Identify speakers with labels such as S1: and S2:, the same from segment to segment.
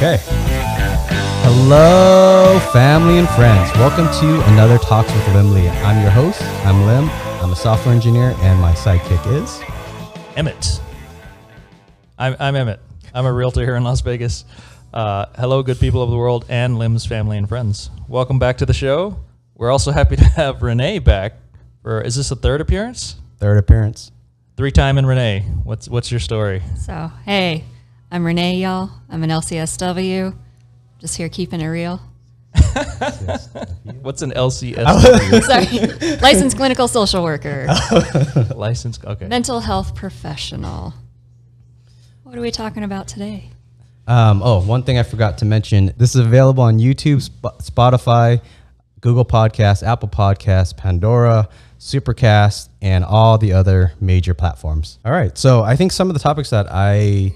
S1: Okay. Hello, family and friends. Welcome to another Talks with Limley. I'm your host. I'm Lim. I'm a software engineer, and my sidekick is.
S2: Emmett. I'm, I'm Emmett. I'm a realtor here in Las Vegas. Uh, hello, good people of the world and Lim's family and friends. Welcome back to the show. We're also happy to have Renee back. For is this a third appearance?
S1: Third appearance.
S2: Three time in Renee. What's what's your story?
S3: So, hey, I'm Renee, y'all. I'm an LCSW. Just here keeping it real.
S2: What's an LCS
S3: Sorry. Licensed clinical social worker,
S2: license? Okay.
S3: mental health professional. What are we talking about today?
S1: Um, oh, one thing I forgot to mention. This is available on YouTube, Sp- Spotify, Google Podcasts, Apple Podcasts, Pandora, Supercast, and all the other major platforms. All right. So I think some of the topics that I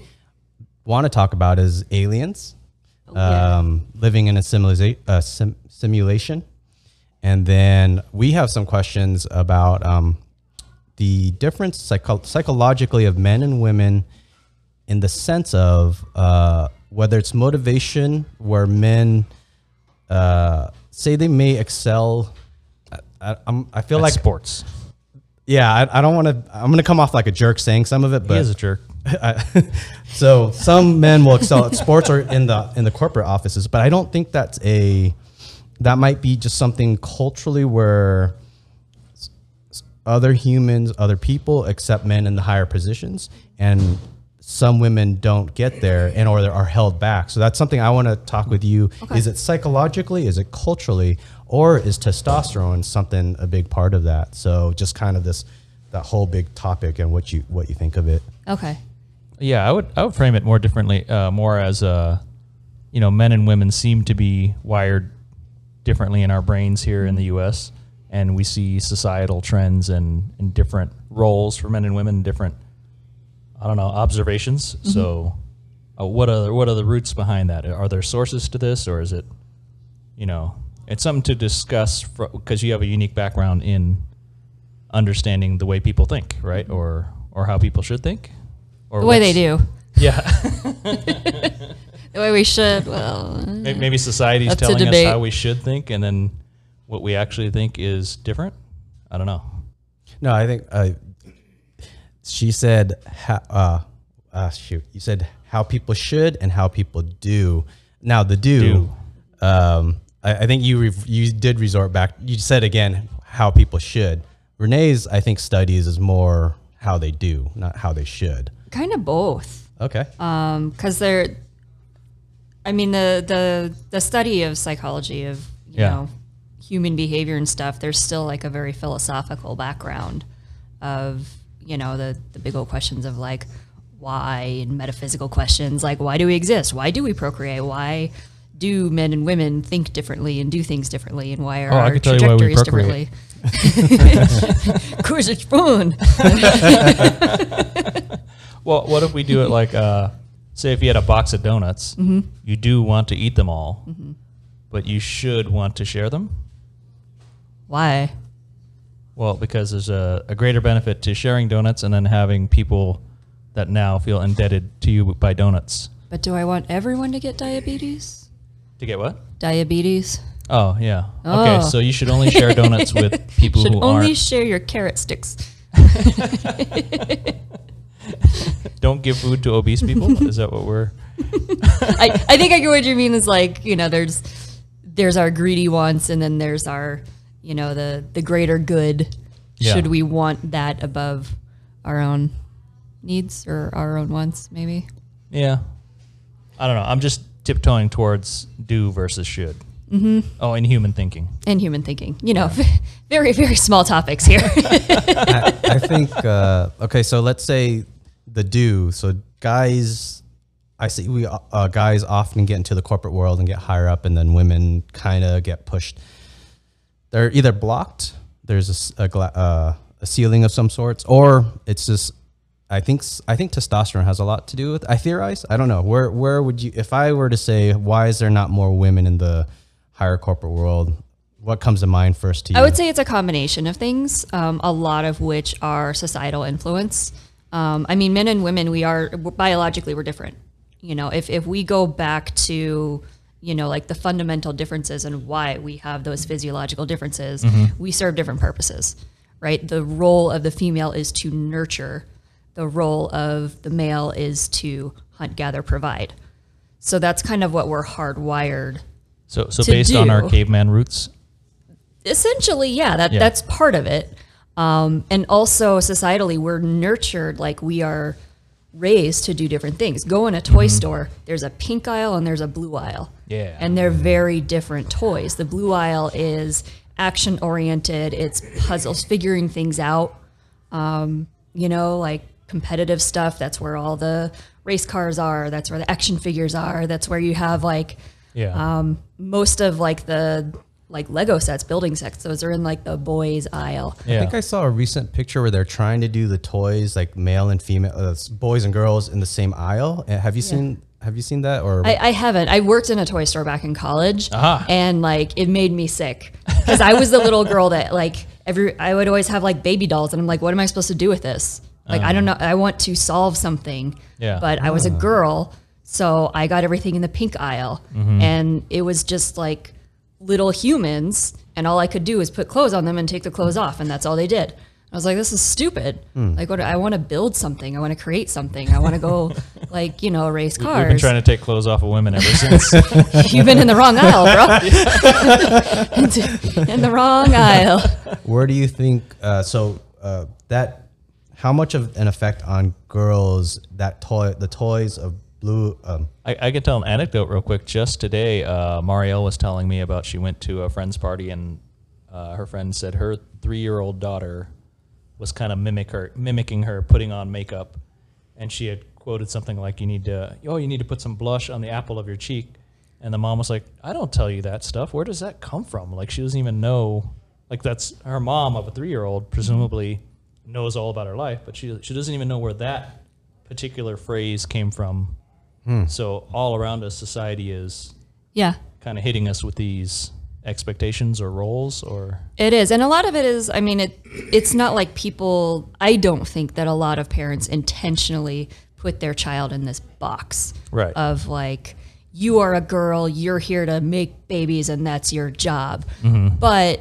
S1: want to talk about is aliens,
S3: yeah.
S1: um, living in a simula- uh, sim- simulation. And then we have some questions about um, the difference psycho- psychologically of men and women in the sense of uh, whether it's motivation where men uh, say they may excel. I, I, I'm, I feel
S2: Like
S1: like,
S2: sports.
S1: yeah, I, I don't want to, I'm going to come off like a jerk saying some of it,
S2: He
S1: but
S2: is a jerk.
S1: I, so some men will excel at sports or in the in the corporate offices, but I don't think that's a that might be just something culturally where s- s- other humans, other people accept men in the higher positions and some women don't get there and or they are held back. So that's something I want to talk with you. Is it psychologically, is it culturally, or is testosterone something a big part of that? So just kind of this that whole big topic and what you what you think of it.
S3: Okay.
S2: Yeah, I would I would frame it more differently, uh, more as uh, you know, men and women seem to be wired differently in our brains here in the U.S. And we see societal trends and, and different roles for men and women, different I don't know observations.
S3: Mm-hmm.
S2: So, uh, what are what are the roots behind that? Are there sources to this, or is it you know it's something to discuss because you have a unique background in understanding the way people think, right, or or how people should think, or
S3: Mm-hmm. The way they
S2: what's-
S3: do.
S2: yeah,
S3: The way we should. Well,
S2: May- maybe society's
S3: Mm-hmm. That's a
S2: telling us
S3: debate.
S2: how we should think, and then what we actually think is different. I don't know.
S1: No, I think uh, she said, ha- uh, uh, shoot, you said how people should and how people do. Now, the do, Um, I, I think you re- you did resort back. You said again how people should. Renee's, I think, studies is more how they do, not how they should.
S3: kind of both.
S1: Okay.
S3: because they're i mean the the the study of psychology of you
S2: Yeah.
S3: know human behavior and stuff there's still like a very philosophical background of you know the the big old questions of like why and metaphysical questions like why do we exist why do we procreate why do men and women think differently and do things differently and why are
S2: Oh, I
S3: our
S2: could tell you why we
S3: trajectories
S2: procreate.
S3: differently Course it's fun.
S2: Well, what if we do it like, uh, say, if you had a box of donuts,
S3: Mm-hmm.
S2: you do want to eat them all, but you should want to share them.
S3: why
S2: Well, because there's a, a greater benefit to sharing donuts and then having people that now feel indebted to you by donuts.
S3: but do i want everyone to get diabetes
S2: To get what?
S3: diabetes
S2: Oh, yeah.
S3: Oh.
S2: Okay, so you should only share donuts with people
S3: should
S2: who
S3: only
S2: aren't.
S3: share your carrot sticks.
S2: Don't give food to obese people. Is that what we're?
S3: I, I think I get what you mean is like, you know, there's there's our greedy wants and then there's our, you know, the the greater good.
S2: Yeah.
S3: Should we want that above our own needs or our own wants, maybe?
S2: Yeah. I don't know. I'm just tiptoeing towards do versus should. Mm-hmm. Oh, in human thinking.
S3: And human thinking. You know, very, very small topics here.
S1: I, I think uh, okay. So let's say the do. So guys, I see we uh, guys often get into the corporate world and get higher up, and then women kind of get pushed. They're either blocked. There's a, s- a gla- uh, a ceiling of some sorts, or it's just. I think s- I think testosterone has a lot to do with. I theorize. I don't know where where would you if I were to say why is there not more women in the higher corporate world? What comes to mind first to you?
S3: I would say it's a combination of things, um, a lot of which are societal influence. Um, I mean, men and women, we are biologically we're different. you know if, if we go back to you know like the fundamental differences and why we have those physiological differences
S1: Mm-hmm.
S3: we serve different purposes right the role of the female is to nurture the role of the male is to hunt gather provide so that's kind of what we're hardwired
S2: So, so
S3: To
S2: based on our
S3: do.
S2: caveman roots,
S3: essentially yeah that
S2: Yeah.
S3: that's part of it um, and also societally we're nurtured like we are raised to do different things go in a toy store there's a pink aisle and there's a blue aisle
S2: Mm-hmm. Yeah.
S3: and they're very different toys the blue aisle is action oriented it's puzzles figuring things out Um, you know, like competitive stuff. That's where all the race cars are. That's where the action figures are. That's where you have like
S2: yeah, um,
S3: most of like the like Lego sets, building sets. Those are in like the boys aisle.
S1: I
S2: yeah,
S1: think I saw a recent picture where they're trying to do the toys like male and female, uh, s- boys and girls in the same aisle. Uh, Have you seen? Have you seen that? Or
S3: I, I haven't. I worked in a toy store back in college,
S2: Aha.
S3: and like it made me sick because I was the little girl that like every I would always have like baby dolls, and I'm like, what am I supposed to do with this? Like I don't know. I want to solve something,
S2: Uh-huh. Yeah.
S3: But I was a girl, so I got everything in the pink aisle,
S2: Mm-hmm.
S3: and it was just like little humans, and all I could do was put clothes on them and take the clothes off, and that's all they did. I was like, this is stupid. Like, what? I want to build something. I want to create something. I want to go, like, you know, race cars
S2: we've been trying to take clothes off of women ever since.
S3: you've been in the wrong aisle, bro. in the wrong aisle.
S1: where do you think? Uh, so uh, that how much of an effect on girls that toy, the toys of blue? Um,
S2: I, I can tell an anecdote real quick. Just today, uh, Marielle was telling me about she went to a friend's party and uh, her friend said her three-year-old daughter was kind of mimic her, mimicking her, putting on makeup, and she had quoted something like, "You need to, oh, you need to put some blush on the apple of your cheek," and the mom was like, "I don't tell you that stuff. Where does that come from? Like she doesn't even know. Like that's her mom of a three-year-old, presumably knows all about her life, but she she doesn't even know where that particular phrase came from." So all around us, society is
S3: Yeah,
S2: kind of hitting us with these expectations or roles or
S3: it is, and a lot of it is. I mean, it. It's not like people. I don't think that a lot of parents intentionally put their child in this box
S2: Right.
S3: of like, you are a girl, you're here to make babies, and that's your job.
S2: Mm-hmm.
S3: But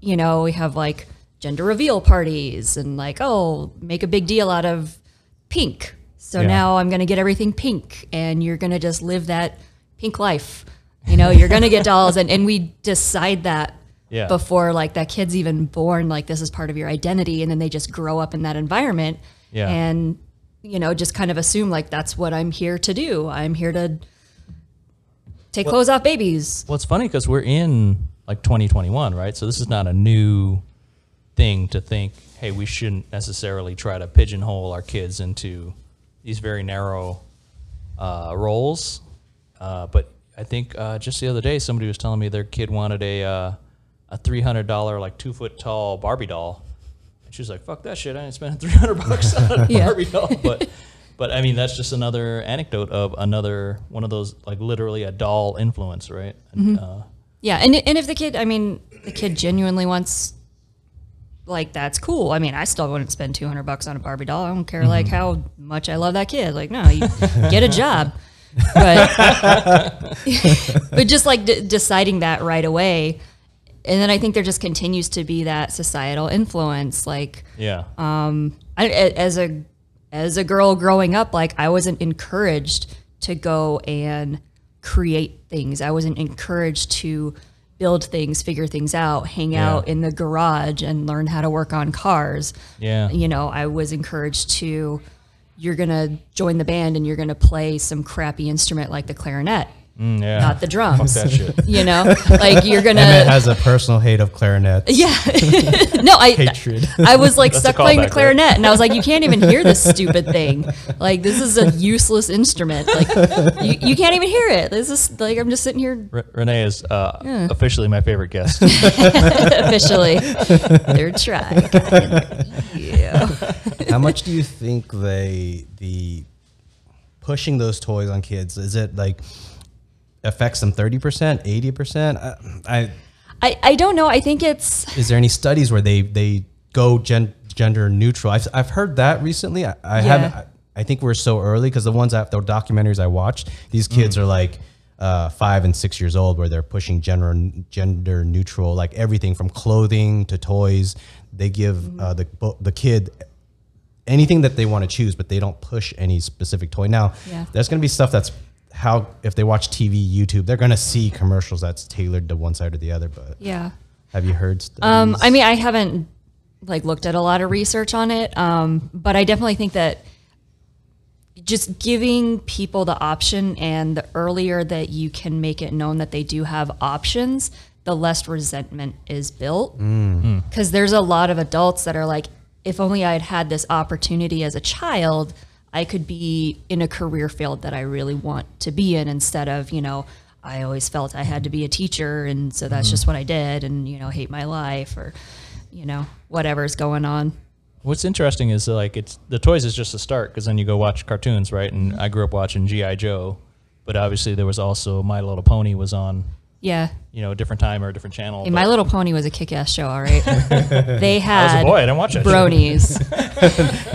S3: you know, we have like gender reveal parties and like, oh, make a big deal out of pink. So
S2: Yeah.
S3: now I'm going to get everything pink and you're going to just live that pink life. You know, you're going to get dolls. And, and we decide that
S2: Yeah.
S3: before like that kid's even born, like this is part of your identity. And then they just grow up in that environment
S2: Yeah.
S3: and, you know, just kind of assume like that's what I'm here to do. I'm here to take clothes off babies.
S2: well it's funny because we're in like 2021 right so this is not a new thing to think hey we shouldn't necessarily try to pigeonhole our kids into these very narrow uh, roles uh, but i think uh, just the other day somebody was telling me their kid wanted a, uh, a $300 like two foot tall barbie doll and she was like fuck that shit i ain't spending 300 bucks on a
S3: Yeah.
S2: barbie doll but but i mean that's just another anecdote of another one of those like literally a doll influence right
S3: Mm-hmm.
S2: and, uh,
S3: Yeah, and and if the kid, I mean, the kid genuinely wants, like that's cool. I mean, I still wouldn't spend two hundred bucks on a Barbie doll. I don't care like how much I love that kid. Like, no, you get a job. But but just like d- deciding that right away, and then I think there just continues to be that societal influence, like.
S2: yeah
S3: Uh, I, a- as a as a girl growing up, like I wasn't encouraged to go and create things. I wasn't encouraged to build things, figure things out, hang
S2: Yeah.
S3: out in the garage and learn how to work on cars.
S2: Yeah.
S3: You know, I was encouraged to you're going to join the band and you're going to play some crappy instrument like the clarinet,
S2: Mm, yeah
S3: not the drums.
S2: that shit
S3: You know, like you're going
S1: Emmett
S3: to
S1: has a personal hate of clarinet.
S3: yeah. no, I
S1: Hatred.
S3: I was like
S2: That's
S3: stuck
S2: a
S3: playing the
S2: callback,
S3: clarinet, and I was like, you can't even hear this stupid thing. Like this is a useless instrument. Like you, you can't even hear it. This is like I'm just sitting here
S2: Re- renee is uh, officially my favorite guest
S3: officially. They're trying. Yeah.
S1: How much do you think they the pushing those toys on kids is it like affects them 30%, 80%? Uh, I
S3: I, I don't know. I think it's
S1: is there any studies where they they go gen, gender neutral? I've, I've heard that recently. I, I
S3: Yeah.
S1: haven't I, I think we're so early because the ones that the documentaries I watched, these kids are like uh, five and six years old, where they're pushing gender gender neutral, like everything from clothing to toys. They give
S3: Mm-hmm.
S1: uh, the bo- the kid anything that they want to choose, but they don't push any specific toy. Now,
S3: Yeah.
S1: there's going to be stuff that's how if they watch TV, YouTube, they're going to see commercials that's tailored to one side or the other. But
S3: Yeah.
S1: have you heard?
S3: Um,
S1: studies?
S3: I mean, I haven't like looked at a lot of research on it, um, but I definitely think that just giving people the option and the earlier that you can make it known that they do have options, the less resentment is built. Because there's a lot of adults that are like, if only I had had this opportunity as a child, I could be in a career field that I really want to be in instead of, you know, I always felt I had to be a teacher. And so
S2: Mm-hmm.
S3: that's just what I did and, you know, hate my life or, you know, whatever's going on.
S2: What's interesting is like it's the toys is just a start because then you go watch cartoons, right? And I grew up watching GI Joe, but obviously there was also My Little Pony was on,
S3: Yeah.
S2: you know, a different time or a different channel.
S3: Hey, My Little Pony was a kick ass show, all right? they
S2: but I was
S3: had
S2: a boy, I didn't watch it.
S3: bronies.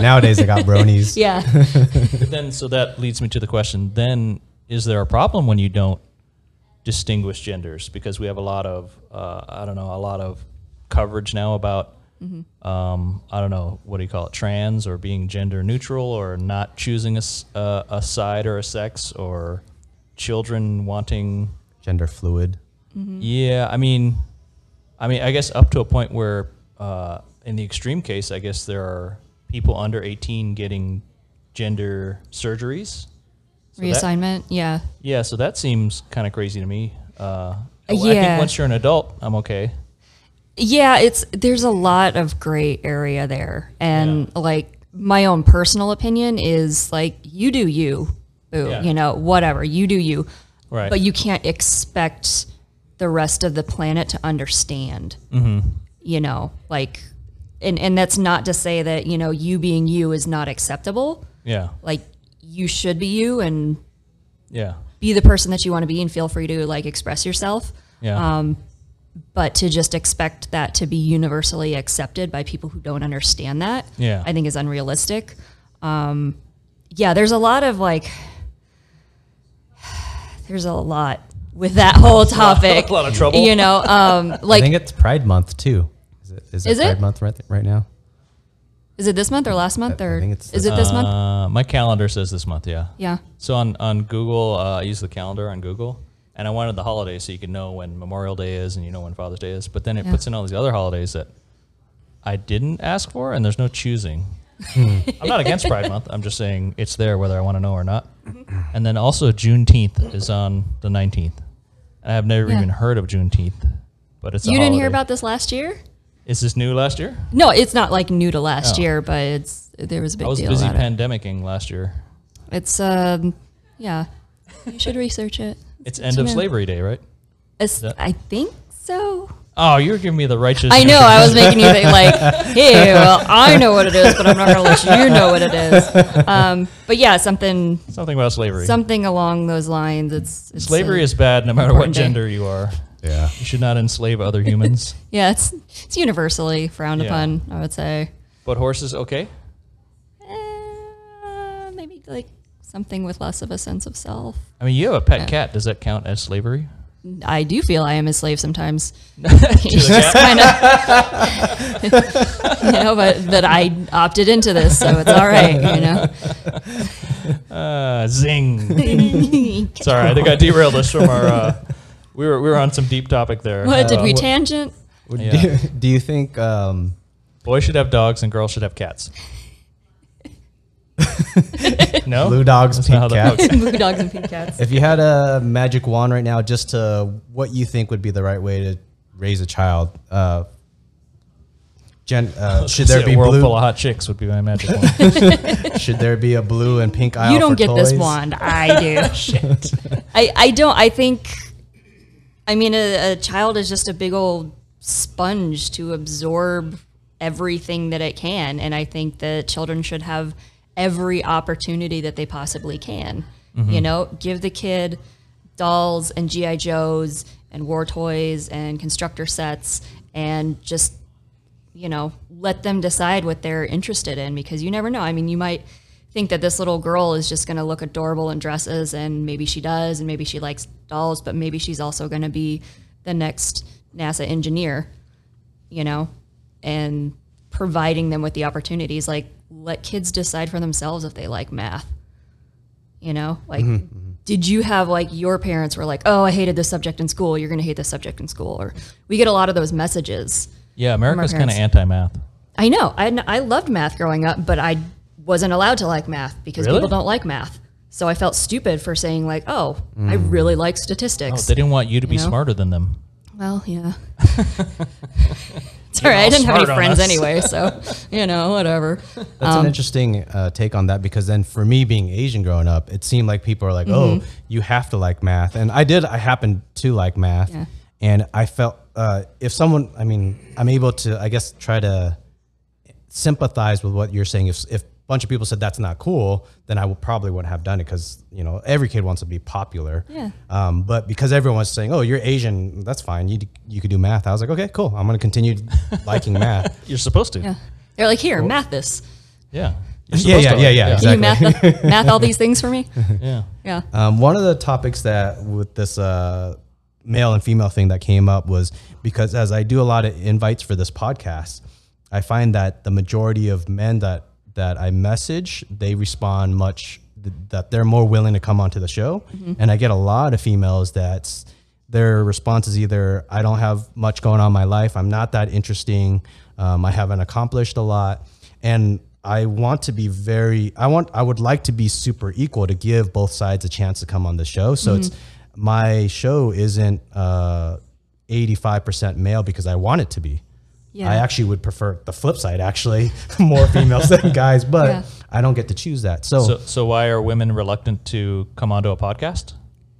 S1: nowadays they got bronies.
S3: yeah.
S2: But then so that leads me to the question: Then is there a problem when you don't distinguish genders? Because we have a lot of uh, I don't know a lot of coverage now about um, I don't know what do you call it trans or being gender neutral or not choosing a, s- uh, a side or a sex or children wanting
S1: Gender fluid.
S2: yeah, I mean, I mean, I guess up to a point where, uh, in the extreme case, I guess there are people under eighteen getting gender surgeries. So that-
S3: Reassignment. yeah.
S2: yeah, so that seems kind of crazy to me. Uh, I- I
S3: yeah.
S2: think once you're an adult, I'm okay.
S3: yeah it's there's a lot of gray area there and like my own personal opinion is like you do you boo,
S2: Yeah.
S3: you know whatever you do you
S2: Right.
S3: but you can't expect the rest of the planet to understand
S2: Mm-hmm.
S3: you know like and and that's not to say that you know you being you is not acceptable
S2: Yeah,
S3: like you should be you and
S2: yeah,
S3: be the person that you want to be and feel free to like express yourself
S2: yeah,
S3: Um, but to just expect that to be universally accepted by people who don't understand that
S2: Yeah.
S3: i think is unrealistic um, yeah there's a lot of like there's a lot with that whole topic
S2: a lot of trouble.
S3: you know um,
S1: I think
S3: like
S1: it's Pride Month too. Is it? Is,
S3: Is
S1: it
S3: it?
S1: Pride Month right, right now?
S3: is it this month or last month
S1: I- I
S3: or
S1: think it's
S3: is it this month
S2: Uh, my calendar says this month. Yeah.
S3: yeah
S2: So on on Google, uh, I use the calendar on Google, and I wanted the holiday so you can know when Memorial Day is and you know when Father's Day is. But then it
S3: Yeah.
S2: puts in all these other holidays that I didn't ask for, and there's no choosing. I'm not against Pride Month. I'm just saying it's there whether I want to know or not. And then also Juneteenth is on the 19th. And I've never
S3: Yeah.
S2: even heard of Juneteenth, but it's a
S3: you didn't hear
S2: holiday.
S3: about this last year
S2: Is this new last year?
S3: no it's not like new to last
S2: Oh.
S3: year but it's there was a big
S2: I was
S3: deal
S2: busy
S3: about it
S2: pandemicing last year.
S3: it's um yeah you should research it
S2: It's
S3: good
S2: end
S3: to
S2: of
S3: know.
S2: slavery day, right?
S3: It's-
S2: Yeah.
S3: I think so.
S2: Oh, you were giving me the righteous.
S3: I know. I was making you think like, hey, well, I know what it is, but I'm not gonna let you know what it is. Um, but yeah, something,
S2: something about slavery.
S3: something along those lines. It's, it's
S2: Slavery
S3: a-
S2: is bad no matter what
S3: important day.
S2: gender you are.
S1: Yeah.
S2: You should not enslave other humans.
S3: yeah, it's it's universally frowned
S2: Yeah.
S3: upon. I would say
S2: but horses, okay?
S3: uh, maybe like something with less of a sense of self.
S2: I mean, you have a pet
S3: Yeah.
S2: cat. Does that count as slavery?
S3: I do feel I am a slave sometimes.
S2: cat?
S3: Just kind of, you know, but but I opted into this, so it's all right, you know.
S2: Uh, zing. Sorry, I think I derailed us from our. Uh, we were we were on some deep topic there.
S3: What did we
S1: Uh, wh-
S3: tangent?
S1: Would-
S2: Yeah.
S1: Do, you, do you think? Um,
S2: Boys should have dogs and girls should have cats. no.
S1: Blue dogs,
S2: That's
S1: pink
S2: not how that
S1: cats.
S2: works.
S3: Blue dogs and pink cats.
S1: If you had a magic wand right now, just to what you think would be the right way to raise a child, uh, gen, uh, should there
S2: Say
S1: be
S2: a world full
S1: blue?
S2: of hot chicks would be my magic one.
S1: Should there be a blue and pink aisle?
S3: You don't
S1: for
S3: get this
S1: toys?
S3: wand. I do. I, I don't. I think. I mean, a, a child is just a big old sponge to absorb everything that it can, and I think that children should have every opportunity that they possibly can.
S1: Mm-hmm.
S3: You know, give the kid dolls and GI Joes and war toys and constructor sets and just you know, let them decide what they're interested in because you never know. I mean, you might think that this little girl is just going to look adorable in dresses and maybe she does and maybe she likes dolls but maybe she's also going to be the next NASA engineer you know and providing them with the opportunities like let kids decide for themselves if they like math you know like did you have like your parents were like oh i hated this subject in school you're going to hate this subject in school or we get a lot of those messages
S2: Yeah, America's kind of
S3: parents.
S2: anti-math.
S3: I know. I, I loved math growing up, but I wasn't allowed to like math because
S2: Really?
S3: people don't like math. So I felt stupid for saying like, "Oh, I
S2: Hmm.
S3: really like statistics."
S2: Oh, They didn't want you to be
S3: know?
S2: smarter than them.
S3: well, yeah. it's all right.
S2: all
S3: I didn't have any
S2: smart on
S3: friends
S2: us.
S3: anyway, so you know, whatever.
S1: That's
S3: Um,
S1: an interesting uh, take on that because then for me being Asian growing up, it seemed like people are like,
S3: Mm-hmm.
S1: "Oh, you have to like math," and I did. I happened to like math,
S3: Yeah.
S1: and I felt uh, if someone, I mean, I'm able to, I guess, try to sympathize with what you're saying. If if a bunch of people said that's not cool, then I would probably wouldn't have done it because you know every kid wants to be popular.
S3: Yeah.
S1: Um, but because everyone was saying, "Oh, you're Asian, that's fine. You d- you could do math," I was like, "Okay, cool. I'm gonna continue liking math."
S2: You're supposed to.
S3: Yeah. They're like, "Here, math this.
S2: Yeah. You're
S1: yeah,
S2: supposed
S1: yeah,
S2: to
S1: yeah,
S2: like-
S1: yeah,
S3: Can
S1: exactly.
S3: you math the, math all these things for me?"
S2: Yeah.
S3: Yeah.
S1: Um, one of the topics that with this uh, male and female thing that came up was because as I do a lot of invites for this podcast, I find that the majority of men that that I message, they respond much th- that they're more willing to come onto the show, and I get a lot of females that's their response is either I don't have much going on in my life, I'm not that interesting, um, I haven't accomplished a lot, and I want to be very I want I would like to be super equal to give both sides a chance to come on the show. So it's
S3: Mm-hmm.
S1: my show isn't uh, 85% male because I want it to be.
S3: Yeah.
S1: I actually would prefer the flip side actually more females than guys, but
S3: Yeah.
S1: I don't get to choose that. So,
S2: So, so why are women reluctant to come onto a podcast?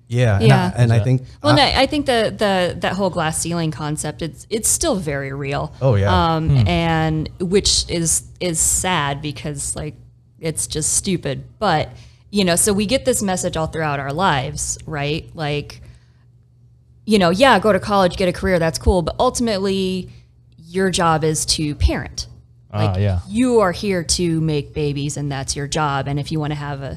S1: yeah, and
S3: Yeah.
S1: I- and I, think
S3: Well,
S1: I-
S2: uh,
S3: no, I think the the that whole glass ceiling concept it's it's still very real.
S1: Oh, yeah.
S3: um, and which is is sad because like it's just stupid. But you know, so we get this message all throughout our lives, right? Like, you know, yeah, go to college, get a career, that's cool, but ultimately, your job is to parent
S2: Ah, yeah.
S3: you are here to make babies and that's your job and if you want to have a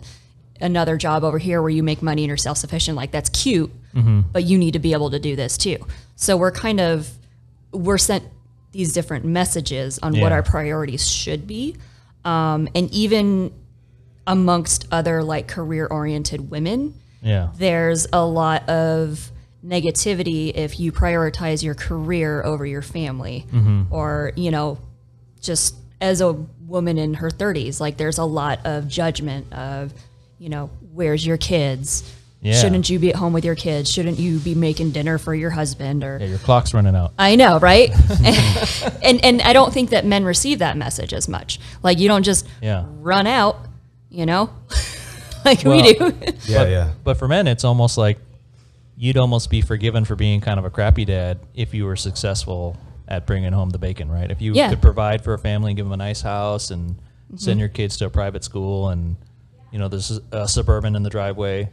S3: another job over here where you make money and are self-sufficient like that's cute but you need to be able to do this too so we're kind of we're sent these different messages on what
S2: Yeah.
S3: our priorities should be um, and even amongst other like career oriented women
S2: Yeah.
S3: there's a lot of negativity if you prioritize your career over your family
S2: Mm-hmm.
S3: or you know just as a woman in her 30s like there's a lot of judgment of you know where's your kids
S2: Yeah.
S3: shouldn't you be at home with your kids shouldn't you be making dinner for your husband or
S2: Yeah, your clock's running out.
S3: I know, right? and and I don't think that men receive that message as much. Like you don't just
S2: Yeah.
S3: run out, you know, like
S2: Well,
S3: we do.
S1: yeah, yeah.
S2: But for men, it's almost like you'd almost be forgiven for being kind of a crappy dad if you were successful at bringing home the bacon, right? If you
S3: Yeah. Mm-hmm.
S2: could provide for a family and give them a nice house and send your kids to a private school and, you know, there's a suburban in the driveway,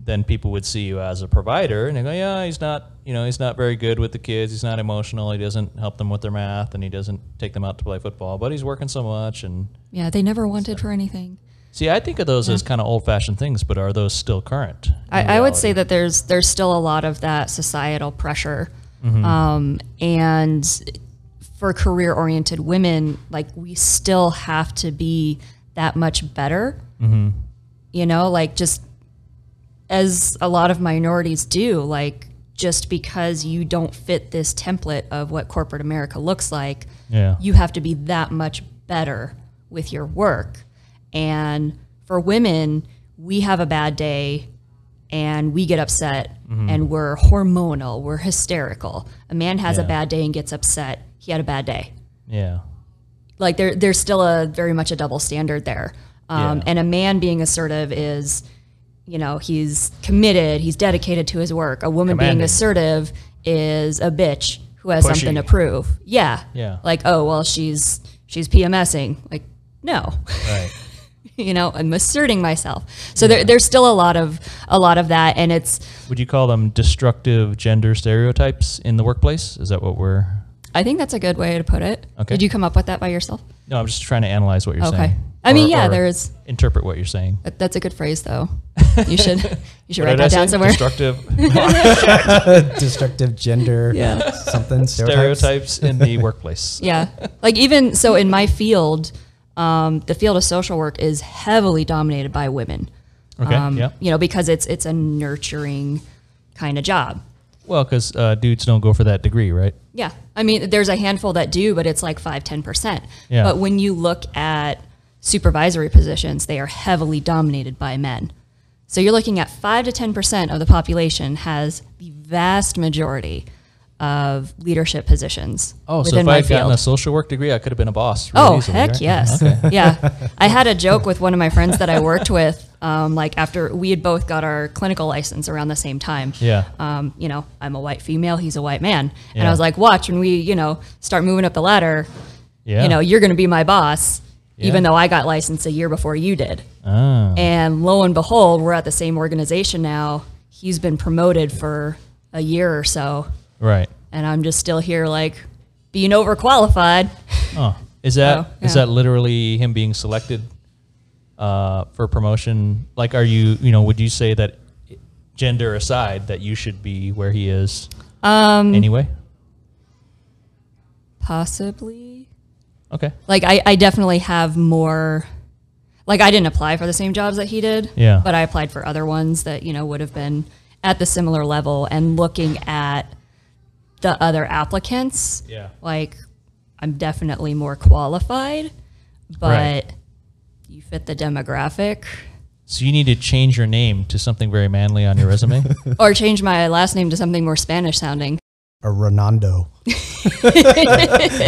S2: then people would see you as a provider and they go, yeah, he's not, you know, he's not very good with the kids. He's not emotional. He doesn't help them with their math and he doesn't take them out to play football, but he's working so much. And
S3: Yeah, they never wanted for anything.
S2: see, I think of those as kind of old fashioned things, but are those still current?
S3: I, I would say that there's there's still a lot of that societal pressure, um, and for career oriented women, like we still have to be that much better. You know, like just as a lot of minorities do, like just because you don't fit this template of what corporate America looks like,
S2: Yeah.
S3: you have to be that much better with your work. And for women, we have a bad day and we get upset
S2: Mm-hmm.
S3: and we're hormonal, we're hysterical. A man has
S2: Yeah.
S3: a bad day and gets upset, he had a bad day.
S2: Yeah.
S3: Like there, there's still a very much a double standard there. Um,
S2: Yeah.
S3: And a man being assertive is, you know, he's committed, he's dedicated to his work. A woman
S2: Commanding.
S3: being assertive is a bitch who has something to
S2: Pushy.
S3: prove. Yeah.
S2: Yeah.
S3: Like, oh well, she's she's PMSing. Like, no,
S2: Right.
S3: you know, I'm asserting myself. So there, there's still a lot of a lot of that, and it's
S2: Would you call them destructive gender stereotypes in the workplace? Is that what we're?
S3: I think that's a good way to put it.
S2: Okay.
S3: Did you come up with that by yourself?
S2: No, I'm just trying to analyze what you're
S3: Okay.
S2: saying.
S3: I mean, yeah, there is-
S2: Interpret what you're saying.
S3: That- That's a good phrase, though. You should you should
S2: What did I
S3: write that
S2: say?
S3: down somewhere.
S2: Destructive
S1: destructive gender
S3: Yeah.
S1: something stereotypes.
S2: stereotypes in the workplace.
S3: Yeah. Like even so in my field, um, the field of social work is heavily dominated by women.
S2: Okay.
S3: Um,
S2: yeah.
S3: You know, because it's it's a nurturing kind of job.
S2: Well, because uh, dudes don't go for that degree, right?
S3: Yeah. I mean, there's a handful that do, but it's like 5 10%.
S2: Yeah.
S3: But when you look at supervisory positions, they are heavily dominated by men. So you're looking at 5 to 10% of the population has the vast majority of leadership positions
S2: Oh, so
S3: within
S2: if I
S3: my
S2: had gotten
S3: field.
S2: a social work degree, I could have been a boss. really
S3: Oh
S2: easily,
S3: heck
S2: right? Uh-huh.
S3: yes, yeah. I had a joke with one of my friends that I worked with. Um, like after we had both got our clinical license around the same time.
S2: Yeah.
S3: Um, you know, I'm a white female. He's a white man, and
S2: Yeah.
S3: I was like, watch when we, you know, start moving up the ladder.
S2: Yeah.
S3: You know, you're going to be my boss, even
S2: Yeah.
S3: though I got licensed a year before you did.
S2: Ah.
S3: And lo and behold, we're at the same organization now. He's been promoted for a year or so,
S2: Right.
S3: and I'm just still here, like being overqualified.
S2: Oh, is that is
S3: So, yeah.
S2: that literally him being selected uh, for promotion? Like, are you you know would you say that gender aside that you should be where he is? Um. Anyway.
S3: Possibly.
S2: Okay.
S3: like I, I definitely have more like I didn't apply for the same jobs that he did.
S2: Yeah.
S3: But I applied for other ones that, you know, would have been at the similar level and looking at the other applicants,
S2: Yeah.
S3: like I'm definitely more qualified, but
S2: Right.
S3: you fit the demographic.
S2: So you need to change your name to something very manly on your resume.
S3: or change my last name to something more Spanish sounding.
S1: A Renando.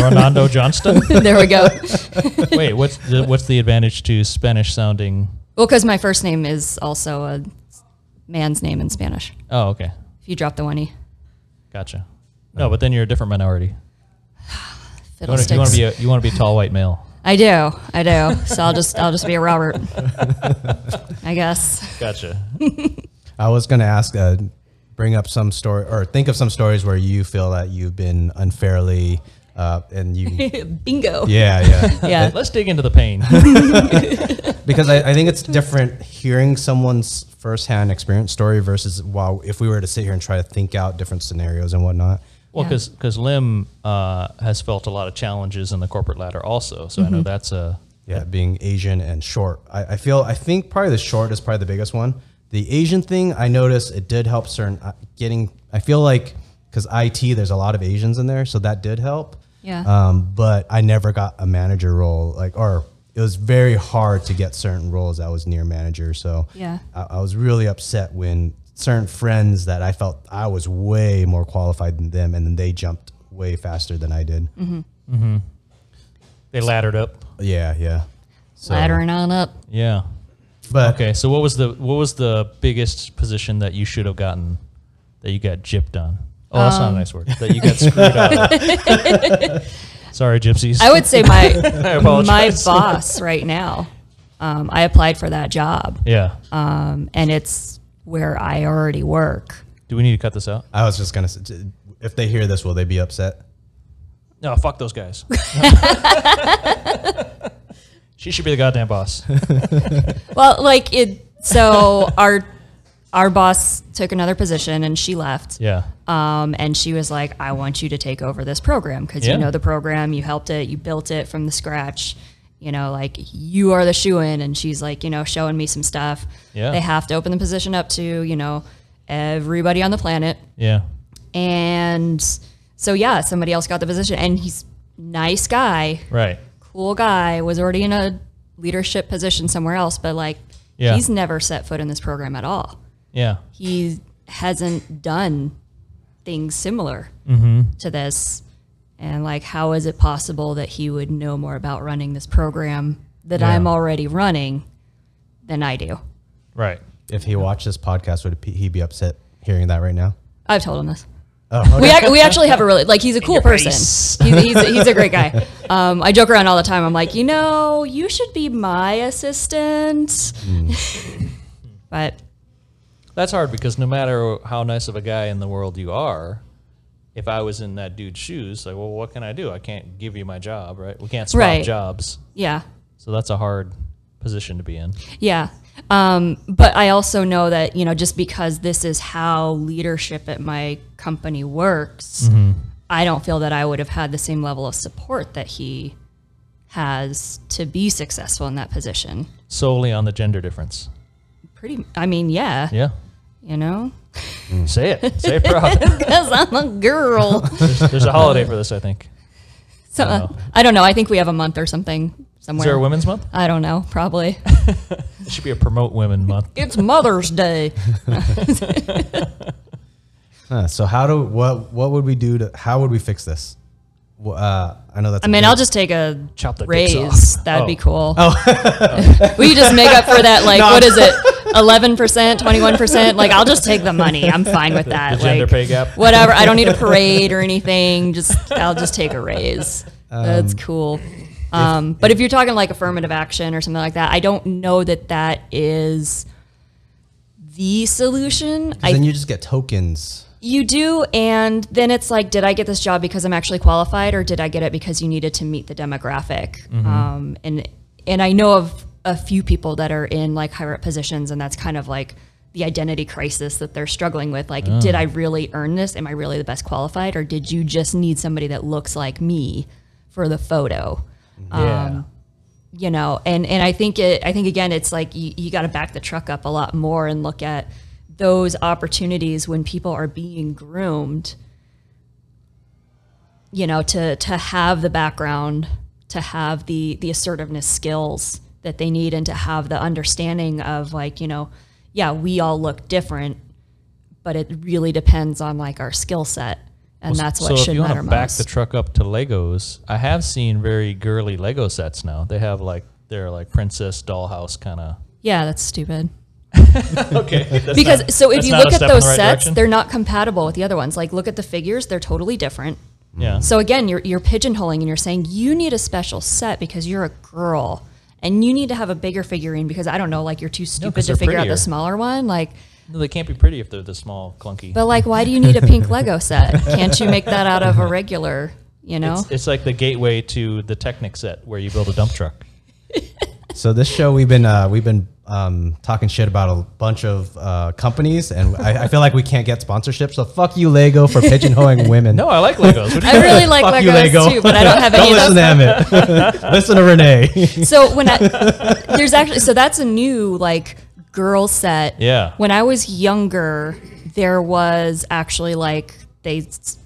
S2: Ronaldo Johnston.
S3: there we go.
S2: Wait, what's the, what's the advantage to Spanish sounding?
S3: Well, because my first name is also a man's name in Spanish.
S2: Oh, okay,
S3: If you drop the one e,
S2: gotcha. No, but then you're a different minority. You want
S3: fiddlesticks.
S2: to be a, you want to be a tall white male.
S3: I do. I do. So I'll just I'll just be a Robert. I guess.
S2: Gotcha.
S1: I was going to ask, uh, bring up some story or think of some stories where you feel that you've been unfairly uh, and you.
S3: Bingo.
S1: Yeah, yeah.
S3: Yeah.
S2: Let's dig into the pain.
S1: Because I, I think it's different hearing someone's firsthand experience story versus wow, if we were to sit here and try to think out different scenarios and whatnot.
S2: Well,
S3: Yeah.
S2: because Lim uh, has felt a lot of challenges in the corporate ladder also, so I
S3: Mm-hmm.
S2: know that's a
S1: Yeah, being Asian and short. I, I feel I think probably the short is probably the biggest one. The Asian thing I noticed it did help certain uh, getting. I feel like because IT there's a lot of Asians in there, so that did help.
S3: Yeah.
S1: Um, but I never got a manager role, like or it was very hard to get certain roles that was near manager. So
S3: Yeah.
S1: I, I was really upset when certain friends that I felt I was way more qualified than them, and then they jumped way faster than I did.
S3: Mm-hmm.
S2: they laddered up.
S1: Yeah, yeah. So,
S3: Laddering on up.
S2: Yeah.
S1: But
S2: Okay. So what was the what was the biggest position that you should have gotten that you got gypped on? Oh, that's
S3: Um.
S2: not a nice word. That you got screwed on. Sorry, gypsies.
S3: I would say my
S2: I
S3: my
S2: apologize.
S3: boss right now. Um, I applied for that job,
S2: yeah.
S3: um, and it's where I already work.
S2: Do we need to cut this out?
S1: I was just gonna say, t- if they hear this, will they be upset?
S2: No, fuck those guys. she should be the goddamn boss.
S3: Well, like it. So our our boss took another position, and she left.
S2: Yeah.
S3: Um, and she was like, I want you to take over this program because
S2: Yeah.
S3: you know the program, you helped it, you built it from the scratch. You know, like you are the shoe in. And she's like, you know, showing me some stuff.
S2: Yeah.
S3: They have to open the position up to, you know, everybody on the planet.
S2: Yeah.
S3: And so, yeah, somebody else got the position. And he's nice guy,
S2: Right.
S3: cool guy, was already in a leadership position somewhere else, but like
S2: Yeah.
S3: he's never set foot in this program at all
S2: Yeah.
S3: he hasn't done things similar
S2: Mm-hmm.
S3: to this and like how is it possible that he would know more about running this program that
S2: Yeah.
S3: i'm already running than i do
S2: Right.
S1: If he watched this podcast, would he be upset hearing that right now?
S3: i've told him this
S1: Oh,
S3: we, ac- we actually have a really like he's a cool
S2: your
S3: person
S2: face.
S3: he's, he's, a- he's a great guy um, i joke around all the time i'm like you know you should be my assistant but
S2: Mm. That's hard because no matter how nice of a guy in the world you are, if I was in that dude's shoes, like, well, what can I do? I can't give you my job, right? We can't swap
S3: Right.
S2: jobs.
S3: Yeah.
S2: So that's a hard position to be in.
S3: Yeah. Um, but I also know that, you know, just because this is how leadership at my company works,
S2: Mm-hmm.
S3: I don't feel that I would have had the same level of support that he has to be successful in that position.
S2: Solely on the gender difference.
S3: Pretty, I mean, yeah,
S2: Yeah.
S3: you know,
S2: Say it. Say it proud.
S3: because I'm a girl.
S2: There's a holiday for this, I think.
S3: so uh, I don't know. I think we have a month or something
S2: Is
S3: somewhere.
S2: there a Women's Month?
S3: I don't know, probably.
S2: It should be a Promote Women Month.
S3: it's Mother's Day.
S1: Huh, so how do what what would we do to how would we fix this? Wh- Uh, I know that's.
S3: I mean, I'll just take a
S2: Chop the dicks
S3: raise.
S2: off.
S3: That'd
S2: Oh.
S3: be cool. Oh. we just make up for that. Like,
S1: No,
S3: what is it? 11%, 21%? Like, I'll just take the money. I'm fine with that.
S2: The gender
S3: like,
S2: pay gap.
S3: Whatever. I don't need a parade or anything. Just, I'll just take a raise. That's cool. Um, but if you're talking like affirmative action or something like that, I don't know that that is the solution. I
S1: then you just get tokens.
S3: you do, and then it's like, did I get this job because I'm actually qualified, or did I get it because you needed to meet the demographic? Um, and and I know of a few people that are in like higher up positions, and that's kind of like the identity crisis that they're struggling with. Like, did I really earn this? Am I really the best qualified, or did you just need somebody that looks like me for the photo? um,
S2: Yeah.
S3: you know and and i think it i think again it's like you, you got to back the truck up a lot more and look at those opportunities when people are being groomed you know to to have the background to have the the assertiveness skills that they need and to have the understanding of like you know yeah we all look different but it really depends on like our skill set and
S2: Well,
S3: that's
S2: so
S3: what
S2: if
S3: should
S2: you wanna
S3: matter
S2: back
S3: most
S2: the truck up to Legos, I have seen very girly Lego sets now. They have like they're like princess dollhouse kind of.
S3: yeah that's stupid
S2: Okay.
S3: because so if
S2: that's
S3: you
S2: not a
S3: look at
S2: step in
S3: those
S2: the right
S3: sets,
S2: direction.
S3: they're not compatible with the other ones. Like look at the figures, they're totally different.
S2: yeah.
S3: So again, you're you're pigeonholing and you're saying you need a special set because you're a girl and you need to have a bigger figurine because I don't know, like you're too stupid
S2: 'cause
S3: to
S2: they're
S3: figure out
S2: prettier.
S3: the smaller one. Like
S2: No, they can't be pretty if they're the small, clunky.
S3: but like why do you need a pink Lego set? Can't you make that out of a regular, you know?
S2: It's, it's like the gateway to the Technic set where you build a dump truck.
S1: So this show we've been uh, we've been um, talking shit about a bunch of uh, companies, and I, I feel like we can't get sponsorship. So fuck you, Lego, for pigeonholing women.
S2: No, I like Legos. What do you
S3: I really like
S1: fuck you,
S3: Legos
S1: Lego.
S3: too, but I don't have any
S1: Don't
S3: of those.
S1: listen to Emmett. listen to Renee.
S3: so when I, there's actually so that's a new like girl set.
S2: Yeah.
S3: When I was younger, there was actually like they s-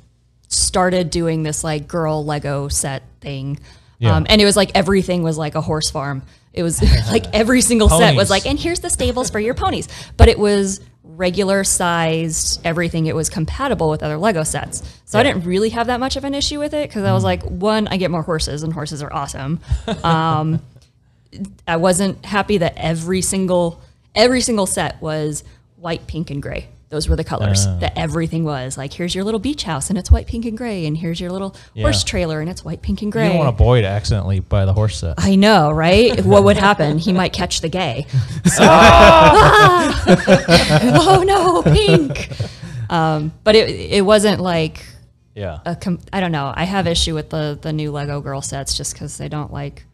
S3: started doing this like girl Lego set thing.
S2: Yeah.
S3: Um, and it was like everything was like a horse farm. It was like every single set
S2: Ponies.
S3: was like, and here's the stables for your ponies. But it was regular sized everything. It was compatible with other Lego sets. So I didn't really have that much of an issue with it because I
S2: Mm.
S3: was like, one, I get more horses, and horses are awesome. I wasn't happy that every single every single set was white, pink, and gray. Those were the colors
S2: Ah.
S3: that everything was. Like here's your little beach house and it's white, pink, and gray, and here's your little horse
S2: Yeah.
S3: trailer and it's white, pink, and
S2: You
S3: gray.
S2: don't want a boy to accidentally buy the horse set.
S3: I know, right? What would happen? He might catch the gay. So- Ah! oh no, pink. Um, but it it wasn't like
S2: Yeah.
S3: a com- I don't know. I have issue with the the new Lego girl sets just because they don't like.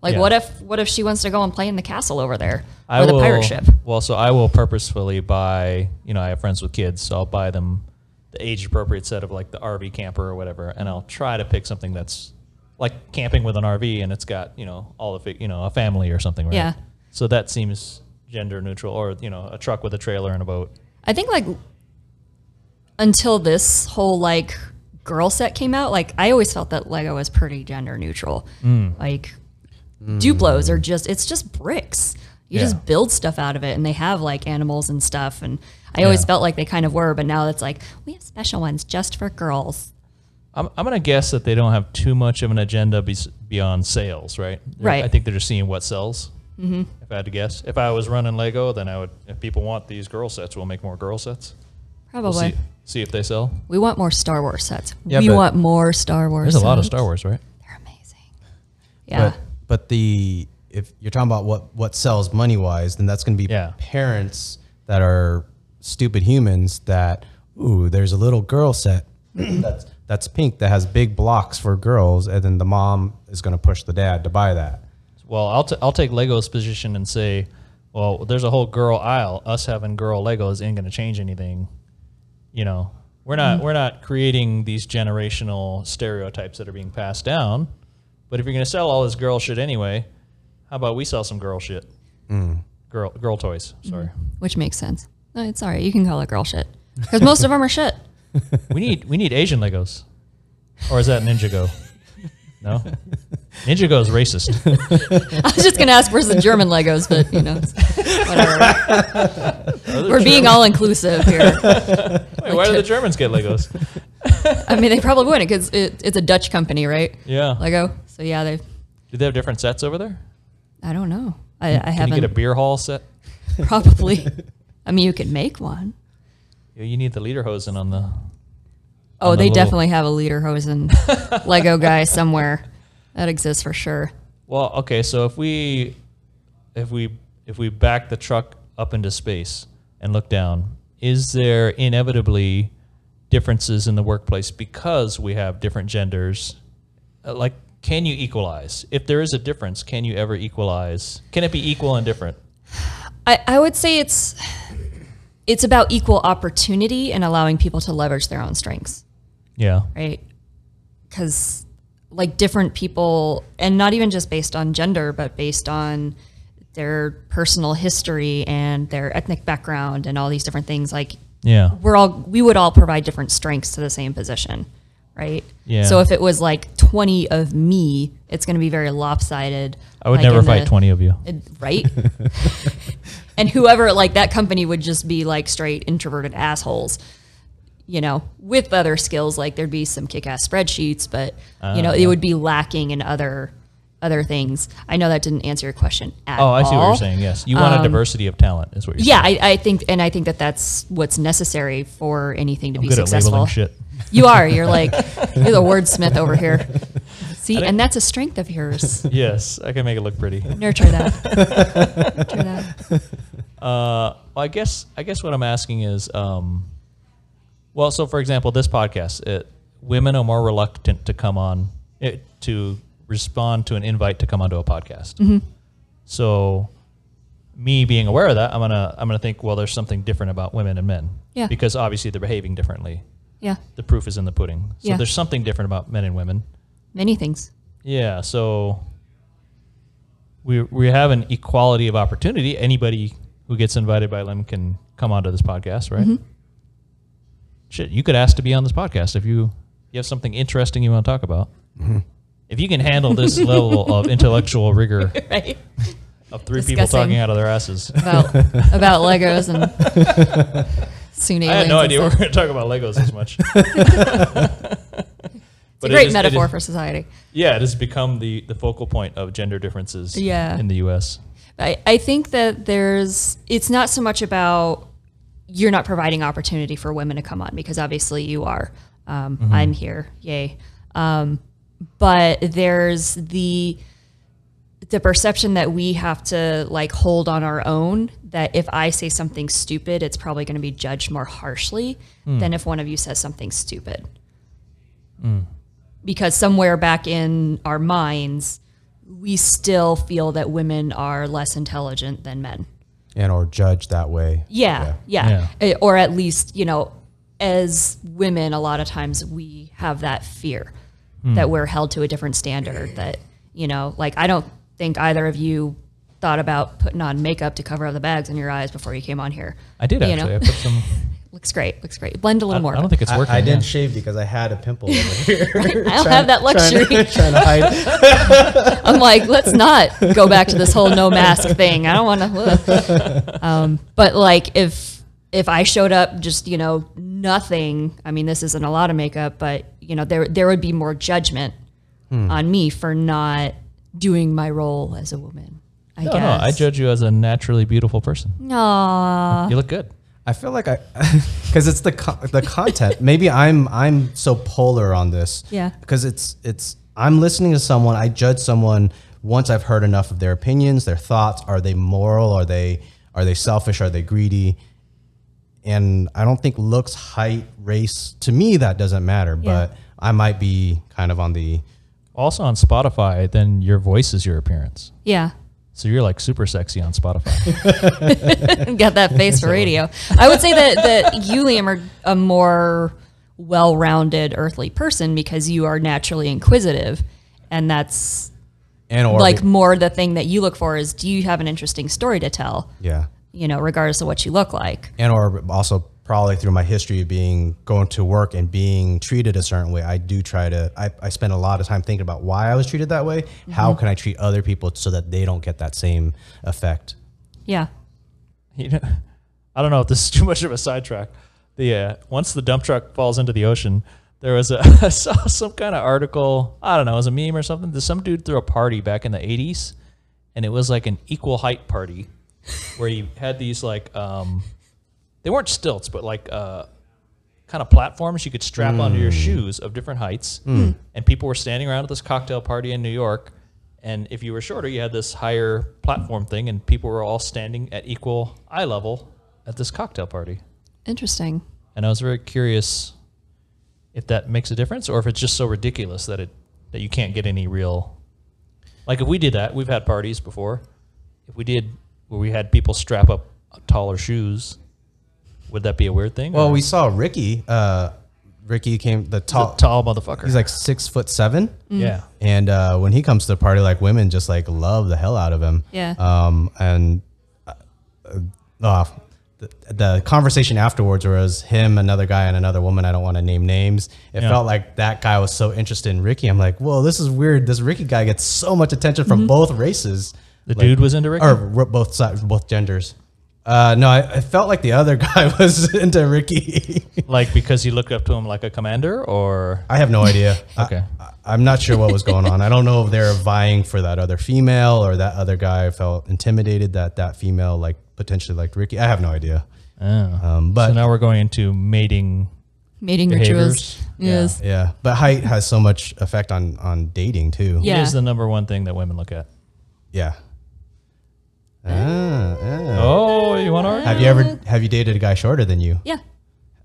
S3: Like
S2: Yeah.
S3: what if what if she wants to go and play in the castle over there
S2: I
S3: or the
S2: will,
S3: pirate ship?
S2: Well, so I will purposefully buy, you know, I have friends with kids, so I'll buy them the age appropriate set of like the RV camper or whatever, and I'll try to pick something that's like camping with an RV and it's got, you know, all the, fi- you know, a family or something, right?
S3: Yeah.
S2: So that seems gender neutral or, you know, a truck with a trailer and a boat.
S3: I think like until this whole like girl set came out, like I always felt that Lego was pretty gender neutral.
S2: Mm.
S3: Like Duplos are just it's just bricks. You
S2: Yeah.
S3: just build stuff out of it, and they have like animals and stuff. And I always
S2: Yeah.
S3: felt like they kind of were, but now it's like we have special ones just for girls.
S2: I'm, I'm going to guess that they don't have too much of an agenda bes beyond sales, right? They're-
S3: Right.
S2: I think they're just seeing what sells. Mm-hmm. If I had to guess, if I was running Lego, then I would. If people want these girl sets, we'll make more girl sets.
S3: Probably.
S2: We'll see, see if they sell.
S3: We want more Star Wars sets.
S2: Yeah,
S3: we
S2: but-
S3: want more Star Wars.
S2: There's a lot of
S3: sets.
S2: Star Wars, right?
S3: They're amazing. Yeah.
S1: But, but the if you're talking about what what sells money wise, then that's going to be
S2: Yeah.
S1: parents that are stupid humans that ooh, there's a little girl set. that's that's pink that has big blocks for girls, and then the mom is going to push the dad to buy that.
S2: Well, I'll, t- I'll take Lego's position and say, well, there's a whole girl aisle. Us having girl Legos ain't going to change anything. You know, we're
S3: Mm.
S2: not we're not creating these generational stereotypes that are being passed down. But if you're going to sell all this girl shit anyway, how about we sell some girl shit?
S1: Hmm.
S2: Girl girl toys.
S3: Mm-hmm.
S2: Sorry,
S3: which makes sense. No, it's all right. You can call it girl shit because most of them are shit.
S2: we need we need Asian Legos, or is that Ninjago? No, Ninjago's racist.
S3: I was just gonna ask where's the German Legos, but you know, it's- whatever. We're being all inclusive here.
S2: Wait, why do the Germans get Legos?
S3: I mean, they probably wouldn't because it, it's a Dutch company, right?
S2: Yeah,
S3: Lego. So yeah, they.
S2: do they have different sets over there?
S3: I don't know. I, I
S2: Can you
S3: haven't.
S2: get a beer hall set?
S3: Probably. I mean, you could make one.
S2: Yeah, You need the leader hosen on the. On
S3: Oh,
S2: the
S3: they
S2: little-
S3: definitely have a Lederhosen Lego guy somewhere. That exists for sure.
S2: Well, okay, so if we, if we, if we back the truck up into space and look down, is there inevitably differences in the workplace because we have different genders? Uh, Like, can you equalize? If there is a difference, can you ever equalize? Can it be equal and different?
S3: I, I would say it's it's about equal opportunity and allowing people to leverage their own strengths,
S2: Yeah.
S3: right? Because like different people, and not even just based on gender, but based on their personal history and their ethnic background and all these different things, like
S2: Yeah.
S3: we're all we would all provide different strengths to the same position, right?
S2: Yeah.
S3: So if it was like twenty of me, it's going to be very lopsided.
S2: I would
S3: like,
S2: never
S3: in
S2: fight
S3: the-
S2: twenty of you.
S3: it- right? and whoever like that company would just be like straight introverted assholes. You know, with other skills, like there'd be some kick-ass spreadsheets, but you
S2: Oh,
S3: know, it would be lacking in other other things. I know that didn't answer your question at
S2: Oh, I see what
S3: all. Um,
S2: you're saying. Yes, you want a diversity of talent, is what you're
S3: Yeah,
S2: saying.
S3: I, I think, and I think that that's what's necessary for anything to be
S2: good at
S3: successful.
S2: labeling shit.
S3: You are. You're like you're the wordsmith over here. See, and that's a strength of yours.
S2: Yes, I can make it look pretty.
S3: Nurture that. Nurture that.
S2: Uh, well, I guess I guess what I'm asking is, um, well, so for example, this podcast, it, women are more reluctant to come on it, to respond to an invite to come onto a podcast.
S3: Mm-hmm.
S2: So, me being aware of that, I'm gonna I'm gonna think, well, there's something different about women and men,
S3: Yeah.
S2: because obviously they're behaving differently.
S3: Yeah,
S2: The proof is in the pudding. So
S3: Yeah.
S2: there's something different about men and women.
S3: many things.
S2: Yeah, so we we have an equality of opportunity. Anybody who gets invited by Lim can come onto this podcast, right?
S3: Mm-hmm.
S2: Shit, you could ask to be on this podcast if you you have something interesting you want to talk about. If you can handle this level of intellectual rigor
S3: Right.
S2: of three people
S3: Discussing.
S2: talking out of their asses,
S3: about about Legos and soon
S2: I
S3: aliens.
S2: had no
S3: and
S2: idea we were
S3: stuff.
S2: going to talk about Legos as much.
S3: It's a great metaphor for society.
S2: yeah, it has become the, the focal point of gender differences
S3: Yeah.
S2: in the U.S.
S3: I, I think that there's it's not so much about you're not providing opportunity for women to come on because obviously you are. Um, I'm here, yay. Um, but there's the the perception that we have to like hold on our own that if I say something stupid, it's probably going to be judged more harshly than if one of you says something stupid. Because somewhere back in our minds, we still feel that women are less intelligent than men.
S1: and or judge that way.
S3: Yeah, yeah. Eh, Or at least, you know, as women, a lot of times we have that fear
S2: Hmm.
S3: that we're held to a different standard that, you know, like I don't think either of you thought about putting on makeup to cover up the bags in your eyes before you came on here.
S2: I did
S3: You
S2: actually.
S3: know?
S2: I put some.
S3: Looks great. Looks great. Blend
S2: I,
S3: a little more.
S2: I don't think it's
S1: I,
S2: working.
S1: I
S2: yeah.
S1: didn't shave because I had a pimple over here.
S3: I don't have that luxury.
S1: trying, to, trying to hide.
S3: I'm like, let's not go back to this whole no mask thing. I don't want to. Um, but like, if if I showed up just you know nothing, I mean, this isn't a lot of makeup, but you know, there there would be more judgment
S2: Hmm.
S3: on me for not doing my role as a woman. I
S2: No,
S3: guess.
S2: no, I judge you as a naturally beautiful person.
S3: Aw.
S2: You look good.
S1: I feel like I, because it's the co- the content. Maybe I'm I'm so polar on this.
S3: Yeah.
S1: Because it's it's I'm listening to someone. I judge someone once I've heard enough of their opinions, their thoughts. Are they moral? Are they are they selfish? Are they greedy? and I don't think looks, height, race to me that doesn't matter.
S3: Yeah.
S1: But I might be kind of on the
S2: Also on Spotify, then your voice is your appearance.
S3: Yeah.
S2: So you're like super sexy on Spotify.
S3: got that face for radio. I would say that that you, Liam, are a more well-rounded earthly person because you are naturally inquisitive, and that's
S1: and or
S3: like more the thing that you look for is do you have an interesting story to tell?
S1: yeah,
S3: You know, regardless of what you look like.
S1: and or also probably through my history of being going to work and being treated a certain way, I do try to. I, I spend a lot of time thinking about why I was treated that way. How can I treat other people so that they don't get that same effect?
S3: Yeah.
S2: you know, I don't know if this is too much of a sidetrack. The uh, once the dump truck falls into the ocean, there was a I saw some kind of article. I don't know, it was a meme or something. There's Some dude threw a party back in the '80s, and it was like an equal height party, where he had these like um, they weren't stilts, but like uh, kind of platforms you could strap onto your shoes of different heights. And people were standing around at this cocktail party in New York. And if you were shorter, you had this higher platform thing, and people were all standing at equal eye level at this cocktail party.
S3: Interesting.
S2: And I was very curious if that makes a difference, or if it's just so ridiculous that it that you can't get any real. Like if we did that, we've had parties before. If we did, where we had people strap up taller shoes, would that be a weird thing?
S1: Well,
S2: or
S1: we saw Ricky. Uh, Ricky came the
S2: tall,
S1: tall.
S2: tall motherfucker.
S1: He's like six foot seven.
S3: Mm.
S2: yeah.
S1: And uh, when he comes to the party, like women just like love the hell out of him.
S3: Yeah.
S1: Um, and uh, uh, the, the conversation afterwards was him, another guy, and another woman. I don't want to name names. It
S2: Yeah.
S1: felt like that guy was so interested in Ricky. I'm like, whoa, this is weird. This Ricky guy gets so much attention from both races
S2: The dude was into Ricky.
S1: or ro- both sides, both genders. Uh, no, I, I felt like the other guy was into Ricky.
S2: like because he looked up to him like a commander, or
S1: I have no idea.
S2: Okay.
S1: I, I, am not sure what was going on. I don't know if they're vying for that other female or that other guy felt intimidated that that female like potentially liked Ricky. I have no idea. Um, but
S2: Oh. so now we're going into mating.
S3: Mating
S2: Behaviors?
S3: rituals.
S2: Yeah.
S3: Yes.
S1: yeah, but height has so much effect on on dating too.
S2: It
S3: Yeah.
S2: is the number one thing that women look at.
S1: Yeah. Ah, ah.
S2: Oh, you want our?
S1: Have you ever have you dated a guy shorter than you?
S3: Yeah.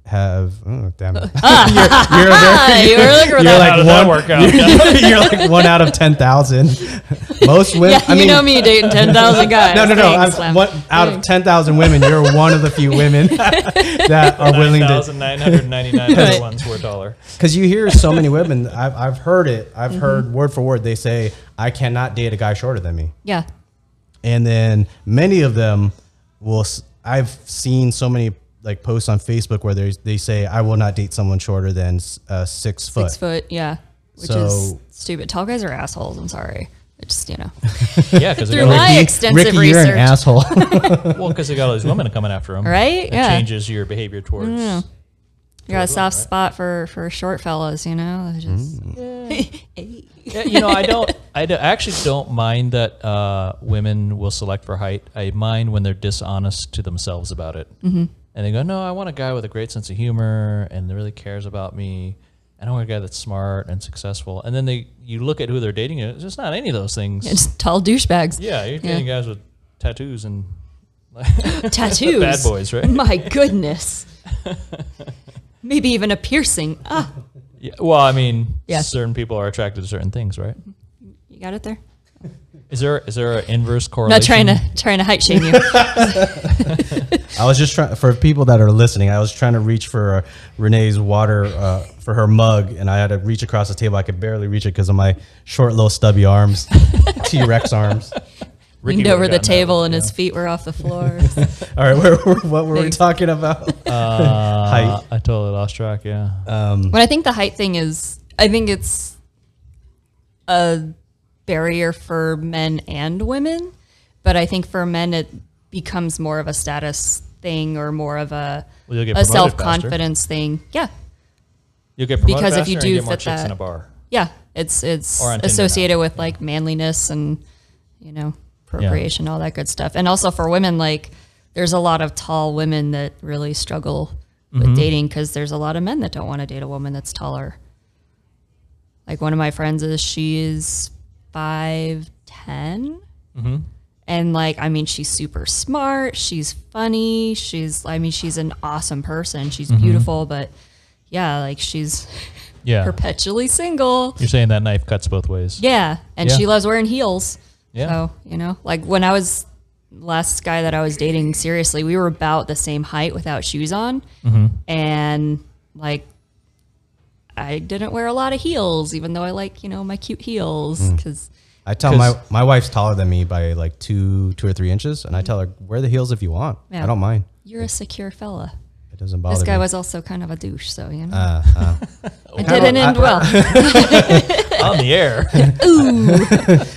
S1: Have oh damn it. you're, you're, very-
S3: Ah, you were looking for
S1: you're
S3: that.
S1: like
S2: How did
S1: one
S2: that work out?
S1: you're like one out of ten thousand. Most women
S3: yeah,
S1: I
S3: you
S1: mean
S3: know me dating ten thousand guys.
S1: No, no, no.
S3: Thanks,
S1: I'm,
S3: Lem.
S1: what, out of 10,000 women, you're one of the few women that are willing to.
S2: Thousand nine hundred ninety nine
S3: Right.
S2: other ones were taller.
S1: Because you hear so many women, I've, I've heard it, I've heard word for word, they say, I cannot date a guy shorter than me.
S3: Yeah.
S1: And then many of them will, s- I've seen so many like posts on Facebook where there's- they say, I will not date someone shorter than uh, six foot.
S3: Six foot, yeah. Which is
S1: So-
S3: stupid. Tall guys are assholes. I'm sorry. It's just you know.
S2: Yeah, because
S3: Through my
S2: well,
S1: Ricky-
S3: extensive
S1: Ricky,
S3: research,
S1: you're an asshole.
S2: because they got all these women coming after him,
S3: Right?
S2: It
S3: Yeah. Mm.
S2: changes your behavior towards.
S3: you got a soft spot for for short fellas. You know, It's just
S1: Mm.
S2: Yeah, Uh, you know, I don't. I, do- I actually don't mind that uh, women will select for height. I mind when they're dishonest to themselves about it, mm-hmm. and they go, "No, I want a guy with a great sense of humor and that really cares about me. And I want a guy that's smart and successful." And then they, you look at who they're dating. and It's just not any of those things.
S3: it's just tall douchebags.
S2: yeah, you're dating guys with tattoos and
S3: tattoos.
S2: bad boys, right?
S3: My goodness. Maybe even a piercing. Ah,
S2: Yeah, well, I mean,
S3: Yeah.
S2: certain people are attracted to certain things, right?
S3: you got it there.
S2: Is there is there an inverse correlation?
S3: Not trying to trying to height shame you.
S1: I was just trying for people that are listening. I was trying to reach for uh, Renee's water uh, for her mug, and I had to reach across the table. I could barely reach it because of my short, little, stubby arms, T Rex arms.
S2: Ricky
S3: Leaned
S2: would've
S3: over the
S2: gotten that
S3: table
S2: one,
S3: and
S2: yeah.
S3: his feet were off the floor.
S1: All right, where, where- what were we
S3: Thanks.
S1: talking about?
S2: Uh,
S1: Height.
S2: I totally lost track. Yeah.
S3: But I think the height thing is, I think it's a barrier for men and women. But I think for men, it becomes more of a status thing or more of a,
S2: Well, you'll get
S3: a
S2: promoted
S3: self confidence thing. Yeah.
S2: You'll get promoted
S3: Because if
S2: faster
S3: you
S2: and
S3: do
S2: you get more
S3: fit
S2: chicks
S3: that-
S2: in a bar.
S3: Yeah. It's it's
S2: Or on Tinder
S3: associated
S2: now,
S3: with like manliness and, you know, appropriation, all that good stuff. And also for women, like there's a lot of tall women that really struggle
S2: Mm-hmm.
S3: with dating because there's a lot of men that don't want to date a woman that's taller.
S2: Mm-hmm.
S3: Like one of my friends is she's five ten, And like, I mean, she's super smart. She's funny. She's, I mean, she's an awesome person. She's
S2: Mm-hmm.
S3: beautiful, but yeah, like she's
S2: Yeah.
S3: perpetually single.
S2: You're saying that knife cuts both ways.
S3: Yeah, and
S2: Yeah.
S3: she loves wearing heels.
S2: Yeah.
S3: So you know, like when I was last guy that I was dating, seriously, we were about the same height without shoes on,
S2: Mm-hmm.
S3: and like I didn't wear a lot of heels, even though I like you know my cute heels
S2: Mm.
S3: because
S1: I tell my
S2: 'Cause-
S1: my wife's taller than me by like two two or three inches, and I tell her wear the heels if you want.
S3: Yeah.
S1: I don't mind.
S3: you're a secure fella.
S1: It doesn't bother.
S3: This guy
S1: me.
S3: was also kind of a douche, so you know,
S1: Uh, uh,
S3: it didn't end well.
S2: On the air.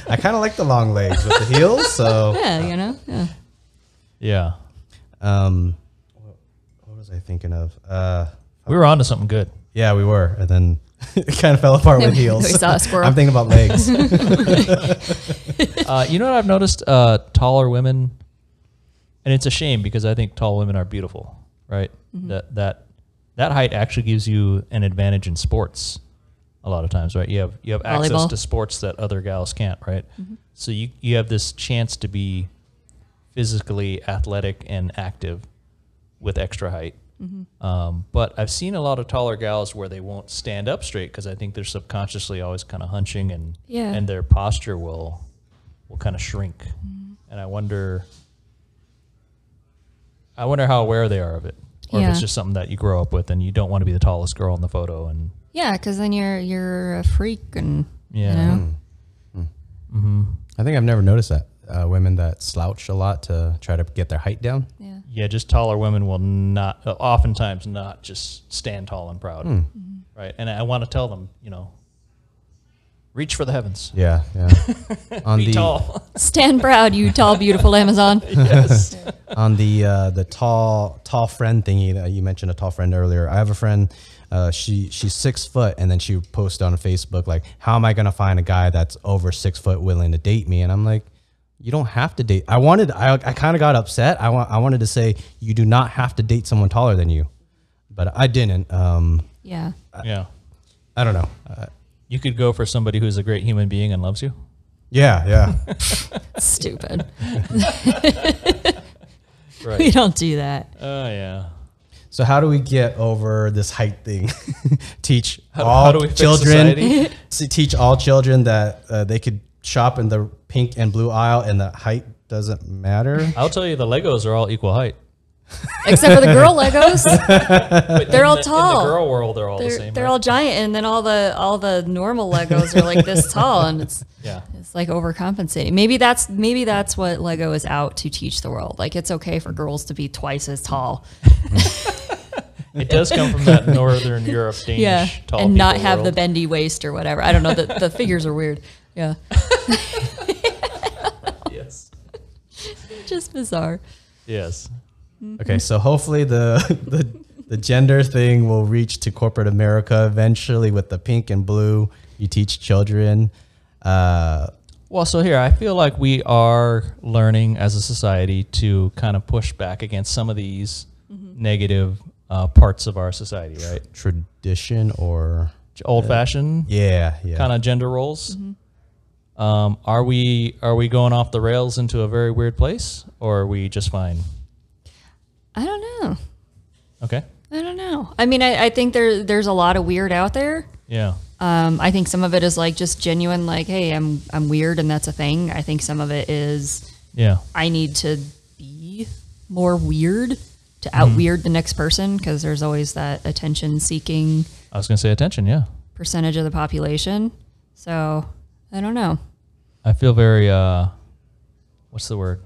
S1: I kind of like the long legs with the heels. So,
S3: yeah, you know, yeah.
S2: yeah.
S1: um, what, what was I thinking of? Uh,
S2: We were on to something good.
S1: yeah, we were, and then it kind of fell apart with
S3: We
S1: heels.
S3: saw a squirrel.
S1: I'm thinking about legs.
S2: Uh, you know what I've noticed? Uh, taller women, and it's a shame because I think tall women are beautiful, right?
S3: Mm-hmm.
S2: That that that height actually gives you an advantage in sports. A lot of times, right? You have you have access
S3: Volleyball. Mm-hmm.
S2: to sports that other gals can't, right? So you you have this chance to be physically athletic and active with extra height.
S3: Mm-hmm.
S2: Um, but I've seen a lot of taller gals where they won't stand up straight because I think they're subconsciously always kind of hunching and
S3: Yeah.
S2: and their posture will will kind of shrink.
S3: Mm-hmm.
S2: And I wonder I wonder how aware they are of it. Or if it's
S3: Yeah.
S2: just something that you grow up with and you don't want to be the tallest girl in the photo and
S3: Yeah, because then you're you're a freak and
S2: Yeah. Mm.
S3: you know,
S1: Hmm.
S2: mm-hmm.
S1: I think I've never noticed that uh, women that slouch a lot to try to get their height down.
S3: yeah.
S2: yeah, just taller women will not uh, oftentimes not just stand tall and proud.
S3: Mm-hmm.
S2: Right? And I want to tell them, you know, reach for the heavens.
S1: Yeah, yeah. on
S2: Be
S1: the
S2: tall.
S3: Stand proud, you tall, beautiful Amazon.
S2: yes.
S1: on the uh, the tall tall friend thingy that you mentioned a tall friend earlier. I have a friend. Uh, she she's six foot, and then she posted on Facebook like, "How am I gonna find a guy that's over six foot willing to date me?" And I'm like, "You don't have to date." I wanted I I kind of got upset. I want I wanted to say you do not have to date someone taller than you, but I didn't. Um,
S3: Yeah.
S2: yeah.
S1: I don't know. Uh,
S2: You could go for somebody who's a great human being and loves you.
S1: yeah, yeah.
S3: Stupid.
S2: Right.
S3: We don't do that.
S2: Oh yeah.
S1: so how do we get over this height thing? Teach all
S2: how do we fix
S1: children.
S2: society?
S1: to teach all children that uh, they could shop in the pink and blue aisle and the height doesn't matter.
S2: I'll tell you, the Legos are all equal height.
S3: Except for the girl Legos. they're all
S2: In
S3: tall.
S2: the girl world, they're all the
S3: they're
S2: same.
S3: they're
S2: right?
S3: all giant and then all the all the normal Legos are like this tall and it's
S2: yeah.
S3: it's like overcompensating. Maybe that's maybe that's what Lego is out to teach the world. Like it's okay for girls to be twice as tall.
S2: It does come from that Northern Europe Danish tall
S3: and not
S2: people
S3: have the
S2: world.
S3: bendy waist or whatever. I don't know. The the figures are weird. Yeah.
S2: Yes.
S3: Just bizarre.
S2: Yes.
S1: Okay, so hopefully the the the gender thing will reach to corporate America eventually with the pink and blue. You teach children. Uh,
S2: Well, so here I feel like we are learning as a society to kind of push back against some of these
S3: Mm-hmm.
S2: negative uh, parts of our society, right?
S1: tradition or
S2: Old-fashioned
S1: yeah, yeah.
S2: kind of gender roles.
S3: Mm-hmm.
S2: Um, are we are we going off the rails into a very weird place, or are we just fine?
S3: I don't know.
S2: Okay.
S3: I don't know. I mean, I, I think there there's a lot of weird out there.
S2: Yeah.
S3: Um, I think some of it is like just genuine, like, hey, I'm I'm weird and that's a thing. I think some of it is
S2: Yeah.
S3: I need to be more weird to out weird the next person because there's always that attention seeking
S2: I was gonna say attention. Yeah.
S3: percentage of the population. So I don't know.
S2: I feel very uh, what's the word?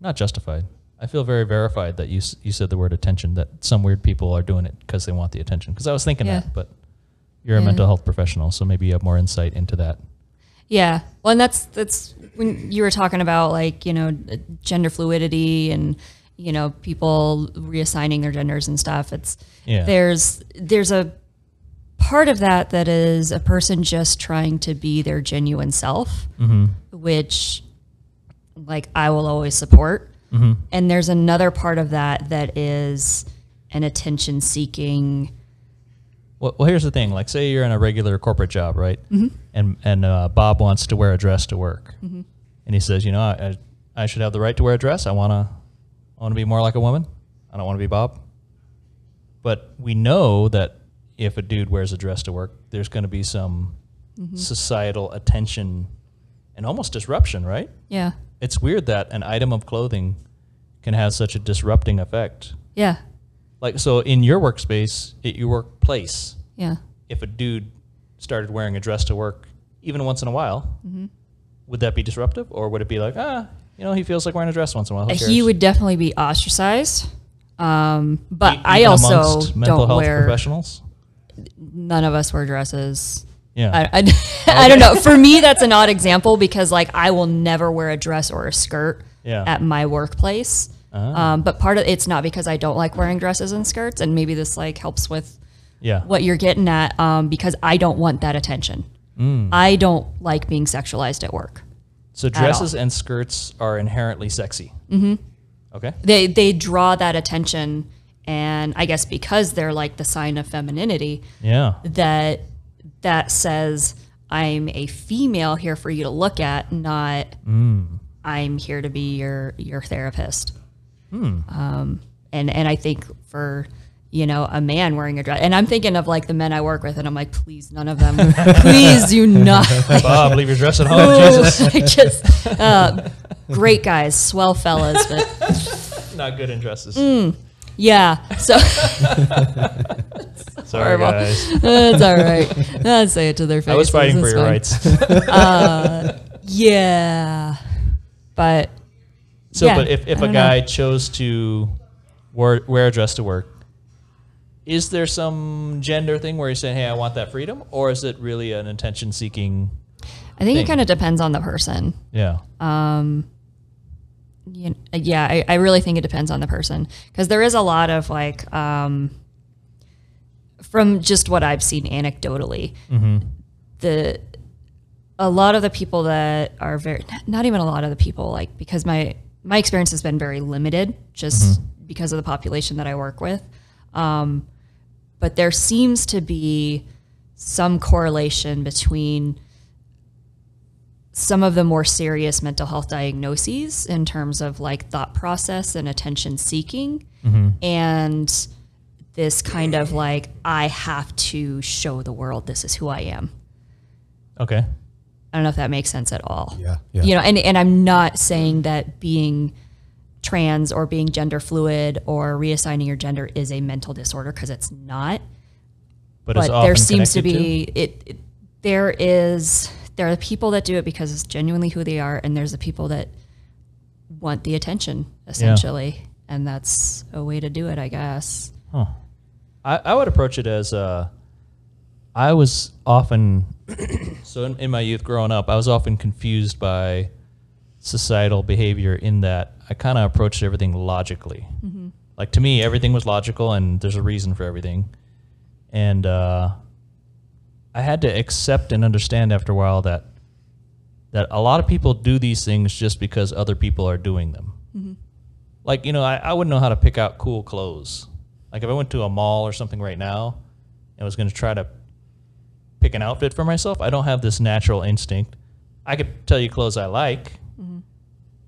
S2: Not justified. I feel very verified that you s- you said the word attention. That some weird people are doing it because they want the attention. Because I was thinking
S3: Yeah.
S2: that, but you're a
S3: Yeah.
S2: mental health professional, so maybe you have more insight into that.
S3: Yeah. Well, and that's that's when you were talking about like you know gender fluidity and you know people reassigning their genders and stuff. It's
S2: Yeah.
S3: there's there's a part of that that is a person just trying to be their genuine self,
S2: Mm-hmm.
S3: which like I will always support.
S2: Mm-hmm.
S3: And there's another part of that that is an attention seeking.
S2: Well, well, here's the thing. Like, say you're in a regular corporate job, right? And and uh, Bob wants to wear a dress to work, and he says, you know, I, I I should have the right to wear a dress. I wanna I wanna be more like a woman. I don't wanna be Bob. But we know that if a dude wears a dress to work, there's gonna be some societal attention and almost disruption, right?
S3: Yeah.
S2: It's weird that an item of clothing can have such a disrupting effect.
S3: Yeah.
S2: Like so in your workspace, at your workplace,
S3: Yeah.
S2: if a dude started wearing a dress to work even once in a while, would that be disruptive, or would it be like, ah, you know, he feels like wearing a dress once in a while? Who
S3: He
S2: cares?"
S3: would definitely be ostracized. Um, but
S2: E-
S3: I
S2: even
S3: also
S2: amongst mental
S3: don't
S2: health
S3: wear.
S2: professionals.
S3: None of us wear dresses.
S2: Yeah,
S3: I, I, I don't know. For me, that's an odd example because like I will never wear a dress or a skirt
S2: Yeah.
S3: at my workplace. Um, but part of it's not because I don't like wearing dresses and skirts, and maybe this like helps with
S2: yeah,
S3: what you're getting at um, because I don't want that attention. I don't like being sexualized at work.
S2: So dresses and skirts are inherently sexy. Mm-hmm. Okay.
S3: They they draw that attention, and I guess because they're like the sign of femininity,
S2: Yeah.
S3: that that says I'm a female here for you to look at, not I'm here to be your your therapist. Um, and and I think for you know a man wearing a dress, and I'm thinking of like the men I work with, and I'm like, please, none of them, please do not.
S2: Bob, leave your dress at home.
S3: I just uh, great guys, swell fellas, but
S2: Not good in dresses.
S3: Mm. yeah, so.
S2: Sorry,
S3: horrible.
S2: guys.
S3: That's all right. I'd say it to their face.
S2: I was fighting for
S3: It's
S2: your
S3: fine.
S2: rights.
S3: Yeah. But
S2: So,
S3: Yeah,
S2: but if, if
S3: I
S2: a
S3: don't know.
S2: guy chose to wear, wear a dress to work, is there some gender thing where he's saying, hey, I want that freedom? Or is it really an attention seeking?
S3: I
S2: Thing.
S3: think it kind of depends on the person.
S2: Yeah.
S3: You kn- uh, yeah, I, I really think it depends on the person because there is a lot of like, um, from just what I've seen anecdotally, the a lot of the people that are very not even a lot of the people like because my my experience has been very limited just because of the population that I work with. Um, but there seems to be some correlation between some of the more serious mental health diagnoses in terms of like thought process and attention seeking
S1: Mm-hmm.
S3: and this kind of like I have to show the world this is who I am.
S2: okay.
S3: I don't know if that makes sense at all.
S1: Yeah, yeah.
S3: You know, and, and I'm not saying that being trans or being gender fluid or reassigning your gender is a mental disorder because it's not.
S2: But, it's
S3: But
S2: often
S3: there seems to
S2: connected
S3: be it, it there is there are the people that do it because it's genuinely who they are and there's the people that want the attention essentially. And that's a way to do it, I guess.
S2: I, I would approach it as uh, I was often, so in, in my youth growing up, I was often confused by societal behavior in that I kind of approached everything logically. Like to me, everything was logical and there's a reason for everything. And uh, I had to accept and understand after a while that that a lot of people do these things just because other people are doing them like you know I, I wouldn't know how to pick out cool clothes like if i went to a mall or something right now and was going to try to pick an outfit for myself i don't have this natural instinct i could tell you clothes i like
S3: Mm-hmm.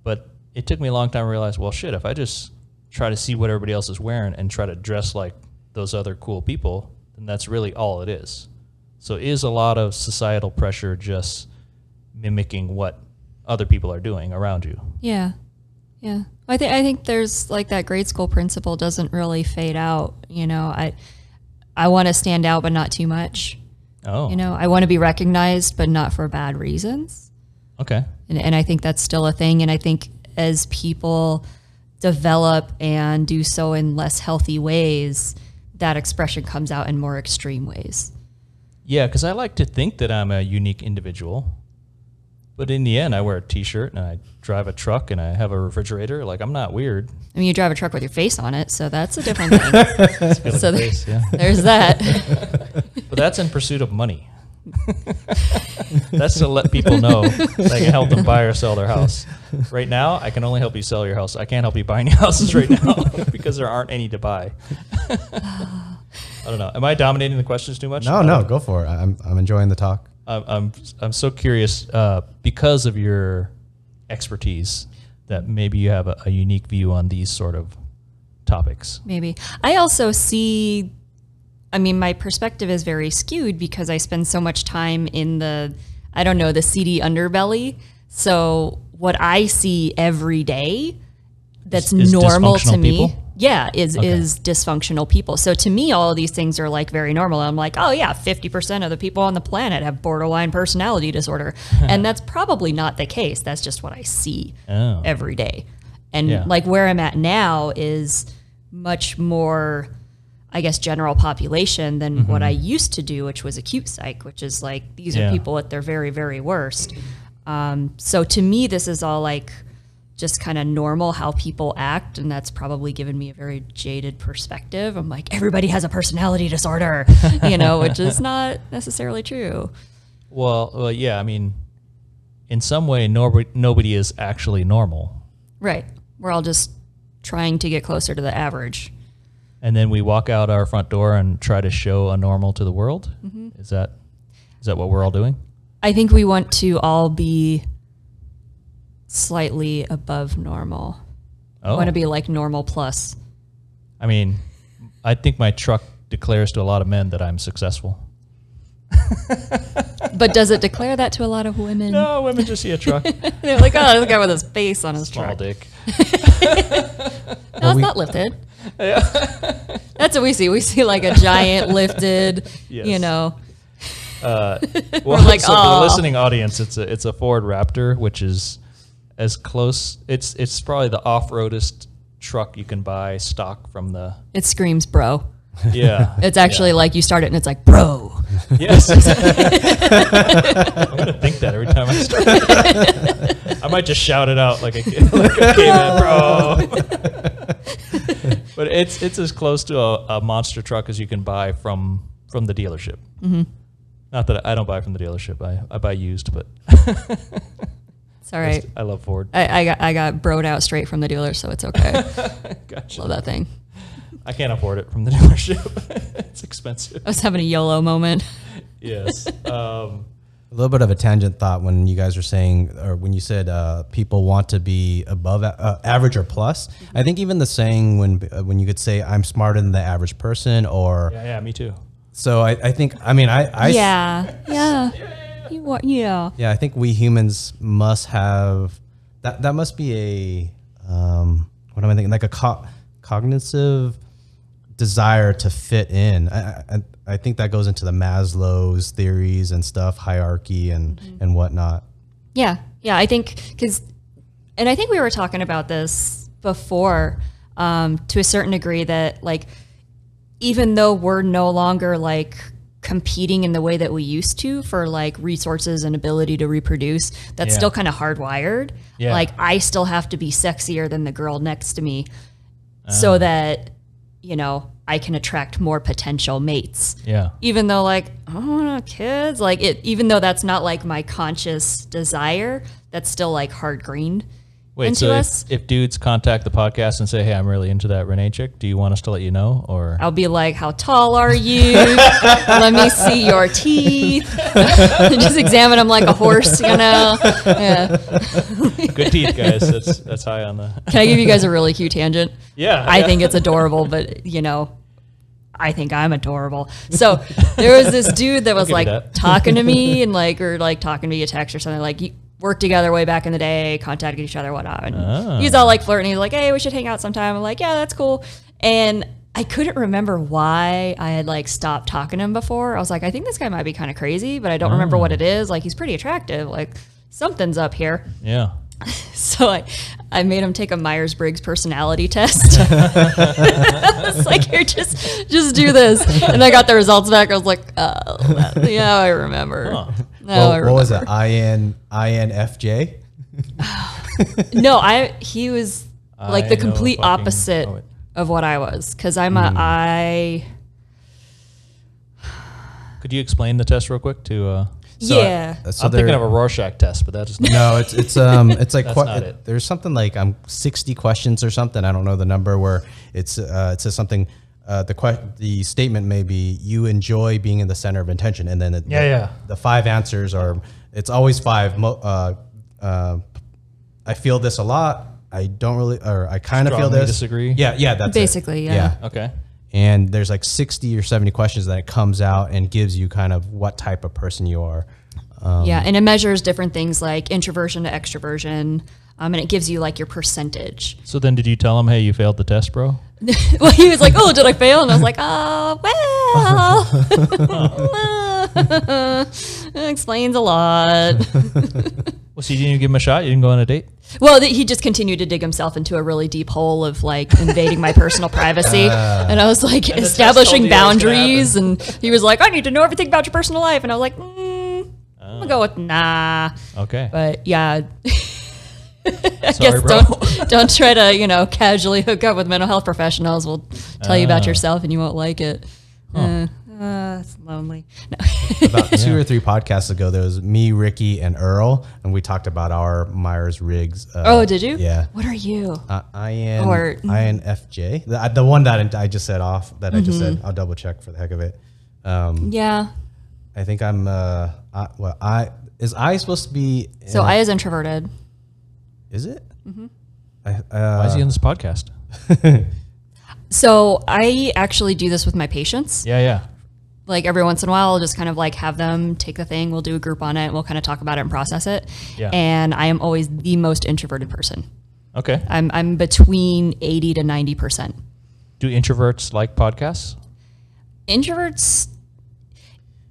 S2: but it took me a long time to realize well shit if i just try to see what everybody else is wearing and try to dress like those other cool people then that's really all it is so is a lot of societal pressure just mimicking what other people are doing around you
S3: Yeah. Yeah. I think I think there's like that grade school principle doesn't really fade out, you know. I I want to stand out but not too much.
S2: oh
S3: You know, I want to be recognized but not for bad reasons.
S2: okay
S3: And and I think that's still a thing and I think as people develop and do so in less healthy ways, that expression comes out in more extreme ways.
S2: Yeah, because I like to think that I'm a unique individual, but in the end, I wear a T-shirt and I drive a truck and I have a refrigerator. Like I'm not weird.
S3: I mean, you drive a truck with your face on it, so that's a different thing. so there-
S2: yeah.
S3: there's that.
S2: But that's in pursuit of money. that's to let people know that I can help them buy or sell their house. Right now, I can only help you sell your house. I can't help you buy any houses right now because there aren't any to buy. I don't know. Am I dominating the questions too much? Uh,
S1: No, no, go for it. I- I'm, I'm enjoying the talk.
S2: I'm I'm, I'm so curious uh, because of your expertise. that maybe you have a, a unique view on these sort of topics.
S3: maybe. I also see, I mean, my perspective is very skewed because I spend so much time in the, I don't know, the seedy underbelly. So what I see every day that's
S2: Is- is
S3: normal to
S2: dysfunctional
S3: me.
S2: people?
S3: Yeah, is is dysfunctional people. So to me, all of these things are like very normal. I'm like, oh yeah, fifty percent of the people on the planet have borderline personality disorder, and that's probably not the case. That's just what I see
S2: Oh.
S3: every day. And
S2: Yeah.
S3: like where I'm at now is much more, I guess, general population than what I used to do, which was acute psych, which is like these
S2: Mm-hmm. Yeah.
S3: are people at their very, very worst. Um, so to me, this is all like just kind of normal how people act. And that's probably given me a very jaded perspective. I'm like, everybody has a personality disorder, you know, which is not necessarily true.
S2: Well, well, yeah. I mean, in some way, nobody nobody is actually normal,
S3: Right. We're all just trying to get closer to the average.
S2: and then we walk out our front door and try to show a normal to the world.
S3: Mm-hmm.
S2: Is that is that what we're all doing?
S3: I think we want to all be slightly above normal. I
S2: Oh,
S3: want to be like normal plus.
S2: I mean, I think my truck declares to a lot of men that I'm successful.
S3: But does it declare that to a lot of women?
S2: No, women just see a truck,
S3: They're like, oh, this guy with his face on his
S2: small
S3: truck.
S2: dick.
S3: No, it's
S1: we-
S3: not lifted. That's what we see. We see like a giant lifted, you
S2: Yes.
S3: know.
S2: Uh, Well,
S3: like,
S2: so for the
S3: "Aw."
S2: listening audience, it's a it's a Ford Raptor, which is as close. It's it's probably the off roadest truck you can buy stock from the
S3: It screams, bro.
S2: yeah.
S3: It's actually like you start it and it's like, bro. Mm-hmm.
S2: Yes. I'm gonna think that every time I start. I might just shout it out like a kid, like a caveman, bro. but it's it's as close to a, a monster truck as you can buy from from the dealership. Not that I don't buy from the dealership. I, I buy used, but
S3: It's all right.
S2: I love Ford.
S3: I, I got I got broed out straight from the dealer, so it's okay.
S2: Gotcha.
S3: Love that thing.
S2: I can't afford it from the dealership. it's expensive.
S3: I was having a YOLO moment.
S2: Yes. Um,
S1: A little bit of a tangent thought when you guys were saying, or when you said uh, people want to be above a- uh, average or plus. I think even the saying when uh, when you could say I'm smarter than the average person, or
S2: yeah, yeah, me too.
S1: so I, I think. I mean, I, I s-
S3: yeah, yeah, you are, yeah.
S1: yeah. I think we humans must have that. That must be a um, what am I thinking? Like a co- cognitive desire to fit in. I, I, I think that goes into the Maslow's theories and stuff, hierarchy and and whatnot.
S3: Yeah, yeah. I think because, and I think we were talking about this before um, to a certain degree that like, even though we're no longer like competing in the way that we used to for like resources and ability to reproduce, that's
S2: Yeah.
S3: still kind of hardwired.
S2: Yeah.
S3: Like I still have to be sexier than the girl next to me, so that you know I can attract more potential mates
S2: Yeah.
S3: even though like I don't want kids, like it, even though that's not like my conscious desire, that's still like hard greened
S2: Wait,
S3: into
S2: so
S3: us.
S2: if, if dudes contact the podcast and say, "Hey, I'm really into that Renee chick. Do you want us to let you know?" Or
S3: I'll be like, "How tall are you? Let me see your teeth." Just examine them like a horse, you know. Yeah.
S2: good teeth, guys. That's that's high on the.
S3: Can I give you guys a really cute tangent?
S2: Yeah,
S3: I
S2: yeah.
S3: think it's adorable, but you know, I think I'm adorable. So there was this dude that was
S2: give you
S3: like
S2: that.
S3: talking to me and like or like talking to me a text or something like you worked together way back in the day, contacted each other, whatnot. And
S2: Ah.
S3: he was all like flirting. He's like, Hey, we should hang out sometime. I'm like, Yeah, that's cool. And I couldn't remember why I had like stopped talking to him before. I was like, I think this guy might be kind of crazy, but I don't remember
S2: Ah.
S3: what it is. Like he's pretty attractive. Like something's up here.
S2: Yeah.
S3: So I, I made him take a Myers Briggs personality test. I was like, here, just just do this. And I got the results back. I was like, oh, that- yeah, I remember.
S2: Huh.
S3: No,
S1: Well,
S3: Oh, I
S1: what
S3: remember.
S1: was it? IN INFJ.
S3: No, I he was like
S2: I
S3: the
S2: know
S3: complete
S2: fucking-
S3: opposite
S2: oh, wait.
S3: of what I was because I'm
S1: Hmm.
S3: a I.
S2: Could you explain the test real quick? To uh,
S1: So,
S3: yeah.
S1: uh, so
S2: I'm thinking
S1: there-
S2: of a Rorschach test, but that is not.
S1: No, it's it's um it's like
S2: That's
S1: que-
S2: not it.
S1: there's something like um 60 questions or something. I don't know the number where it's uh, it says something. Uh, the que- the statement may be you enjoy being in the center of attention, and then it,
S2: Yeah,
S1: the,
S2: yeah.
S1: the five answers are it's always five. Mo- uh, uh, I feel this a lot. I don't really, or I kind of feel
S2: Strongly
S1: this.
S2: disagree?
S1: Yeah, yeah, that's it.
S3: Basically, yeah.
S2: Okay.
S1: And there's like 60 or 70 questions that it comes out and gives you kind of what type of person you are. Um,
S3: yeah, and it measures different things like introversion to extroversion, um, and it gives you like your percentage.
S2: So then, did you tell him, "Hey, you failed the test, bro"?
S3: well, he was like, "Oh, did I fail?" And I was like, "Oh, well, explains a lot."
S2: Well, so you didn't even give him a shot. You didn't go on a date.
S3: Well, th- he just continued to dig himself into a really deep hole of like invading my personal privacy,
S2: Uh,
S3: and I was like
S2: test told
S3: establishing
S2: you that was gonna
S3: boundaries, and he was like, "I need to know everything about your personal life," and I was like, mm, "I'm gonna go with nah,"
S2: Okay.
S3: but yeah. I
S2: Sorry,
S3: guess
S2: bro.
S3: don't don't try to you know casually hook up with mental health professionals. We'll tell you
S2: Uh.
S3: about yourself and you won't like it. Uh, uh, it's lonely. No.
S1: About two or three podcasts ago, there was me, Ricky, and Earl, and we talked about our Myers Riggs. Uh,
S3: oh, did you?
S1: Yeah.
S3: What are you?
S1: Uh, IN,
S3: Or-
S1: INFJ, the, the one that I just said off, that I just
S3: Mm-hmm.
S1: said, I'll double check for the heck of it. Um,
S3: Yeah.
S1: I think I'm, uh, I, well, I, is I supposed to be,
S3: So I is introverted.
S1: is it? Mm-hmm. I,
S2: Why is
S1: uh,
S2: he on this podcast?
S3: So I actually do this with my patients.
S2: Yeah, yeah.
S3: Like every once in a while, I'll just kind of like have them take the thing. We'll do a group on it. And we'll kind of talk about it and process it.
S2: Yeah.
S3: And I am always the most introverted person.
S2: Okay.
S3: I'm I'm between eighty to ninety percent.
S2: Do introverts like podcasts?
S3: introverts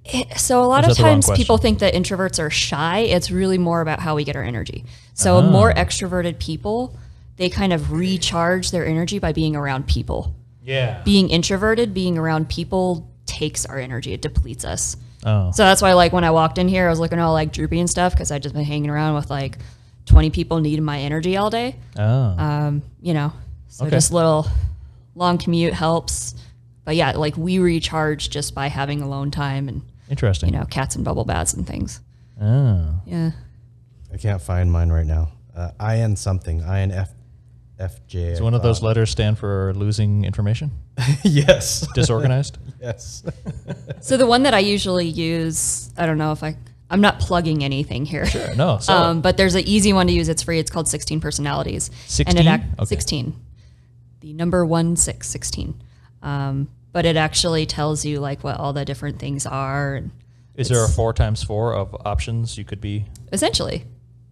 S3: eh, so a lot
S2: Was
S3: of
S2: that the wrong
S3: times people
S2: question?
S3: think that introverts are shy it's really more about how we get our energy so
S2: Ah.
S3: more extroverted people they kind of recharge their energy by being around people
S2: Yeah.
S3: being introverted being around people takes our energy it depletes us
S2: Oh.
S3: so that's why like when i walked in here i was looking all like droopy and stuff because i just been hanging around with like 20 people needing my energy all day
S2: Oh.
S3: um, you know, so
S2: Okay.
S3: just little long commute helps. But yeah, like we recharge just by having alone time and
S2: Interesting.
S3: you know cats and bubble baths and things.
S2: Oh.
S3: Yeah,
S1: I can't find mine right now. Uh, IN something, INF, FJ.
S2: Does one of those letters stand for losing information?
S1: yes.
S2: Disorganized?
S1: Yes.
S3: So the one that I usually use, I don't know if I, I'm not plugging anything here.
S2: no. So
S3: Um, but there's an easy one to use. It's free. It's called 16 Personalities. And
S2: 16?
S3: it act-
S2: Okay.
S3: 16. The number one six, 16. Um, but it actually tells you like what all the different things are. and
S2: is there a four times four of options you could be?
S3: Essentially.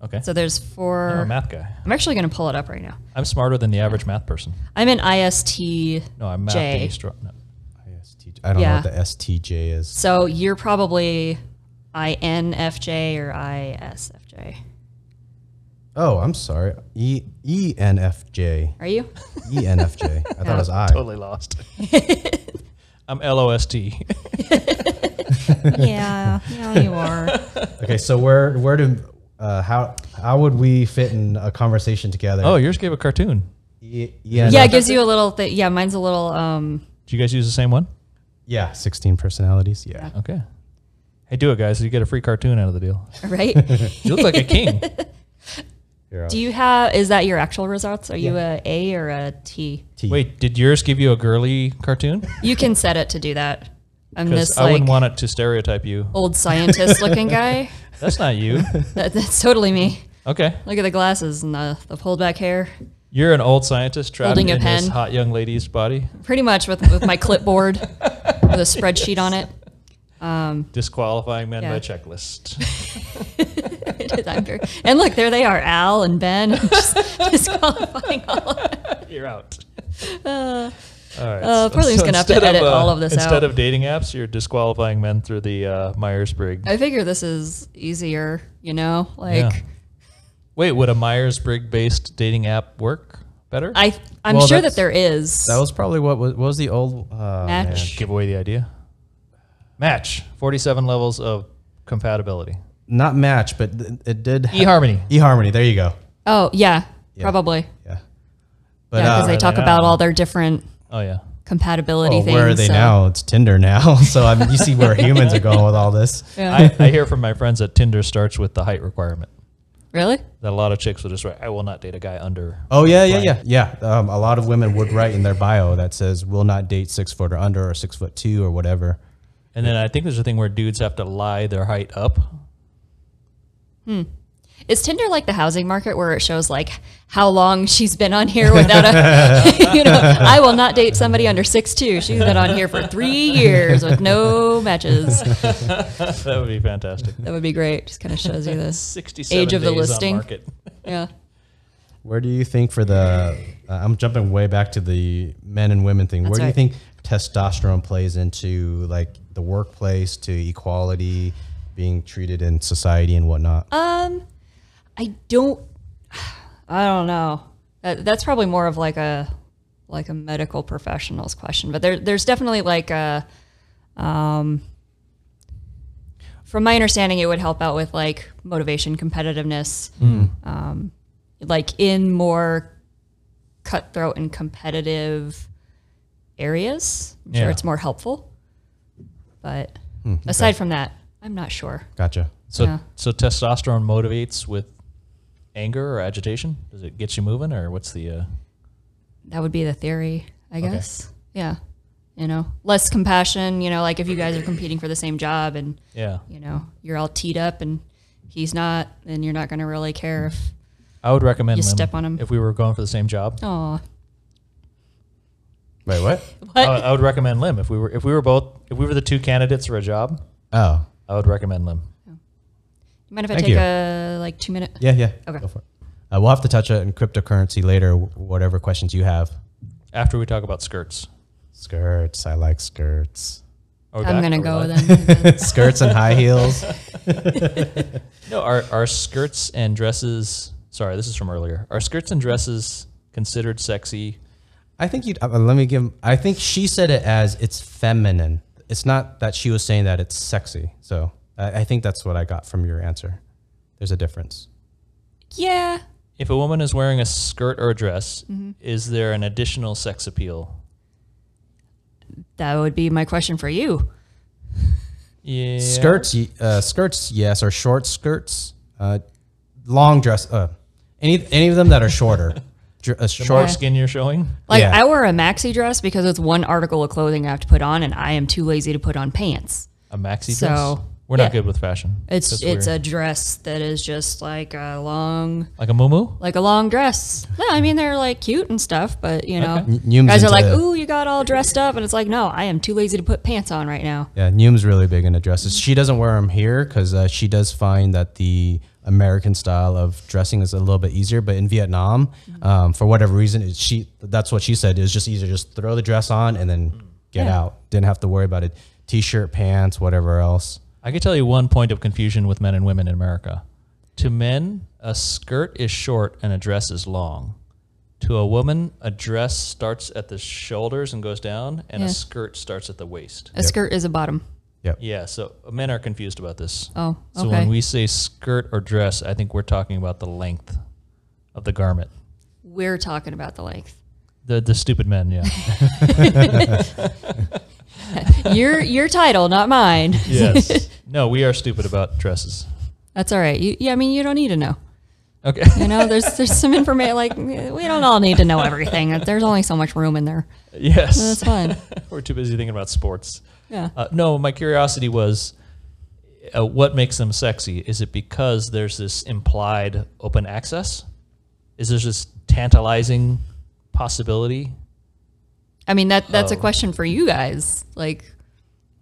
S2: Okay.
S3: So there's four.
S2: I'm a math guy.
S3: I'm actually going to pull it up right now.
S2: I'm smarter than the average math person.
S3: I'm an IST.
S2: No, I'm math
S3: J.
S2: day stro- no.
S1: ISTJ. I don't
S3: Yeah.
S1: know what the STJ is.
S3: So you're probably INFJ or ISFJ.
S1: Oh, I'm sorry. E ENFJ.
S3: Are you?
S1: E ENFJ. I thought it was I.
S2: Totally lost. I'm LOST.
S3: yeah, yeah, you are.
S1: Okay, so where where do uh, how how would we fit in a conversation together?
S2: oh, yours gave a cartoon.
S1: E-
S2: uh,
S3: Yeah,
S1: ENF
S3: it gives you a little thing. Yeah, mine's a little. Um,
S2: Do you guys use the same one?
S1: yeah, sixteen personalities. Yeah.
S2: Okay. Hey, do it, guys. You get a free cartoon out of the deal.
S3: right?
S2: You look like a king.
S1: Here, I'll-
S3: Do you have? Is that your actual results? Are you a A or a T?
S1: T.
S2: Wait, did yours give you a girly cartoon?
S3: You can set it to do that. I'm
S2: Because
S3: this
S2: I
S3: like Oh.
S2: wouldn't want it to stereotype you.
S3: old scientist looking guy.
S2: That's not you.
S3: That, that's totally me.
S2: Okay.
S3: Look at the glasses and the, the pulled back hair.
S2: You're an old scientist trapped
S3: Holding a
S2: in this
S3: pen.
S2: hot young lady's body,
S3: Pretty much with, with my clipboard with a spreadsheet on it. Um,
S2: disqualifying men by
S3: Yeah.
S2: checklist.
S3: It is, I'm very- and look, there they are, Al and Ben, just disqualifying all of them.
S2: You're out. all right.
S3: uh, probably just gonna have to
S2: instead
S3: edit all of this
S2: instead
S3: out.
S2: of dating apps, you're disqualifying men through the uh, Myers Briggs.
S3: I figure this is easier, you know? Like,
S2: Yeah. Wait, would a Myers Briggs based dating app work better?
S3: I, I'm
S1: Well,
S3: sure
S1: that's-
S3: that there is.
S1: That was probably what was, what was the old uh,
S3: Match.
S2: Give away the idea. Match 47 levels of compatibility.
S1: not match, but th- it did. ha-
S2: eHarmony.
S1: eHarmony. There you go.
S3: Oh, yeah, probably.
S1: Yeah.
S3: Yeah,
S1: But
S3: because
S1: uh,
S3: they talk
S2: now?
S3: about all their different
S2: Oh, yeah.
S3: compatibility
S1: well,
S3: things.
S1: where are they
S3: so-
S1: now? It's Tinder now. So I mean, you see where humans are going with all this.
S3: Yeah.
S2: I, I hear from my friends that Tinder starts with the height requirement.
S3: really?
S2: That a lot of chicks will just write, I will not date a guy under.
S1: Oh yeah, yeah, yeah, yeah. Um, a lot of women would write in their bio that says "will not date six foot or under or six foot two or whatever."
S2: And then I think there's a thing where dudes have to lie their height up.
S3: Is Tinder like the housing market where it shows like how long she's been on here without a, you know, I will not date somebody under six two. She's been on here for three years with no matches.
S2: that would be fantastic.
S3: That would be great. Just kind of shows you this.
S2: 67
S3: Age of the
S2: days on
S3: listing.
S2: market.
S3: Yeah.
S1: Where do you think for the? Uh, I'm jumping way back to the men and women thing. Where
S3: That's
S1: do you
S3: right.
S1: think testosterone plays into like the workplace to equality, being treated in society and whatnot?
S3: Um, I don't. I don't know. That, that's probably more of like a like a medical professional's question, but there there's definitely like a um. From my understanding, it would help out with like motivation, competitiveness, um, like in more cutthroat and competitive areas. I'm sure
S2: Yeah.
S3: it's more helpful, but aside from that, I'm not sure.
S1: Gotcha.
S2: So
S3: Yeah.
S2: so testosterone motivates with anger or agitation. Does it get you moving, or what's the? Uh,
S3: that would be the theory, I guess. Yeah. You know, less compassion, you know, like if you guys are competing for the same job and,
S2: yeah,
S3: you know, you're all teed up and he's not, then you're not going to really care if,
S2: I would recommend.
S3: You
S2: lemon
S3: step on 'em.
S2: if we were going for the same job.
S3: oh,
S1: Wait, what?
S3: But-
S2: I,
S1: Uh,
S2: I would recommend Lim if we were if we were both if we were the two candidates for a job.
S1: Oh,
S2: I would recommend Lim.
S3: mind if I
S1: Thank
S3: take
S1: you.
S3: a like two minute?
S1: yeah, yeah.
S3: Okay.
S1: Go for it. Uh, we'll have to touch on cryptocurrency later. wh- Whatever questions you have.
S2: After we talk about skirts,
S1: Skirts. I like skirts. Oh,
S2: Are we
S3: I'm
S2: back?
S3: going
S2: Are
S3: to
S2: we
S3: go
S2: back?
S3: then.
S1: Skirts and high heels.
S2: No, are are skirts and dresses? Sorry, this is from earlier. Are skirts and dresses considered sexy?
S1: I think you. Uh, let me give. I think she said it as it's feminine. It's not that she was saying that it's sexy. So I, I think that's what I got from your answer. There's a difference.
S3: yeah.
S2: If a woman is wearing a skirt or a dress,
S3: Mm-hmm.
S2: is there an additional sex appeal?
S3: That would be my question for you.
S2: Yeah.
S1: Skirts, y- uh, skirts, yes, or short skirts, uh, long dress. Uh, any any of them that are shorter, Dr- uh,
S2: More
S1: short.
S2: skin you're showing?
S3: Like
S1: Yeah.
S3: I wear a maxi dress because it's one article of clothing I have to put on and I am too lazy to put on pants.
S2: A maxi
S3: So,
S2: dress? We're
S3: yeah.
S2: not good with fashion.
S3: It's
S2: That's
S3: it's
S2: weird.
S3: a dress that is just like a long
S2: like a muumuu?
S3: like a long dress. No, I mean they're like cute and stuff, but you know,
S1: N- Noom's
S3: guys are like,
S1: into-
S3: "Ooh, you got all dressed up," and it's like, "No, I am too lazy to put pants on right now."
S1: Yeah, Noom's really big into dresses. She doesn't wear them here because uh, she does find that the American style of dressing is a little bit easier. But in Vietnam,
S3: Mm-hmm.
S1: um, for whatever reason, it, she that's what she said. It was just easier. Just throw the dress on and then get
S3: Mm. Yeah.
S1: out. Didn't have to worry about it. T-shirt, pants, whatever else.
S2: I could tell you one point of confusion with men and women in America. To men, a skirt is short and a dress is long. To a woman, a dress starts at the shoulders and goes down, and
S3: Yeah.
S2: a skirt starts at the waist.
S3: A skirt is a bottom.
S1: Yep.
S2: Yeah, so men are confused about this.
S3: Oh,
S2: So
S3: okay.
S2: when we say skirt or dress, I think we're talking about the length of the garment.
S3: We're talking about the length.
S2: The the stupid men, yeah.
S3: your your title, not mine.
S2: yes. No, we are stupid about dresses.
S3: That's all right. You, yeah, I mean, you don't need to know.
S2: Okay.
S3: You know, there's there's some information like we don't all need to know everything. There's only so much room in there. That's
S2: yes.
S3: fine.
S2: We're too busy thinking about sports.
S3: Yeah.
S2: Uh, no, my curiosity was uh, what makes them sexy? Is it because there's this implied open access? Is there this tantalizing possibility?
S3: I mean that that's a
S2: Oh.
S3: question for you guys. Like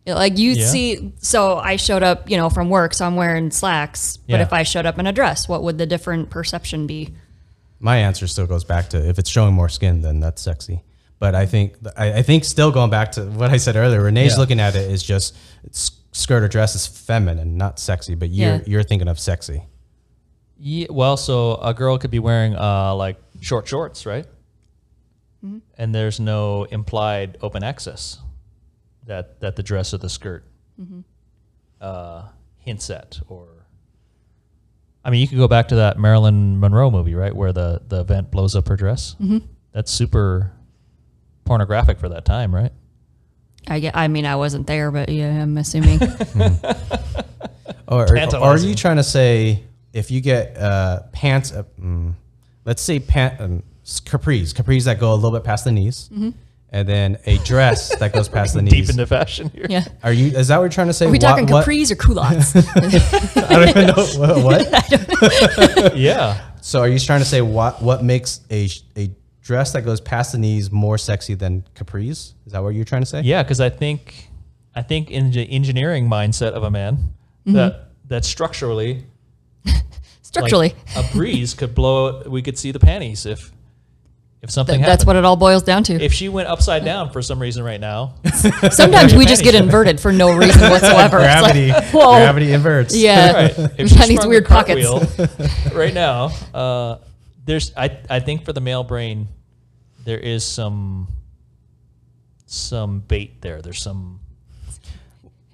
S3: like you
S2: Yeah.
S3: see so I showed up, you know, from work, so I'm wearing slacks. But
S2: Yeah.
S3: if I showed up in a dress, what would the different perception be?
S1: my answer still goes back to if it's showing more skin, then that's sexy. But I think I, I think still going back to what I said earlier, Renee's
S2: Yeah.
S1: looking at it is just it's skirt or dress is feminine, not sexy. But you're
S3: Yeah.
S1: you're thinking of sexy.
S2: Yeah, well, so a girl could be wearing uh, like short shorts, right? And there's no implied open access that that the dress or the skirt uh, hints at, or I mean, you could go back to that Marilyn Monroe movie, right, where the the event blows up her dress. That's super pornographic for that time, right?
S3: I get, I mean I wasn't there, but yeah, I'm assuming.
S1: Or, or- or are you
S2: Tantalizing.
S1: trying to say if you get uh, pants,
S3: Mm-hmm.
S1: uh, mm, let's say pant, um, s- capris, capris that go a little bit past the knees, and then a dress that goes past the knees.
S2: Deep into fashion here.
S3: Yeah.
S1: Are you? Is that what you're trying to say?
S3: Are we
S1: Wha-
S3: talking
S1: what,
S3: capris or culottes?
S1: I don't even know what. what?
S2: yeah.
S1: So are you trying to say what what makes a sh- a dress that goes past the knees more sexy than capris? Is that what you're trying to say?
S2: Yeah, because I think I think in the engineering mindset of a man
S3: Mm-hmm.
S2: that that structurally like,
S3: Structurally,
S2: a breeze could blow we could see the panties if if something
S3: Th-
S2: happened.
S3: that's what it all boils down to.
S2: if she went upside down for some reason right now,
S3: Sometimes we
S2: panties
S3: just get inverted for no reason whatsoever. It's like,
S1: Gravity.
S3: whoa.
S1: Gravity inverts.
S3: Yeah.
S2: right? If
S3: Got
S2: she sprung
S3: these
S2: a
S3: Uh, weird pockets.
S2: cartwheel right now, uh, there's I I think for the male brain, there is some some bait there. There's some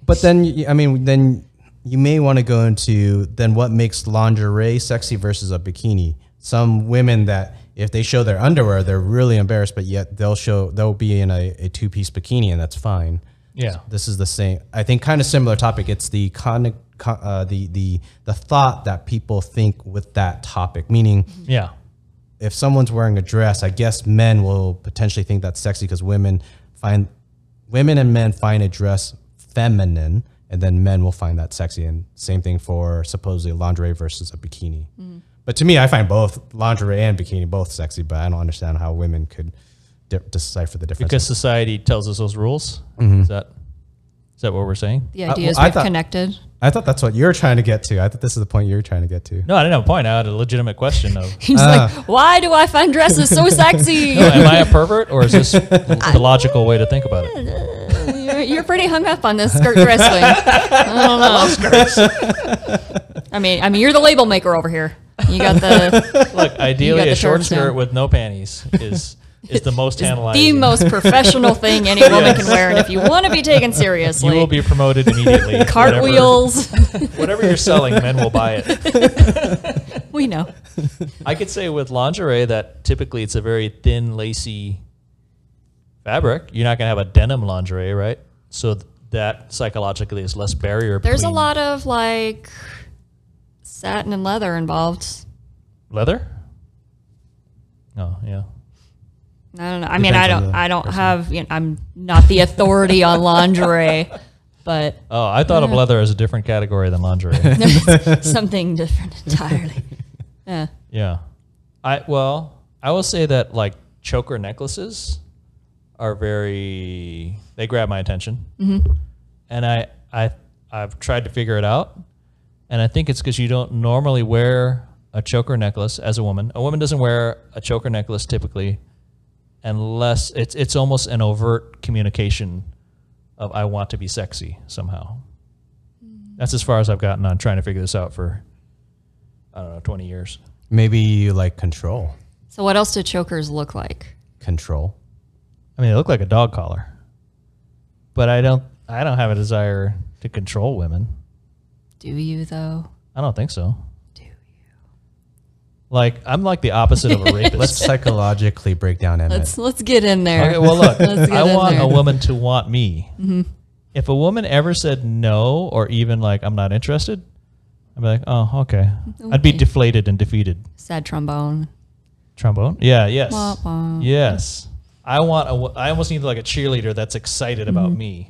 S1: But then you- I mean then you may want to go into then what makes lingerie sexy versus a bikini. Some women that if they show their underwear, they're really embarrassed, but yet they'll show they'll be in a, a two piece bikini and that's fine.
S2: yeah
S1: this is the same i think kind of similar topic it's the con, con uh, the the the thought that people think with that topic meaning
S2: yeah
S1: if someone's wearing a dress i guess men will potentially think that's sexy because women find women and men find a dress feminine and then men will find that sexy and same thing for supposedly lingerie versus a bikini but to me i find both lingerie and bikini both sexy but i don't understand how women could de- decipher the difference
S2: because society tells us those rules. Is that is that what we're saying?
S3: The
S1: Uh,
S3: idea is
S1: well, I
S3: we've
S1: thought-
S3: connected.
S1: i thought that's what you're trying to get to i thought this is the point you're trying to get to
S2: No, I didn't have a point. I had a legitimate question of
S3: He's
S1: Uh.
S3: like, why do I find dresses so sexy?
S2: am I a pervert or is this the logical way to think about it?
S3: you're, you're pretty hung up on this skirt dress thing. I don't know. I mean, I mean, you're the label maker over here. You got the
S2: Look,
S3: got
S2: ideally,
S3: the
S2: a short
S3: terms
S2: skirt
S3: now.
S2: with no panties is is the most
S3: the
S2: tantalizing.
S3: most professional thing any woman can
S2: Yes.
S3: wear, and if you want to be taken seriously,
S2: you will be promoted immediately. Whatever-
S3: cartwheels.
S2: Whatever, you're selling, men will buy it.
S3: we know.
S2: I could say with lingerie that typically it's a very thin, lacy fabric. You're not going to have a denim lingerie, right? So th- that psychologically is less barrier.
S3: There's a
S2: between
S3: lot of like satin and leather involved.
S2: leather. Oh yeah.
S3: I don't know. I mean, I
S1: Depends on
S3: don't.
S1: the
S3: I don't have. You know, I'm not the authority on lingerie, but
S2: Oh, I thought of leather as a different category than lingerie.
S3: something different entirely. Yeah.
S2: yeah. I well, I will say that like choker necklaces are very they grab my attention. And I I I've tried to figure it out. And I think it's cuz you don't normally wear a choker necklace as a woman. A woman doesn't wear a choker necklace typically unless it's it's almost an overt communication of I want to be sexy somehow. That's as far as I've gotten on trying to figure this out for I don't know, 20 years.
S1: Maybe you like control.
S3: So what else do chokers look like?
S1: Control.
S2: I mean, they look like a dog collar, but I don't. I don't have a desire to control women.
S3: Do you though?
S2: I don't think so.
S3: Do you?
S2: Like I'm like the opposite of a
S1: Let's
S2: rapist.
S1: psychologically break down Emmett.
S3: Let's let's get in there.
S2: okay, well look,
S3: Let's get
S2: I
S3: in
S2: want
S3: there. Mm-hmm.
S2: a woman to want me. If a woman ever said no or even like I'm not interested, I'd be like, oh okay. I'd be
S3: Okay.
S2: deflated and defeated.
S3: Sad trombone.
S2: Trombone? Yeah. Yes.
S3: Wah, wah.
S2: Yes. I want. A, wo- I almost need like a cheerleader that's excited
S3: Mm-hmm.
S2: about me,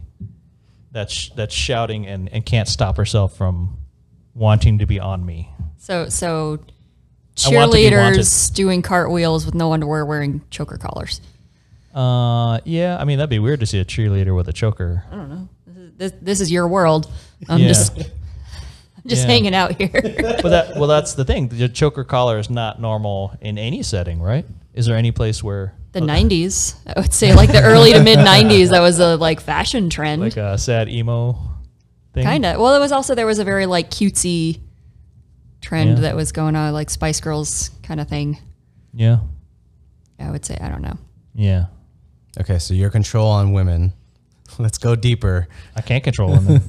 S2: that's sh- that's shouting and and can't stop herself from wanting to be on me.
S3: So
S2: I
S3: so
S2: want to be
S3: cheerleaders doing cartwheels with no underwear wearing choker collars.
S2: Uh, yeah. I mean, that'd be weird to see a cheerleader with a choker.
S3: Mm. This, this is your world. I'm
S2: Yeah.
S3: just I'm just
S2: Yeah.
S3: hanging out here.
S2: But that well, that's the thing. The choker collar is not normal in any setting, right? Is there any place where
S3: the 90s, I would say like the early to mid 90s that was a like fashion trend.
S2: like a sad emo thing?
S3: kind of well it was also there was a very like cutesy trend
S2: Yeah.
S3: that was going on like spice girls kind of thing
S2: Yeah.
S3: i would say i don't know
S2: Yeah.
S1: Okay, so your control on women. Let's go deeper.
S2: I can't control women.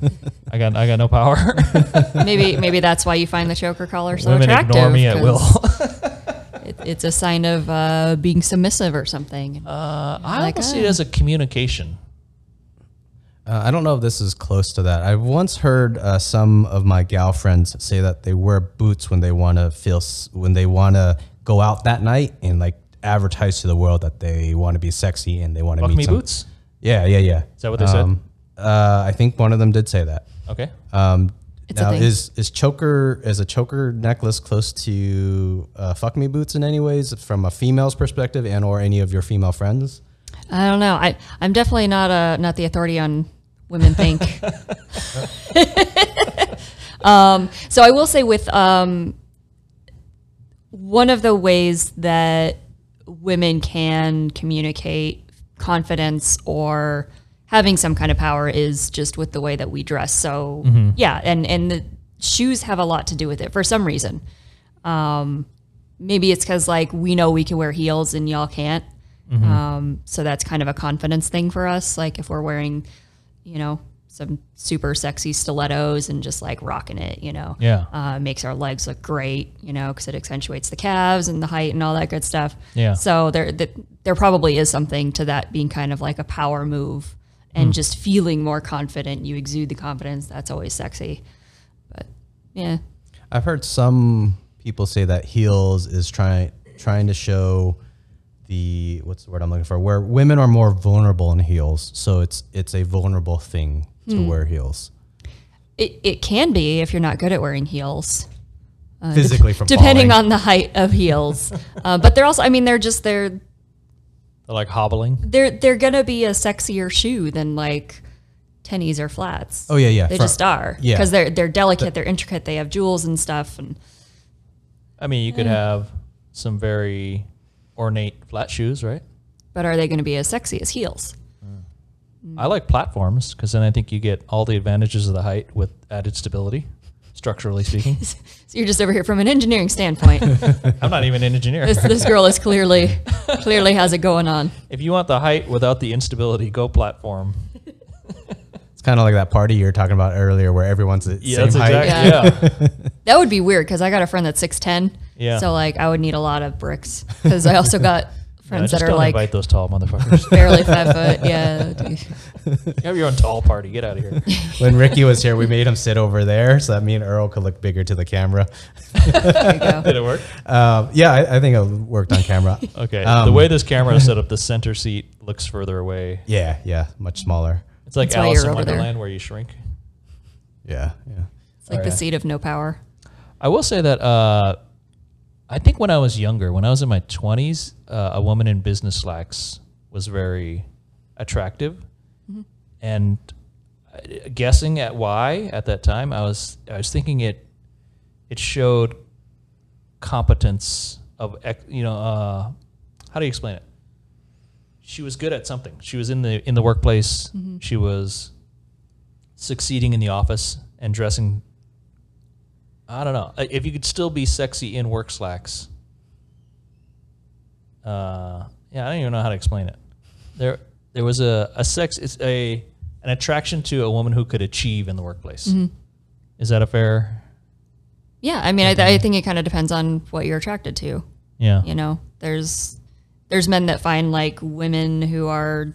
S2: I got I got no power.
S3: maybe maybe that's why you find the choker collar so
S2: women
S3: attractive
S2: ignore me at
S3: 'cause
S2: will.
S3: it, it's a sign of uh, being submissive or something
S2: I
S3: uh, like,
S2: almost see it as a communication.
S1: Uh, I don't know if this is close to that. I once heard uh, some of my gal friends say that they wear boots when they want to feel s- when they want to go out that night and like advertise to the world that they want to be sexy and they want to
S2: Buck
S1: meet
S2: me
S1: some-
S2: boots?
S1: Yeah, yeah, yeah. Is
S2: that what they said?
S1: said? Uh, I think one of them did say that.
S2: Okay.
S1: Um,
S3: It's a
S1: now,
S3: thing.
S1: is is choker is a choker necklace close to uh, fuck me boots in any ways from a female's perspective and or any of your female friends?
S3: I don't know. I I'm definitely not a not the authority on women think. um, so I will say with um, one of the ways that women can communicate confidence or having some kind of power is just with the way that we dress. So yeah, and and the shoes have a lot to do with it for some reason. Um, maybe it's because like we know we can wear heels and y'all can't. Um, so that's kind of a confidence thing for us. Like if we're wearing, you know, some super sexy stilettos and just like rocking it, you know,
S2: Yeah.
S3: uh, makes our legs look great, you know, because it accentuates the calves and the height and all that good stuff.
S2: Yeah.
S3: So there, th- there probably is something to that being kind of like a power move and
S1: Hmm.
S3: just feeling more confident. You exude the confidence. That's always sexy. But yeah,
S1: I've heard some people say that heels is trying trying to show the what's the word I'm looking for where women are more vulnerable in heels, so it's it's a vulnerable thing to
S3: Hmm.
S1: wear heels
S3: it, it can be if you're not good at wearing heels.
S1: physically from
S3: Uh, depending
S1: falling.
S3: on the height of heels. uh, but they're also, I mean, they're just they're
S2: They're like hobbling.
S3: they're they're gonna be a sexier shoe than like tennies or flats.
S1: oh yeah yeah
S3: they
S1: Fro-
S3: just are
S1: yeah.
S3: because they're they're delicate, they're intricate, they have jewels and stuff, and
S2: I mean, you could have some very ornate flat shoes, right?
S3: but are they gonna be as sexy as heels? Mm.
S2: I like platforms because then I think you get all the advantages of the height with added stability, structurally speaking.
S3: So you're just over here from an engineering standpoint.
S2: I'm not even an engineer.
S3: this this girl is clearly clearly has it going on.
S2: If you want the height without the instability, go platform.
S1: it's kind of like that party you were talking about earlier where everyone's the same height.
S3: Yeah.
S2: yeah.
S3: That would be weird because I got a friend that's six ten.
S2: Yeah.
S3: So like I would need a lot of bricks because I also got
S2: No,
S3: friends
S2: just
S3: that are
S2: don't
S3: like
S2: invite those tall motherfuckers.
S3: barely five foot. Yeah.
S2: have your own tall party. Get out of here.
S1: when Ricky was here, we made him sit over there so that me and Earl could look bigger to the camera.
S3: There you go.
S2: Did it work?
S1: Um, yeah, I, I think it worked on camera.
S2: Okay. the
S1: Um,
S2: way this camera is set up, the center seat looks further away.
S1: yeah, yeah, much smaller.
S2: It's like
S3: That's why
S2: Alice
S3: you're
S2: in
S3: over there.
S2: Wonderland where you shrink.
S1: Yeah, yeah.
S3: It's like
S2: Or,
S3: the
S2: uh,
S3: seat of no power.
S2: I will say that uh, I think when I was younger, when I was in my 20s, uh, a woman in business slacks was very attractive. And uh, guessing at why at that time, I was I was thinking it it showed competence of ex- you know uh, how do you explain it? She was good at something. She was in the in the workplace. She was succeeding in the office and dressing I don't know. Uh, If you could still be sexy in work slacks. Uh, yeah, I don't even know how to explain it. There, there was a, a sex, it's a, an attraction to a woman who could achieve in the workplace. Is that a fair?
S3: Yeah, I mean, I,
S2: Mm-hmm.
S3: th- I think it kind of depends on what you're attracted to.
S2: Yeah.
S3: You know, there's there's men that find like women who are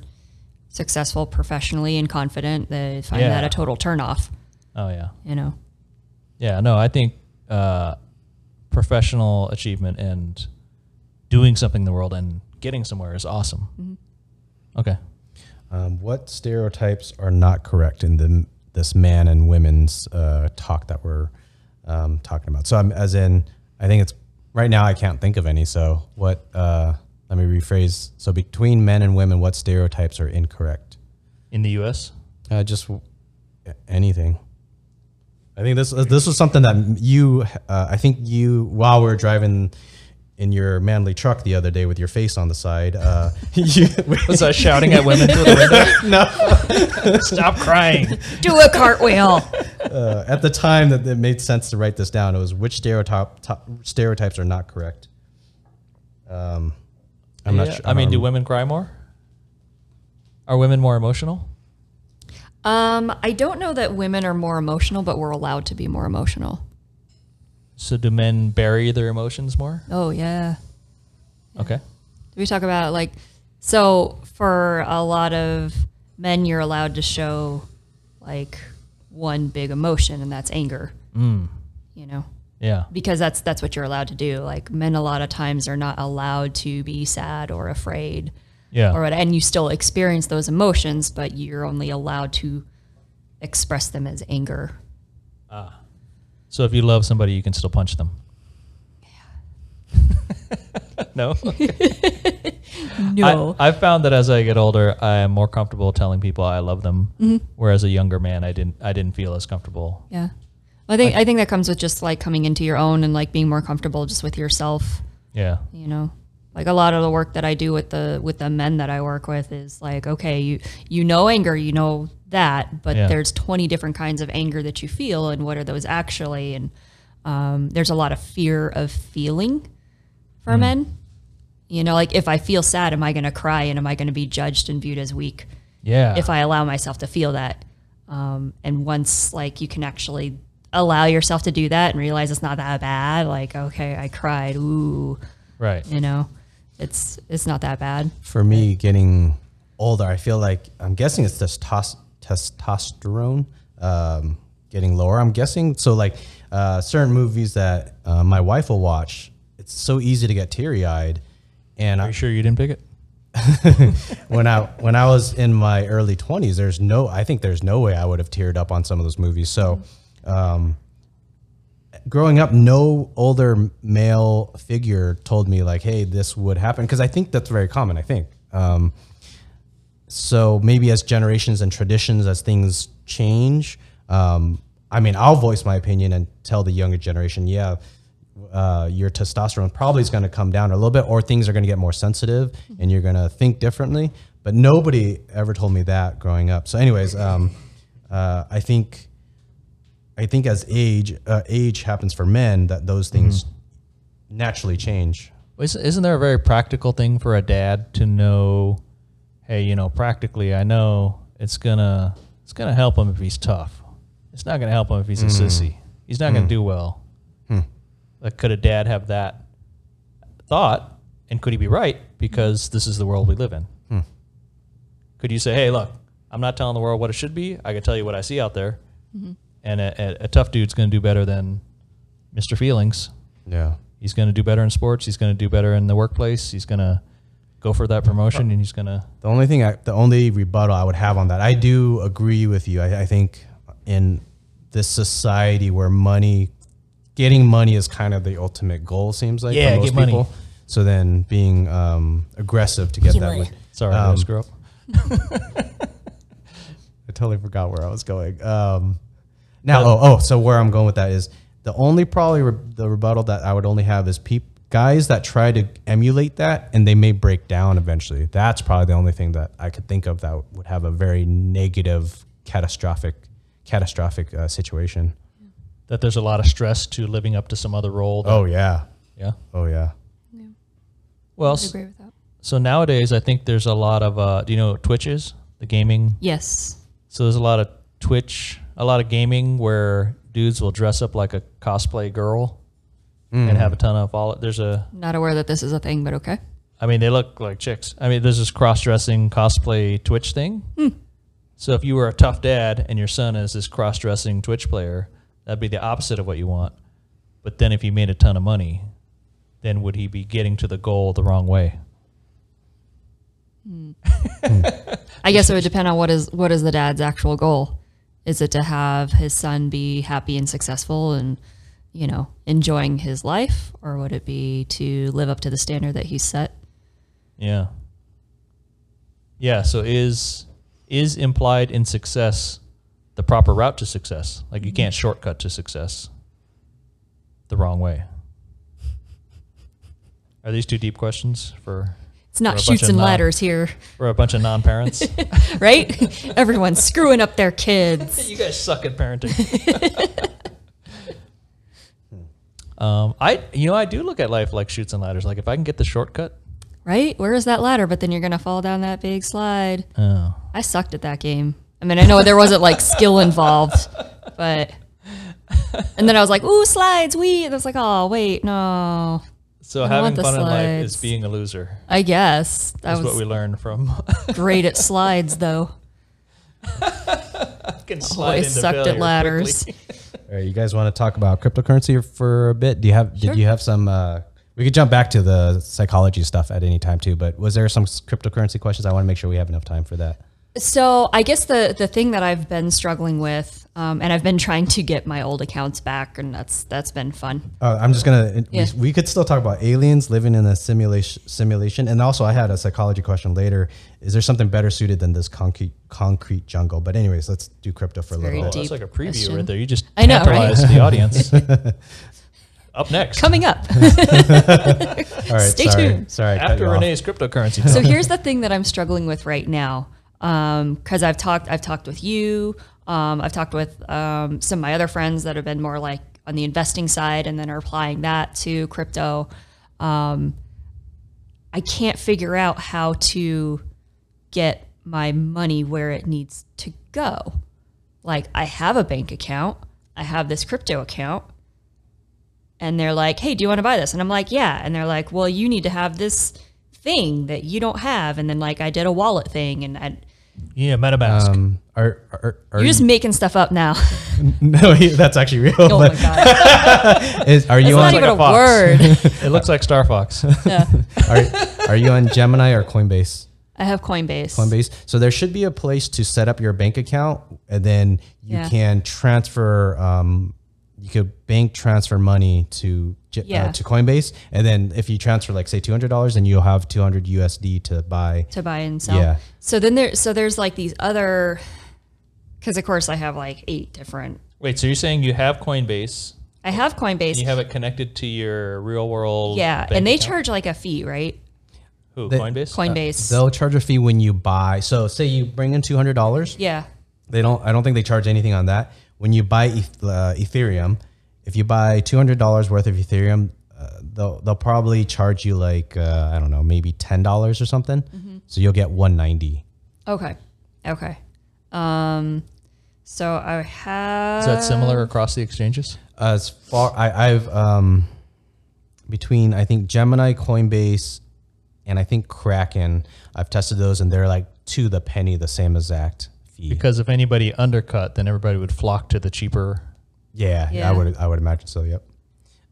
S3: successful professionally and confident. They find
S2: Yeah.
S3: that a total turnoff.
S2: Oh yeah.
S3: You know,
S2: Yeah. No, I think, uh, professional achievement and doing something in the world and getting somewhere is awesome. Okay.
S1: Um, what stereotypes are not correct in the this man and women's uh, talk that we're um, talking about? So, I'm, as in, I think it's right now I can't think of any. So, what? Uh, let me rephrase. So, between men and women, what stereotypes are incorrect?
S2: In the U.S.
S1: Uh, just w- anything. I think this uh, this was something that you. Uh, I think you while we were driving in your manly truck the other day with your face on the side. Uh, you,
S2: Was I shouting at women through the
S1: no,
S2: window? Stop crying.
S3: do a cartwheel.
S1: uh, at the time that it made sense to write this down. It was which stereotype to, stereotypes are not correct. Um, I'm not.
S2: Yeah,
S1: Sure,
S2: I mean, do
S1: um,
S2: women cry more? Are women more emotional?
S3: um, I don't know that women are more emotional, but we're allowed to be more emotional.
S2: So do men bury their emotions more?
S3: Oh yeah.
S2: Okay.
S3: Did we talk about like so for a lot of men you're allowed to show like one big emotion and that's anger. You know.
S2: Yeah.
S3: because that's that's what you're allowed to do. Like men, a lot of times are not allowed to be sad or afraid,
S2: Yeah.
S3: or what, and you still experience those emotions, but you're only allowed to express them as anger.
S2: So if you love somebody, you can still punch them. no.
S3: No,
S2: I, have found that as I get older, I am more comfortable telling people I love them.
S3: Mm-hmm.
S2: Whereas a younger man, I didn't. I didn't feel as comfortable.
S3: yeah, I think I think that comes with just like coming into your own and like being more comfortable just with yourself.
S2: Yeah.
S3: you know like a lot of the work that i do with the with the men that i work with is like okay you you know anger you know that but
S2: Yeah.
S3: there's 20 different kinds of anger that you feel and what are those actually and um, there's a lot of fear of feeling for
S2: Mm.
S3: men you know like if i feel sad am i going to cry and am i going to be judged and viewed as weak
S2: Yeah.
S3: if I allow myself to feel that. Um, and once like you can actually allow yourself to do that and realize it's not that bad, like okay, I cried, ooh,
S2: right.
S3: you know, it's it's not that bad.
S1: for me getting older i feel like i'm guessing it's testos- testosterone um, getting lower i'm guessing so like uh, certain movies that uh, my wife will watch it's so easy to get teary-eyed and I,
S2: Are you sure you didn't pick it?
S1: when i when i was in my early 20s there's no i think there's no way i would have teared up on some of those movies so um, growing up, no older male figure told me like, "Hey, this would happen," because I think that's very common. I think. Um, so maybe as generations and traditions, as things change, um, I mean, I'll voice my opinion and tell the younger generation, "Yeah, uh, your testosterone probably is going to come down a little bit, or things are going to get more sensitive, and you're going to think differently." But nobody ever told me that growing up. So, anyways, um, uh, I think. I think as age uh, age happens for men, that those things naturally change.
S2: Isn't, isn't there a very practical thing for a dad to know? Hey, you know, practically, I know it's gonna it's gonna help him if he's tough. It's not gonna help him if he's a sissy. He's not gonna do well. Like, could a dad have that thought? And could he be right? Because this is the world we live in. Could you say, "Hey, look, I'm not telling the world what it should be. I can tell you what I see out there." And a, a, a tough dude's gonna do better than Mr. Feelings.
S1: Yeah.
S2: He's going to do better in sports. He's going to do better in the workplace. He's going to go for that promotion, and he's going to.
S1: The only thing, I, the only rebuttal I would have on that, I do agree with you. I, I think in this society where money, getting money is kind of the ultimate goal, seems like
S2: Yeah, get money.
S1: So then being um, aggressive to get
S3: Get
S1: that.
S3: money.
S1: Would,
S2: Sorry, I
S1: Um,
S2: screw up.
S1: I totally forgot where I was going. Um, now, oh, oh, so where I'm going with that is the only probably re- the rebuttal that I would only have is peop- guys that try to emulate that and they may break down eventually. That's probably the only thing that I could think of that would have a very negative, catastrophic, catastrophic uh, situation.
S2: That there's a lot of stress to living up to some other role. that-
S1: Oh yeah,
S2: yeah.
S1: oh yeah.
S2: Well,
S3: I
S2: s-
S3: agree with that.
S2: so nowadays I think there's a lot of. Uh, do you know what Twitch is the gaming?
S3: Yes.
S2: So there's a lot of Twitch, a lot of gaming where dudes will dress up like a cosplay girl
S1: Hmm.
S2: and have a ton of follow. There's a.
S3: Not aware that this is a thing, but okay.
S2: I mean, they look like chicks. I mean, there's this cross-dressing cosplay Twitch thing. So if you were a tough dad and your son is this cross-dressing Twitch player, that'd be the opposite of what you want. But then if he made a ton of money, then would he be getting to the goal the wrong way?
S3: I guess it would depend on what is what is the dad's actual goal. Is it to have his son be happy and successful and you know enjoying his life, or would it be to live up to the standard that he's set?
S2: Yeah. Yeah, so is is implied in success the proper route to success? Like you can't shortcut to success the wrong way. Are these two deep questions for
S3: It's not
S2: We're a bunch
S3: shoots
S2: of
S3: and
S2: non-
S3: ladders here,
S2: for a bunch of non-parents?
S3: right? Everyone's screwing up their kids.
S2: you guys suck at parenting. um, I you know I do look at life like shoots and ladders. Like if I can get the shortcut,
S3: Right? Where is that ladder? But then you're going to fall down that big slide.
S2: oh,
S3: I sucked at that game. I mean, I know there wasn't like skill involved, but. And then I was like, ooh, slides, we. And I was like, oh, wait, no.
S2: so
S3: I
S2: having
S3: want the
S2: fun in life is
S3: slides.
S2: being a loser.
S3: I guess. I
S2: That's
S3: was
S2: what we learned from.
S3: great at slides, though.
S2: I can
S3: Always sucked at ladders.
S1: All right, you guys want to talk about cryptocurrency for a bit? Do you have?
S3: Sure.
S1: Did you have some? Uh, we could jump back to the psychology stuff at any time too. But was there some s- cryptocurrency questions? I want to make sure we have enough time for that.
S3: So I guess the the thing that I've been struggling with, um, and I've been trying to get my old accounts back, and that's that's been fun.
S1: Uh, I'm just gonna.
S3: Yeah.
S1: We, we could still talk about aliens living in a simulation. Simulation, and also I had a psychology question later. Is there something better suited than this concrete concrete jungle? But anyways, let's do crypto for a
S3: very
S1: little bit.
S3: deep.
S2: That's like a preview
S3: question.
S2: right there. You just
S3: I know, right?
S2: tantalized the audience. Up next,
S3: Coming up,
S1: All right,
S3: Stay
S1: sorry,
S3: tuned.
S1: Sorry, I cut
S2: after
S1: you off.
S2: Renee's cryptocurrency.
S3: so here's the thing that I'm struggling with right now, because I've talked I've talked with you, um, I've talked with um, some of my other friends that have been more like on the investing side, and then are applying that to crypto. Um, I can't figure out how to get my money where it needs to go. Like I have a bank account, I have this crypto account. And they're like, "Hey, do you want to buy this?" And I'm like, "Yeah." And they're like, "Well, you need to have this thing that you don't have." And then like I did a wallet thing and I,
S2: yeah, MetaMask.
S1: Um, are are, are
S3: you're just making stuff up now.
S1: no? That's actually real.
S3: oh my
S1: but
S3: god.
S1: is, are
S3: That's
S1: you on?
S3: not
S2: like
S3: even
S2: a
S3: a
S2: fox.
S3: word.
S2: it looks like Star Fox.
S1: Are, are you on Gemini or Coinbase?
S3: I have Coinbase.
S1: Coinbase. So there should be a place to set up your bank account, and then you
S3: Yeah.
S1: can transfer. Um, you could bank transfer money to Ge-
S3: Yeah.
S1: uh, to Coinbase, and then if you transfer like say two hundred dollars, then you'll have two hundred USD to buy.
S3: to buy and sell.
S1: Yeah.
S3: So then there so there's like these other cuz of course I have like eight different
S2: Wait, so you're saying you have Coinbase?
S3: I have Coinbase.
S2: You have it connected to your real world.
S3: yeah,
S2: bank
S3: and they
S2: account? Uh,
S3: charge like a fee, right?
S2: who
S1: they-
S2: Coinbase.
S3: Coinbase.
S1: They'll charge a fee when you buy. So say you bring in two hundred dollars.
S3: yeah.
S1: They don't. I don't think they charge anything on that. When you buy eth- uh, Ethereum, if you buy two hundred dollars worth of Ethereum, uh, they'll they'll probably charge you like uh, I don't know, maybe ten dollars or something. So you'll get one ninety.
S3: Okay. Okay. Um so I have
S2: Is that similar across the exchanges?
S1: as far I, I've um between I think Gemini, Coinbase, and I think Kraken, I've tested those and they're like to the penny the same exact fee.
S2: Because if anybody undercut, then everybody would flock to the cheaper.
S1: yeah,
S3: Yeah.
S1: I would I would imagine so. Yep.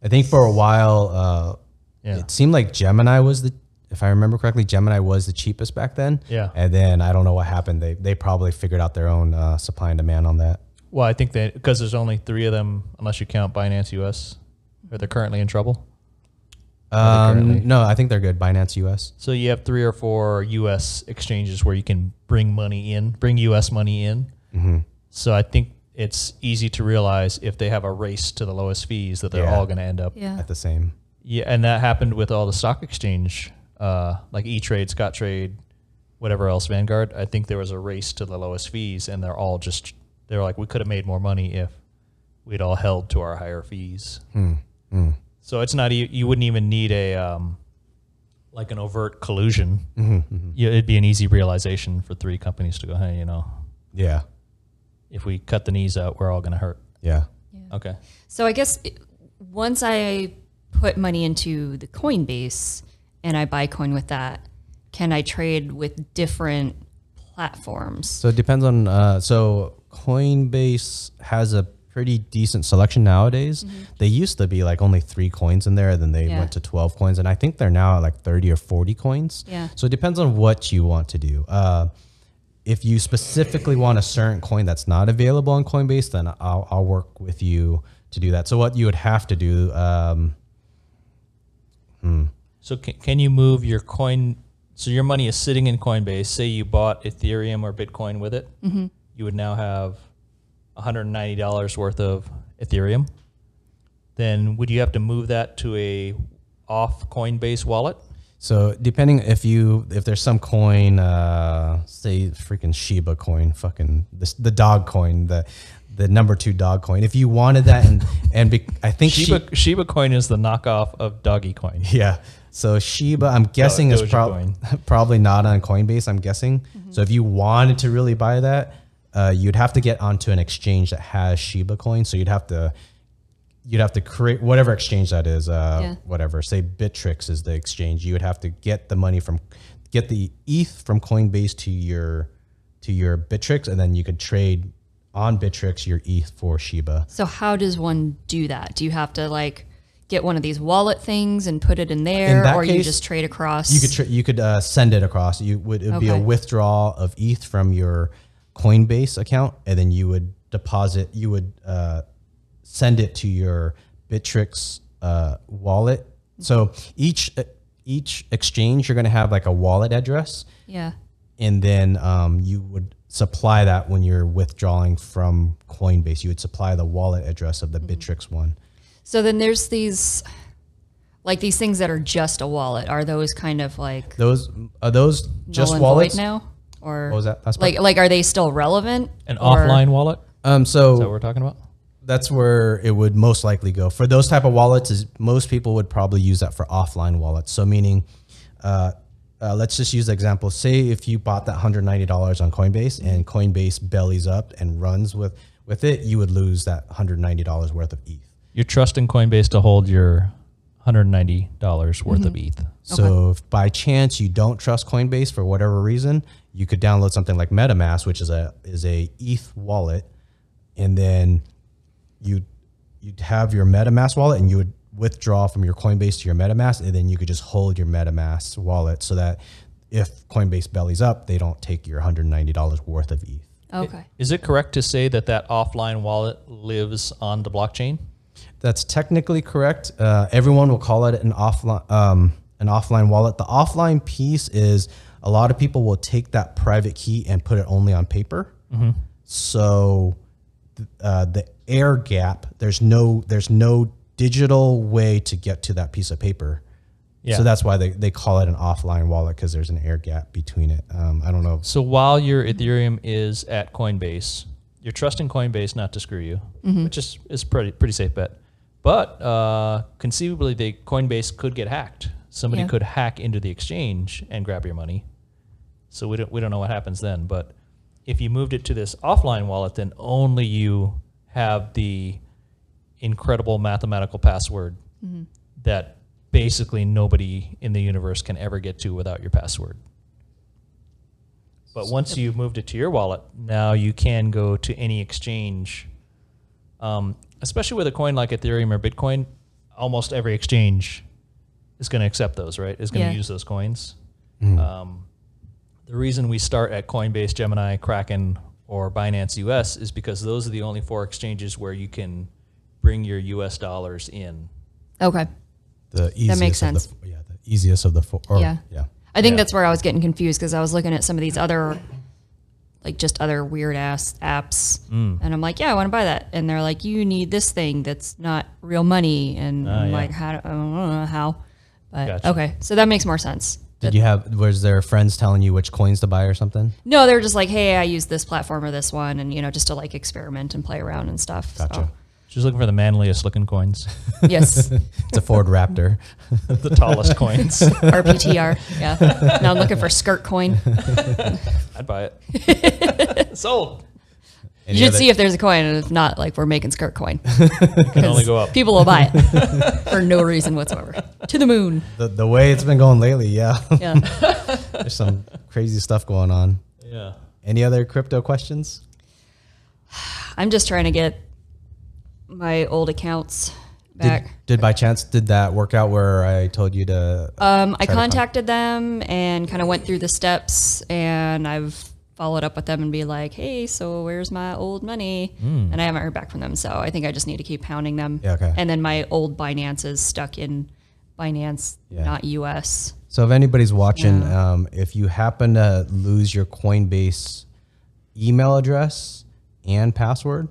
S1: I think for a while uh,
S2: Yeah.
S1: it seemed like Gemini was the if I remember correctly, Gemini was the cheapest back then.
S2: Yeah.
S1: And then I don't know what happened. They they probably figured out their own uh, supply and demand on that.
S2: Well, I think that because there's only three of them, unless you count Binance US, or they're currently in trouble. currently?
S1: Um, no, I think they're good. Binance US.
S2: So you have three or four U.S. exchanges where you can bring money in, bring U.S. money in. So I think it's easy to realize if they have a race to the lowest fees that they're
S1: Yeah.
S2: all going to end up.
S3: Yeah.
S1: At the same.
S2: Yeah, and that happened with all the stock exchange, uh, like E Trade, Scott Trade, whatever else, Vanguard. I think there was a race to the lowest fees, and they're all just they're like we could have made more money if we'd all held to our higher fees.
S1: Mm,
S2: So it's not e- you wouldn't even need a um, like an overt collusion.
S1: mm-hmm,
S2: Yeah, it'd be an easy realization for three companies to go, hey, you know,
S1: Yeah.
S2: if we cut the knees out, we're all going to hurt.
S1: Yeah.
S2: Okay,
S3: So I guess it- once I put money into the Coinbase and I buy coin with that, can I trade with different platforms?
S1: So it depends on. Uh, so Coinbase has a pretty decent selection nowadays. They used to be like only three coins in there, and then they
S3: Mm-hmm. Yeah.
S1: went to twelve coins, and I think they're now at like thirty or forty coins.
S3: Yeah.
S1: So it depends on what you want to do. Uh, if you specifically want a certain coin that's not available on Coinbase, then I'll, I'll work with you to do that. So what you would have to do. Um,
S2: So can, can you move your coin? So your money is sitting in Coinbase. Say you bought Ethereum or Bitcoin with it, you would now have $190 worth of Ethereum. Then would you have to move that to a off Coinbase wallet?
S1: So depending if you if there's some coin, uh, say freaking Shiba coin, fucking this, the dog coin, the the number two dog coin. If you wanted that, and and be, I think Shiba,
S2: Shiba, Shiba coin is the knockoff of Doggy coin.
S1: yeah. So Shiba, I'm guessing is
S2: Dogecoin.
S1: prob- probably not on Coinbase. I'm guessing. So if you wanted to really buy that, uh, you'd have to get onto an exchange that has Shiba coin. So you'd have to you'd have to create whatever exchange that is, uh,
S3: Yeah.
S1: whatever. Say Bittrex is the exchange. You would have to get the money from E get the ETH from Coinbase to your to your Bittrex, and then you could trade on Bittrex, you're E for Shiba.
S3: So how does one do that? Do you have to like get one of these wallet things and put it in there,
S1: In that
S3: or you
S1: case,
S3: just trade across?
S1: You could tr you could uh, send it across. You would it would be a
S3: Okay.
S1: withdrawal of ETH from your Coinbase account, and then you would deposit. You would uh, send it to your Bittrex uh, wallet.
S3: Mm-hmm.
S1: So each uh, each exchange, you're going to have like a wallet address,
S3: yeah.
S1: and then um, you would supply that when you're withdrawing from Coinbase. You would supply the wallet address of the
S3: Mm-hmm.
S1: Bittrex one.
S3: So then there's these, like these things that are just a wallet. Are those kind of like
S1: Those are those just
S3: null and
S1: wallets
S3: void now, or
S1: What was that last part?
S3: like like are they still relevant?
S2: An
S3: Or-
S2: offline wallet? Is
S1: Um,
S2: that what
S1: so
S2: we're talking about?
S1: that's where it would most likely go for those type of wallets. Is most people would probably use that for offline wallets. So meaning, uh, uh, let's just use the example. Say if you bought that hundred ninety dollars on Coinbase and Coinbase bellies up and runs with with it, you would lose that hundred ninety dollars worth of E ETH.
S2: You're trusting Coinbase to hold your $190 worth of E ETH.
S1: So if by chance you don't trust Coinbase for whatever reason, you could download something like MetaMask, which is a is a ETH wallet, and then you you'd have your MetaMask wallet and you would withdraw from your Coinbase to your MetaMask, and then you could just hold your MetaMask wallet so that if Coinbase bellies up, they don't take your hundred ninety dollars worth of E ETH.
S3: Okay.
S2: Is it correct to say that that offline wallet lives on the blockchain?
S1: That's technically correct. Uh, everyone will call it an offline um, an offline wallet. The offline piece is a lot of people will take that private key and put it only on paper. So th- uh, the air gap there's no there's no digital way to get to that piece of paper.
S2: Yeah.
S1: So that's why they, they call it an offline wallet because there's an air gap between it. Um, I don't know.
S2: So while your Ethereum is at Coinbase, you're trusting Coinbase not to screw you, which is, is pretty pretty safe bet. But uh, conceivably, they Coinbase could get hacked. Somebody
S3: Yeah.
S2: could hack into the exchange and grab your money. So we don't we don't know what happens then. But if you moved it to this offline wallet, then only you have the incredible mathematical password that basically nobody in the universe can ever get to without your password. But once you've moved it to your wallet, now you can go to any exchange. Um, especially with a coin like Ethereum or Bitcoin, almost every exchange is going to accept those, right? Is going to
S3: Yeah.
S2: use those coins. Um, the reason we start at Coinbase, Gemini, Kraken, or Binance US is because those are the only four exchanges where you can bring your US dollars in.
S3: Okay.
S1: The easiest
S3: makes
S1: of the
S3: sense.
S1: f- yeah, the easiest of the four. or-
S3: Yeah.
S1: Yeah.
S3: I think
S2: Yeah.
S3: that's where I was getting confused because I was looking at some of these other, like just other weird ass apps, and I'm like, yeah, I want to buy that, and they're like, you need this thing that's not real money, and I'm
S2: yeah.
S3: like, how? Do, I don't know how, but
S2: Gotcha.
S3: okay, so that makes more sense.
S1: Did you have was there friends telling you which coins to buy or something?
S3: No, they're just like, hey, I use this platform or this one, and you know, just to like experiment and play around and stuff.
S1: Gotcha.
S2: She's looking for the manliest looking coins,
S3: So, yes,
S1: It's a Ford Raptor.
S2: the tallest coins.
S3: RPTR. Yeah. Now I'm looking for skirt coin.
S2: I'd buy it. Sold.
S1: Any
S3: you should
S1: other-
S3: see if there's a coin, and if not, like we're making skirt coin.
S2: Can only go up.
S3: People will buy it for no reason whatsoever. To the moon.
S1: the, the way it's been going lately, yeah.
S3: Yeah.
S1: There's some crazy stuff going on.
S2: Yeah.
S1: Any other crypto questions?
S3: I'm just trying to get my old accounts
S1: Did-
S3: back.
S1: Did, by chance did that work out where I told you to
S3: um,
S1: try
S3: I
S1: to con-
S3: contacted them and kind of went through the steps, and I've followed up with them and be like, hey, so where's my old money? And I haven't heard back from them. So I think I just need to keep pounding them.
S1: Hmm. Yeah, okay.
S3: And then my old Binance is stuck in Binance,
S1: Yeah.
S3: not US.
S1: So if anybody's watching, um, if you happen to lose your Coinbase email address and password,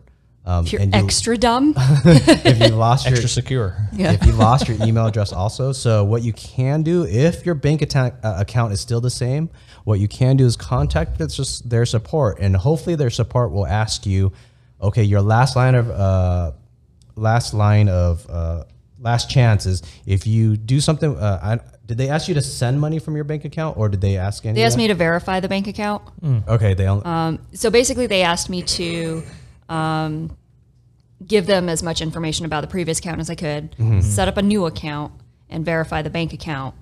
S1: um,
S3: If you're
S1: and you,
S3: extra dumb,
S1: if you lost your
S2: Extra secure.
S3: Yeah.
S1: if you lost your email address also so what you can do if your bank account, uh, account is still the same what you can do is contact it's just their support and hopefully their support will ask you okay your last line of uh, last line of uh, last chance is if you do something uh, I, did they ask you to send money from your bank account or did they ask any
S3: they asked me Uh, to verify the bank account.
S1: okay they only,
S3: so basically they asked me to um, give them as much information about the previous account as I could,
S1: Mm-hmm.
S3: set up a new account, and verify the bank account.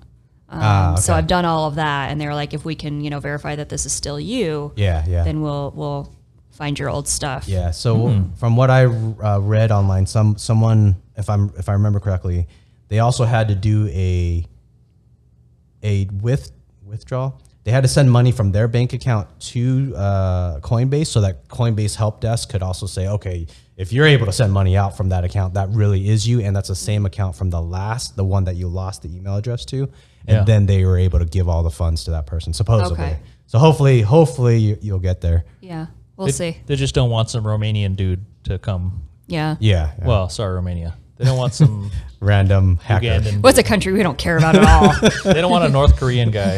S3: Um,
S1: Ah,
S3: So I've done all of that, and they were like, "If we can, you know, verify that this is still you,
S1: yeah yeah
S3: then we'll we'll find your old stuff.
S1: Yeah. So
S2: Hmm.
S1: from what I uh, read online, some someone, if I'm if I remember correctly, they also had to do a a with withdrawal. They had to send money from their bank account to uh, Coinbase, so that Coinbase help desk could also say, okay, if you're able to send money out from that account, that really is you, and that's the same account from the last, the one that you lost the email address to, and
S2: Yeah.
S1: then they were able to give all the funds to that person, supposedly.
S3: Okay.
S1: So hopefully, hopefully you, you'll get there.
S3: Yeah. We'll
S2: They-
S3: see.
S2: They just don't want some Romanian dude to come.
S3: Yeah.
S1: Yeah. yeah.
S2: Well, sorry, Romania. They don't want some
S1: random hacker.
S2: Ugandan.
S3: What's a country we don't care about at all?
S2: They don't want a North Korean guy.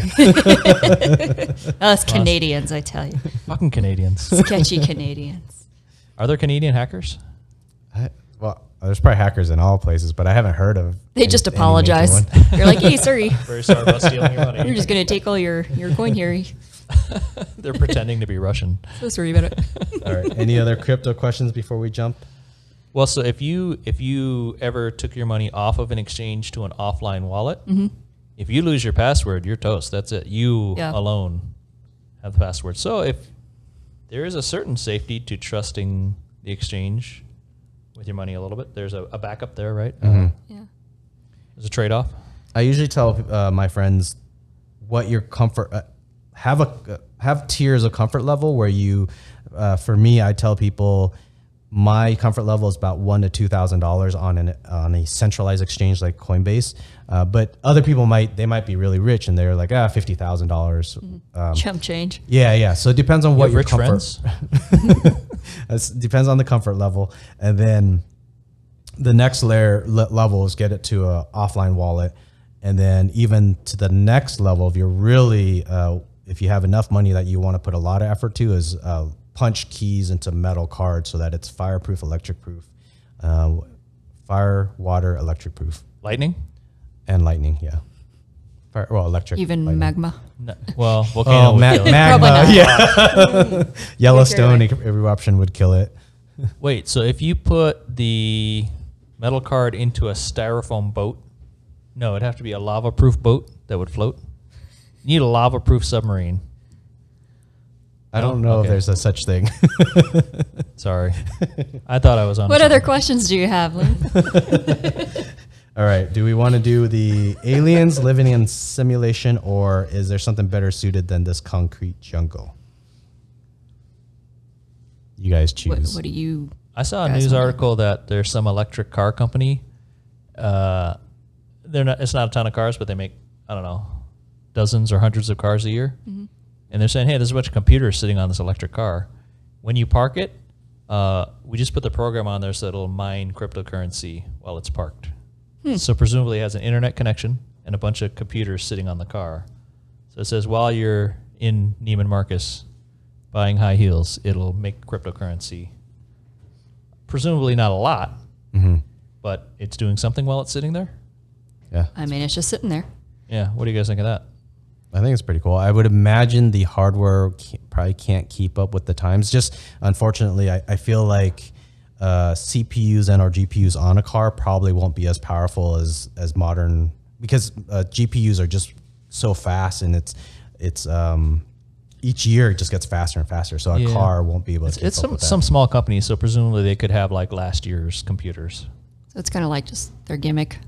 S3: Us Canadians, I tell you.
S2: Fucking Canadians.
S3: Sketchy Canadians.
S2: Are there Canadian hackers?
S1: I- well, there's probably hackers in all places, but I haven't heard of.
S3: They
S1: any-
S3: just
S1: any major
S3: apologize.
S1: one.
S3: You're like, hey, sorry.
S2: Very sorry about stealing your money.
S3: You're just going to take all your, your coin here.
S2: They're pretending to be Russian.
S3: So sorry about it.
S1: all right. Any other crypto questions before we jump?
S2: Well, so if you if you ever took your money off of an exchange to an offline wallet,
S3: Mm-hmm.
S2: if you lose your password, you're toast. That's it. You
S3: Yeah.
S2: alone have the password. So if there is a certain safety to trusting the exchange with your money a little bit, there's a, a backup there, right?
S1: Mm-hmm.
S2: Uh,
S3: Yeah.
S2: there's a trade off.
S1: I usually tell uh, my friends what your comfort uh, have a uh, have tiers of comfort level where you. Uh, for me, I tell people my comfort level is about one to two thousand dollars on an on a centralized exchange like Coinbase. Uh, but other people might they might be really rich and they're like ah fifty thousand dollars.
S2: Um,
S1: Um,
S3: Chump change.
S1: Yeah, yeah. So it depends on what your
S2: Rich
S1: comfort.
S2: friends.
S1: It depends on the comfort level, and then the next layer le- level is get it to a offline wallet, and then even to the next level, if you're really uh, if you have enough money that you want to put a lot of effort to, is uh, punch keys into metal cards so that it's fireproof, electric proof, uh, fire, water, electric proof,
S2: Lightning.
S1: and lightning. Yeah, fire, well, electric,
S3: Even
S1: lightning.
S3: magma.
S2: No, well, volcano.
S1: Oh,
S2: would
S1: ma-
S2: kill it.
S3: Probably
S1: magma,
S3: not.
S1: yeah. Yellowstone eruption would kill it.
S2: Wait, so if you put the metal card into a styrofoam boat, no, it'd have to be a lava proof boat that would float. You need a lava proof submarine.
S1: I
S2: No?
S1: don't know
S2: Okay.
S1: if there's a such thing.
S2: Sorry. I thought I was on.
S3: What other questions do you have, Lynn?
S1: All right. Do we want to do the aliens living in simulation, or is there something better suited than this concrete jungle? You guys
S3: What,
S1: choose.
S3: what do you?
S2: I saw a
S3: Guys,
S2: news
S3: I'm-
S2: article that there's some electric car company. Uh, they're not. It's not a ton of cars, but they make I don't know dozens or hundreds of cars a year.
S3: Mm-hmm.
S2: And they're saying, hey, there's a bunch of computers sitting on this electric car. When you park it, uh, we just put the program on there so it'll mine cryptocurrency while it's parked.
S3: Hmm.
S2: So presumably it has an internet connection and a bunch of computers sitting on the car. So it says while you're in Neiman Marcus buying high heels, it'll make cryptocurrency presumably not a lot,
S1: Mm-hmm.
S2: but it's doing something while it's sitting there.
S1: yeah,
S3: I mean, it's just sitting there.
S2: Yeah. What do you guys think of that?
S1: I think it's pretty cool. I would imagine the hardware ca- probably can't keep up with the times. Just unfortunately, I, I feel like uh, CPUs and our GPUs on a car probably won't be as powerful as as modern because uh, GPUs are just so fast and it's it's um, each year it just gets faster and faster. So a
S2: Yeah.
S1: car won't be able to keep
S2: It's
S1: up
S2: some,
S1: with that.
S2: some small company, so presumably they could have like last year's computers.
S3: So it's kind of like just their gimmick.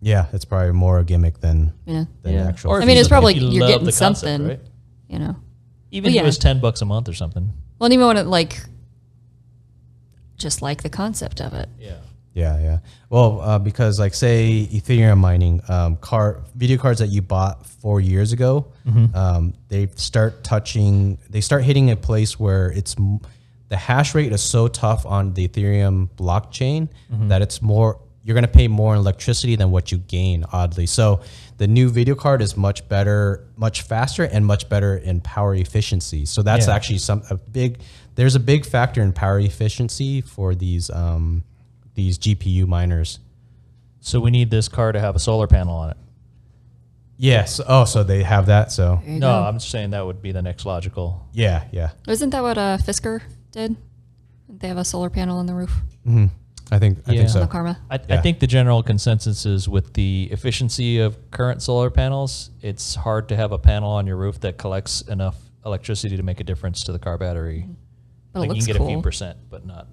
S1: yeah, it's probably more a gimmick than
S3: You know,
S1: than actual.
S2: Or if
S3: I mean,
S2: you-
S3: it's probably-
S2: if you
S3: you're
S2: love
S3: getting
S2: the concept,
S3: something.
S2: right?
S3: you know.
S2: Even if
S3: yeah.
S2: it was 10 bucks a month or something.
S3: Well, and even when it like, just like the concept of it.
S2: Yeah.
S1: Yeah, yeah. Well, uh, because like say Ethereum mining, um, car video cards that you bought four years ago, um, they start touching, they start hitting a place where it's m- the hash rate is so tough on the Ethereum blockchain that it's more. You're going to pay more in electricity than what you gain, oddly. So the new video card is much better, much faster, and much better in power efficiency. So that's
S2: Yeah.
S1: actually some a big. There's a big factor in power efficiency for these. Um, these GPU miners.
S2: So we need this car to have a solar panel on it.
S1: Yes. Oh, so they have that. So
S3: There you
S2: No,
S3: go.
S2: I'm just saying that would be the next logical.
S1: yeah, yeah.
S3: Isn't that what uh, Fisker did? Didn't They have a solar panel on the roof
S1: mm-hmm. I think I
S2: Yeah.
S1: think
S3: on
S1: so.
S3: the Karma.
S2: I, I
S1: Yeah.
S2: think the general consensus is with the efficiency of current solar panels, it's hard to have a panel on your roof that collects enough electricity to make a difference to the car battery.
S3: But
S2: like
S3: it looks
S2: you can get a few
S3: cool.
S2: percent, but not.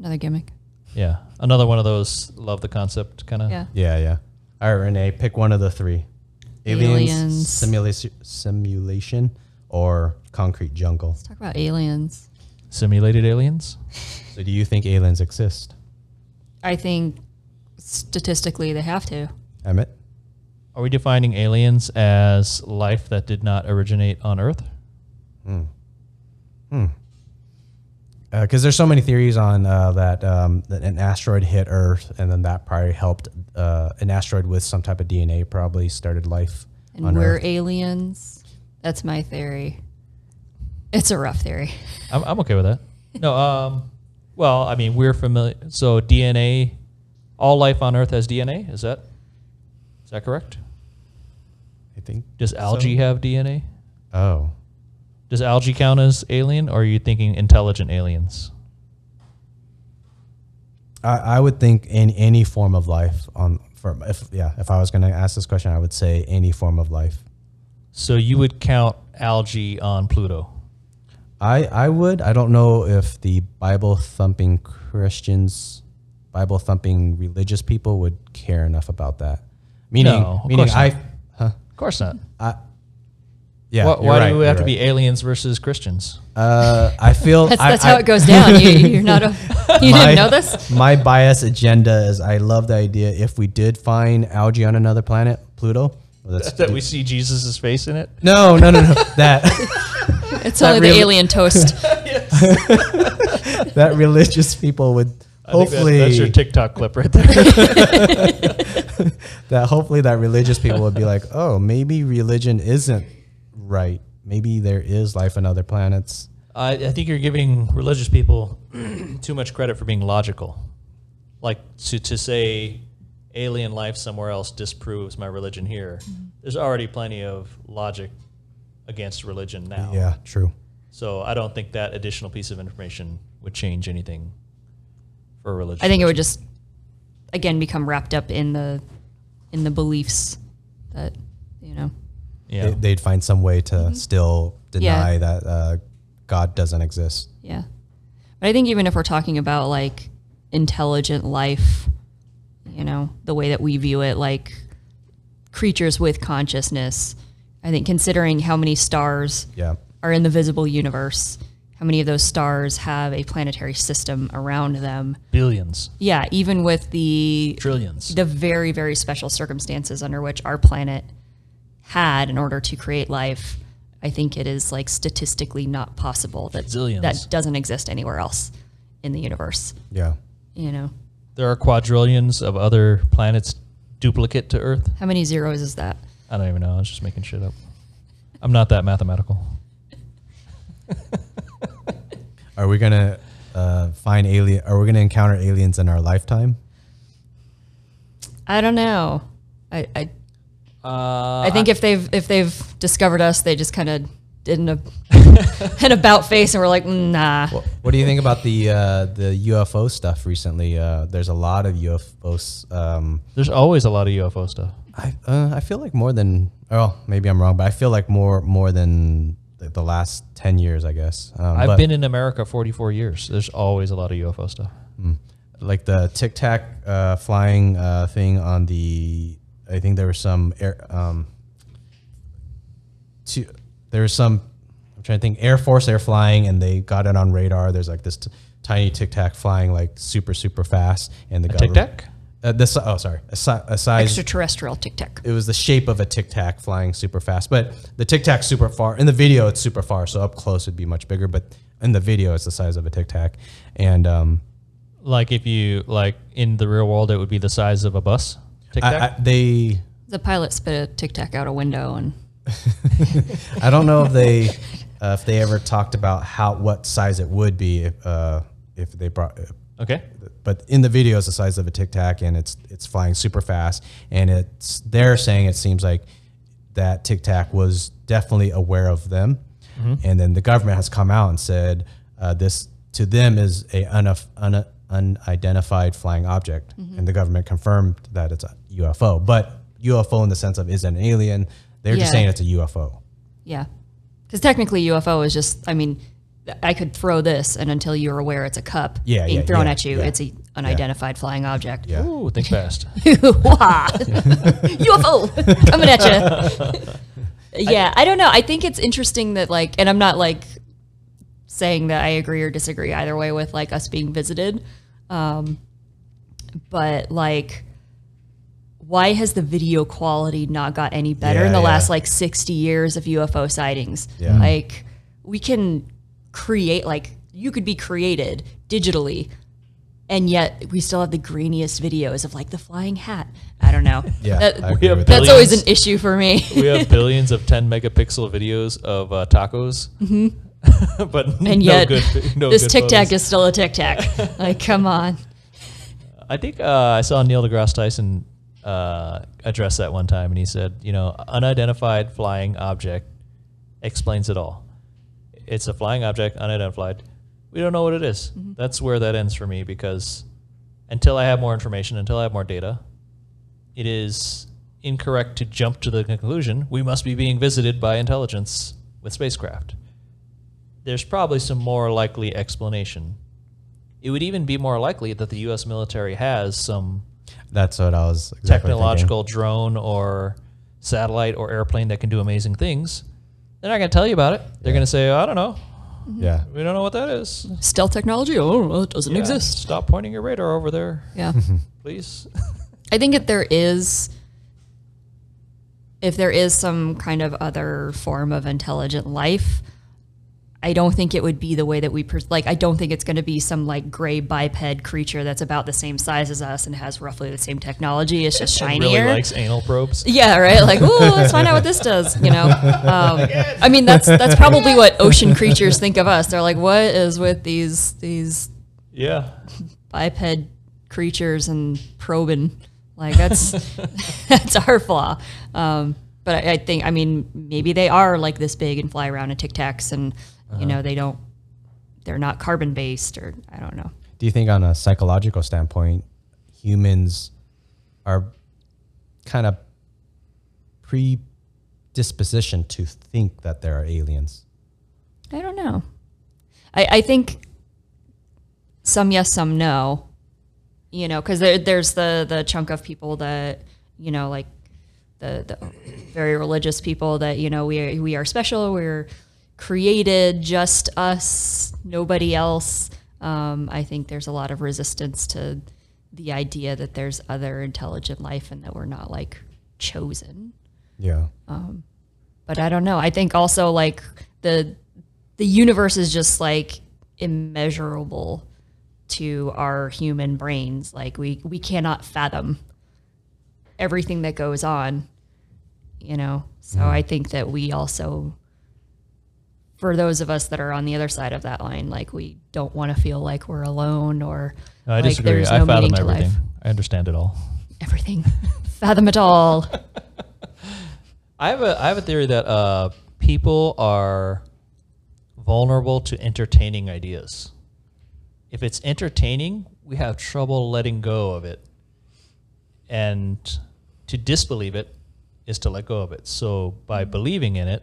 S3: Another gimmick.
S2: Yeah, another one of those love the concept kind of.
S3: Yeah.
S1: Yeah, yeah. All right, Renee, pick one of the three:
S3: Aliens.
S1: simulation, simulation, or concrete jungle.
S3: Let's talk about aliens.
S2: Simulated aliens.
S1: So, do you think aliens exist,
S3: I think statistically they have to.
S1: Emmett?
S2: Are we defining aliens as life that did not originate on Earth?
S1: Hmm. because Hmm. Uh, there's so many theories on uh, that, um, that an asteroid hit Earth, and then that probably helped uh, an asteroid with some type of DNA probably started life
S3: And
S1: on
S3: we're
S1: Earth.
S3: aliens. That's my theory. It's a rough theory.
S2: I'm, I'm okay with that. No, um, well, I mean, we're familiar. So DNA, all life on Earth has DNA. Is that is that correct?
S1: I think.
S2: Does algae
S1: So-
S2: have DNA?
S1: Oh,
S2: Does algae count as alien, or are you thinking intelligent aliens?
S1: I, I would think in any form of life on for if yeah if I was going to ask this question, I would say any form of life.
S2: So you would count algae on Pluto.
S1: I I would. I don't know if the Bible thumping Christians, Bible thumping religious people would care enough about that. Meaning,
S2: No, of
S1: meaning
S2: course
S1: I.
S2: not. Of course not.
S1: Yeah,
S2: why
S1: you're
S2: why
S1: right,
S2: do we have
S1: you're
S2: to be
S1: right.
S2: aliens versus Christians?
S1: Uh, I feel
S3: That's,
S1: I-
S3: that's
S1: I-
S3: how it goes down. You, you're not a, you
S1: My-
S3: didn't know this?
S1: My bias agenda is I love the idea if we did find algae on another planet, Pluto. well, that's-
S2: that we see Jesus' face in it.
S1: no, no, no, no. That
S3: It's only the
S1: really-
S3: alien toast.
S1: that religious people would hopefully
S2: that's your TikTok clip right there.
S1: that hopefully that religious people would be like, oh, maybe religion isn't right. Maybe there is life on other planets.
S2: I, I think you're giving religious people too much credit for being logical. Like to, to say alien life somewhere else disproves my religion here.
S3: Mm-hmm.
S2: There's already plenty of logic against religion now.
S1: Yeah, true.
S2: So I don't think that additional piece of information would change anything for religion.
S3: I think it would just again become wrapped up in the in the beliefs that you know.
S2: yeah.
S1: They, would find some way to still deny
S3: Mm-hmm. Yeah.
S1: that uh, God doesn't exist.
S3: Yeah. But I think even if we're talking about like intelligent life, you know, the way that we view it, like creatures with consciousness, I think considering how many stars
S1: Yeah.
S3: are in the visible universe, how many of those stars have a planetary system around them.
S2: Billions,
S3: Yeah, even with the
S2: trillions.
S3: the very, very special circumstances under which our planet had in order to create life, I think it is like statistically not possible that
S2: Zillions.
S3: that doesn't exist anywhere else in the universe.
S1: Yeah.
S3: You know,
S2: there are quadrillions of other planets duplicate to Earth.
S3: how many zeros is that?
S2: I don't even know. I was just making shit up. I'm not that mathematical.
S1: Are we gonna uh, find alien? Are we gonna encounter aliens in our lifetime?
S3: I don't know. I I,
S2: Uh,
S3: I think if they've if they've discovered us, they just kind of did an, an about face and were like, "Mm, nah.
S1: What, what do you think about the uh, the UFO stuff recently? Uh, there's a lot of UFOs. Um,
S2: There's always a lot of UFO stuff.
S1: I uh, I feel like more than oh maybe I'm wrong, but I feel like more more than the, the last ten years, I guess. Um,
S2: I've
S1: but
S2: been in America 44 years. There's always a lot of UFO stuff.
S1: like the Tic Tac uh, flying uh, thing on the. I think there was some air. Um, two, there was some. I'm trying to think. Air Force air flying, and they got it on radar. There's like this t- tiny Tic Tac flying like super super fast, and the
S2: Tic
S1: government-
S2: Tac?
S1: Uh, this oh sorry a, si- a size
S3: Extraterrestrial tic tac.
S1: it was the shape of a tic tac flying super fast. But the tic tac's super far. In the video, it's super far, so up close it'd be much bigger. But in the video, it's the size of a tic tac, and um,
S2: Like if you like in the real world, it would be the size of a bus. Tic
S1: I,
S2: Tac.
S1: I, they.
S3: The pilot spit a tic tac out a window and
S1: I don't know if they uh, if they ever talked about how what size it would be if, uh, if they brought.
S2: okay.
S1: But in the video, it's the size of a tic tac, and it's it's flying super fast, and it's they're saying it seems like that tic tac was definitely aware of them, and then the government has come out and said uh, this to them is a unif- un- unidentified flying object, and the government confirmed that it's a UFO, but UFO in the sense of is it an alien? They're just
S3: Yeah.
S1: saying it's a UFO.
S3: Yeah. Because technically, UFO is just, I mean, I could throw this, and until you're aware it's a cup
S1: Yeah,
S3: being
S1: yeah,
S3: thrown
S1: yeah,
S3: at you,
S1: yeah.
S3: it's a, an identified flying object.
S1: Yeah.
S2: Ooh, think fast.
S3: Wah! UFO coming at you. yeah, I, don't know. I think it's interesting that like, and I'm not like saying that I agree or disagree either way with like us being visited, um, but like, why has the video quality not got any better in
S1: Yeah,
S3: the
S1: yeah.
S3: last like 60 years of UFO sightings?
S1: Yeah.
S3: Like, we can create like you could be created digitally and yet we still have the greeniest videos of like the flying hat. I don't know.
S1: Yeah,
S3: That-
S1: I agree
S2: have
S1: with that.
S3: that's always an issue for me.
S2: we have billions of 10 megapixel videos of uh, tacos. but
S3: Mm-hmm. and
S2: no
S3: yet,
S2: good, vi- no
S3: this
S2: good
S3: tic tac
S2: photos.
S3: is still a tic tac. like, come on.
S2: I think uh, I saw Neil deGrasse Tyson uh, address that one time, and he said, "You know, unidentified flying object explains it all. It's a flying object, unidentified. We don't know what it is. That's where that ends for me because until I have more information, until I have more data, it is incorrect to jump to the conclusion we must be being visited by intelligence with spacecraft. There's probably some more likely explanation." It would even be more likely that the U.S. military has some
S1: That's what I was exactly thinking.
S2: technological drone or satellite or airplane that can do amazing things. They're not going to tell you about it. They're going to say, I don't know.
S1: Yeah.
S2: We don't know what that is.
S3: Stealth technology? Oh, well, it doesn't
S2: Yeah,
S3: exist.
S2: Stop pointing your radar over there,
S3: Yeah.
S2: please.
S3: I think if there is, if there is some kind of other form of intelligent life, I don't think it would be the way that we per- like. I don't think it's going to be some like gray biped creature that's about the same size as us and has roughly the same technology. It's just
S2: It
S3: shinier.
S2: really likes anal probes.
S3: Yeah, right. Like, ooh, let's find out what this does. You know, um, I mean, that's that's probably what ocean creatures think of us. They're like, what is with these these
S2: Yeah.
S3: biped creatures and probing? Like, that's that's our flaw. Um, but I, I think, I mean, maybe they are like this big and fly around in tic tacs, and you know, they don't, they're not carbon based, or I don't know.
S1: Do you think, on a psychological standpoint, humans are kind of predisposition to think that there are aliens?
S3: I don't know. I, I think some yes, some no. You know, because there, there's the the chunk of people that you know, like the, the very religious people that you know we are, we are special. We're created just us, nobody else. Um, I think there's a lot of resistance to the idea that there's other intelligent life and that we're not like chosen
S1: Yeah.
S3: but I don't know. I think also like the the universe is just like immeasurable to our human brains. Like we we cannot fathom everything that goes on, you know. So I think that we also for those of us that are on the other side of that line, like we don't want to feel like we're alone or
S2: No, I
S3: like
S2: disagree.
S3: there's
S2: I
S3: no
S2: fathom
S3: meaning to
S2: everything.
S3: life.
S2: I understand it all.
S3: Everything. fathom it all.
S2: I have a I have a theory that uh, people are vulnerable to entertaining ideas. If it's entertaining, we have trouble letting go of it, and to disbelieve it is to let go of it. So by believing in it,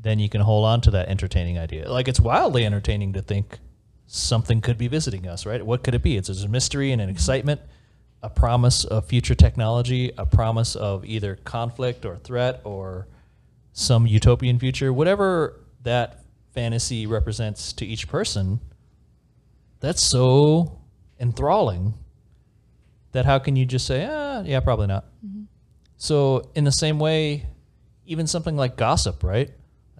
S2: then you can hold on to that entertaining idea. Like it's wildly entertaining to think something could be visiting us, right? What could it be? It's a mystery and an excitement, a promise of future technology, a promise of either conflict or threat or some utopian future, whatever that fantasy represents to each person. That's so enthralling that how can you just say, ah, yeah, probably not. So in the same way, even something like gossip, right?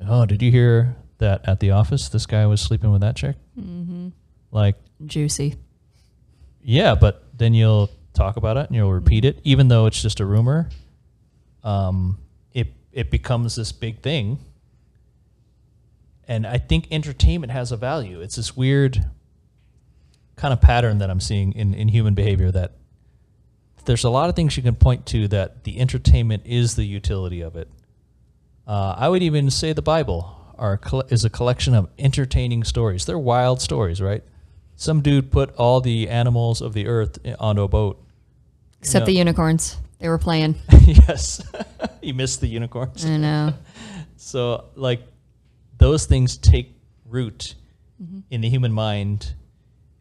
S2: Like, oh, did you hear that at the office this guy was sleeping with that chick? Mm-hmm. Like,
S3: Juicy.
S2: yeah, but then you'll talk about it and you'll repeat it, even though it's just a rumor. Um, it it becomes this big thing, and I think entertainment has a value. It's this weird kind of pattern that I'm seeing in in human behavior that there's a lot of things you can point to that the entertainment is the utility of it. Uh, I would even say the Bible are a coll- is a collection of entertaining stories. They're wild stories, right? Some dude put all the animals of the earth i- onto a boat.
S3: Except
S2: No.
S3: the unicorns. They were playing.
S2: yes, he missed the
S3: Mm.
S2: unicorns.
S3: I know.
S2: So, like, those things take root
S3: Mm-hmm.
S2: in the human mind,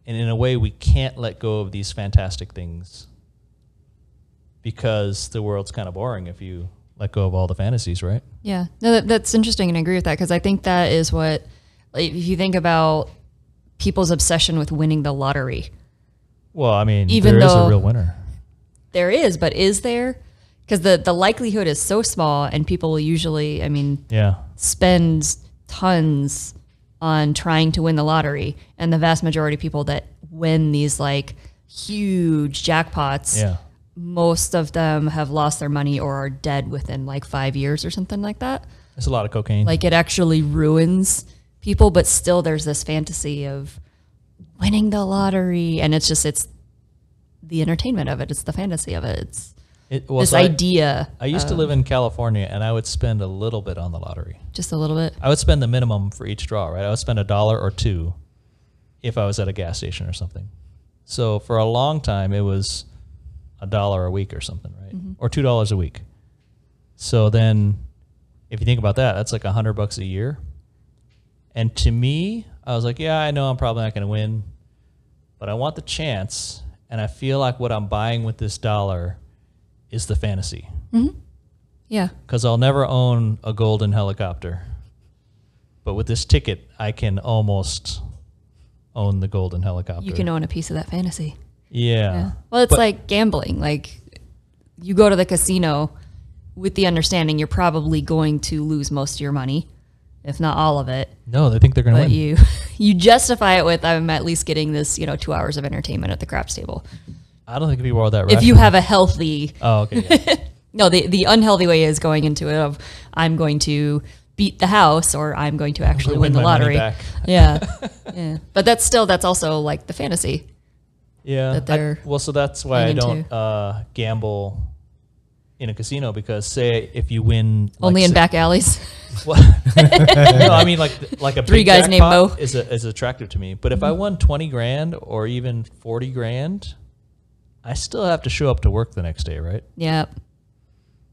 S2: and in a way, we can't let go of these fantastic things because the world's kind of boring if you let go of all the fantasies, right?
S3: Yeah, no, that, that's interesting, and I agree with that because I think that is what, like, if you think about people's obsession with winning the lottery,
S2: Well, I mean,
S3: Even
S2: there is
S3: though-
S2: a real winner.
S3: there is, but is there? Because the the likelihood is so small, and people will usually, I mean,
S2: Yeah.
S3: spend tons on trying to win the lottery, and the vast majority of people that win these like huge jackpots,
S2: Yeah.
S3: most of them have lost their money or are dead within like five years or something like that.
S2: It's a lot of cocaine.
S3: like it actually ruins people but still there's this fantasy of winning the lottery and it's just it's the entertainment of it it's the fantasy of it it's
S2: It- well,
S3: this
S2: so I-
S3: idea
S2: I used to live in California and I would spend a little bit on the lottery.
S3: just a little bit
S2: I would spend the minimum for each draw, right? I would spend a dollar or two if I was at a gas station or something. So for a long time, it was a dollar a week or something, right? Or two dollars a week. So then, if you think about that, that's like a hundred bucks a year. And to me, I was like, yeah, I know I'm probably not going to win, but I want the chance, and I feel like what I'm buying with this dollar is the fantasy
S3: Mm-hmm. yeah
S2: because I'll never own a golden helicopter. But with this ticket, I can almost own the golden helicopter.
S3: you can own a piece of that fantasy
S2: yeah.
S3: yeah. well it's
S2: But-
S3: like gambling like you go to the casino with the understanding you're probably going to lose most of your money if not all of it
S2: no, they think they're going to
S3: but
S2: win.
S3: you you justify it with i'm at least getting this you know two hours of entertainment at the craps table
S2: I don't think people are that.
S3: if you
S2: rational.
S3: have a healthy
S2: oh, okay, yeah.
S3: no the, the unhealthy way is going into it of i'm going to beat the house or i'm going to actually
S2: Win
S3: win the
S2: my money
S3: lottery
S2: back.
S3: yeah yeah but that's still that's also like the fantasy
S2: yeah.
S3: That
S2: I-
S3: they're
S2: well, so that's why I
S3: leaning
S2: don't
S3: to.
S2: uh, gamble in a casino because, say, if you win like,
S3: only in
S2: say-
S3: back alleys
S2: Well, no, I mean like like a
S3: Three
S2: big
S3: guys named
S2: jackpot
S3: Mo. Mm-hmm.
S2: is a, is attractive to me. But if I won twenty grand or even forty grand, I still have to show up to work the next day, right?
S3: yeah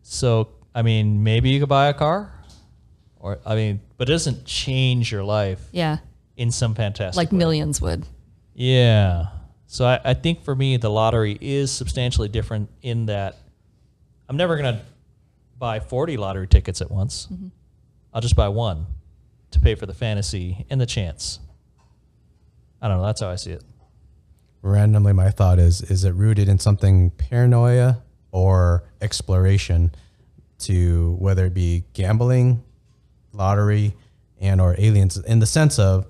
S2: So I mean, maybe you could buy a car, or I mean, but it doesn't change your life
S3: yeah
S2: in some fantastic
S3: like
S2: way.
S3: millions would
S2: Yeah. So I, I think for me, the lottery is substantially different in that I'm never going to buy 40 lottery tickets at once.
S3: Mm-hmm.
S2: I'll just buy one to pay for the fantasy and the chance. I don't know. That's how I see it.
S1: randomly my thought is is it rooted in something paranoia or exploration to whether it be gambling lottery and or aliens in the sense of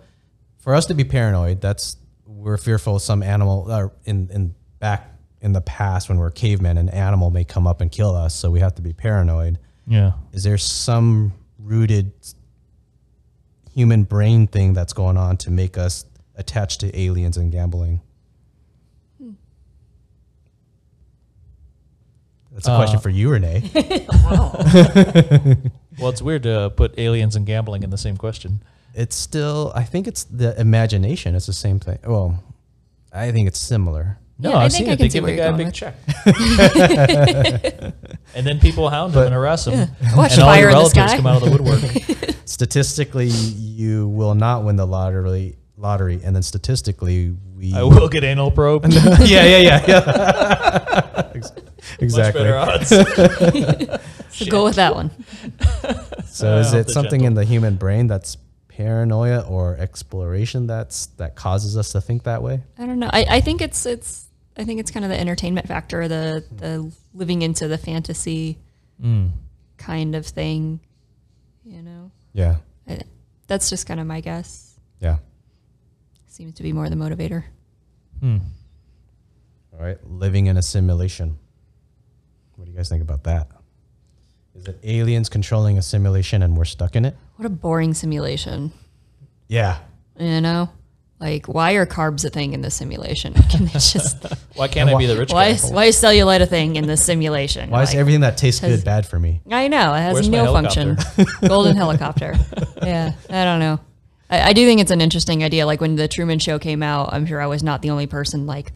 S1: for us to be paranoid that's we're fearful of some animal uh, in in back in the past when we're cavemen an animal may come up and kill us so we have to be paranoid
S2: Yeah.
S1: is there some rooted human brain thing that's going on to make us attached to aliens and gambling? Hmm. That's a question for you, Renee.
S2: Well, it's weird to put aliens and gambling in the same question.
S1: it's still, I think it's the imagination. It's the same thing. Well, I think it's similar.
S2: No,
S3: Yeah, I
S2: I've
S3: think
S2: seen
S3: I
S2: it.
S3: can
S2: They
S3: see
S2: give
S3: where
S2: the guy
S3: you're
S2: a
S3: going
S2: big
S3: with-
S2: check. and then people hound him and harass him.
S3: watch
S2: and all
S3: Fire
S2: your
S3: in the
S2: relatives
S3: Sky.
S2: come out of the woodwork.
S1: Statistically, you will not win the lottery. Lottery, and then statistically, we.
S2: I will get anal probed.
S1: yeah, yeah, yeah, yeah. Ex- exactly.
S2: Much better odds.
S3: so go with that one
S1: So is
S2: Uh,
S1: it
S2: the
S1: something in Oh, the human brain that's paranoia or exploration that's that causes us to think that way?
S3: i don't know i, I think it's it's i think it's kind of the entertainment factor the the living into the fantasy
S2: Hmm.
S3: kind of thing you know
S1: Yeah.
S3: I, that's just kind of my guess
S1: Yeah.
S3: seems to be more the motivator.
S2: Hmm.
S1: All right. Living in a simulation. What do you guys think about that? Is it aliens controlling a simulation and we're stuck in it?
S3: What a boring simulation,
S1: Yeah.
S3: you know? Like, why are carbs a thing in this simulation? Can they just
S2: Why can't I be the rich
S3: why
S2: guy?
S3: is, why is cellulite a thing in this simulation?
S1: Why is
S3: Like,
S1: everything that tastes
S3: has-
S1: good bad for me?
S3: I know it has
S2: Where's my
S3: no function. Golden helicopter. Yeah, I don't know. I, I do think it's an interesting idea. Like when the Truman Show came out, I'm sure I was not the only person. Like,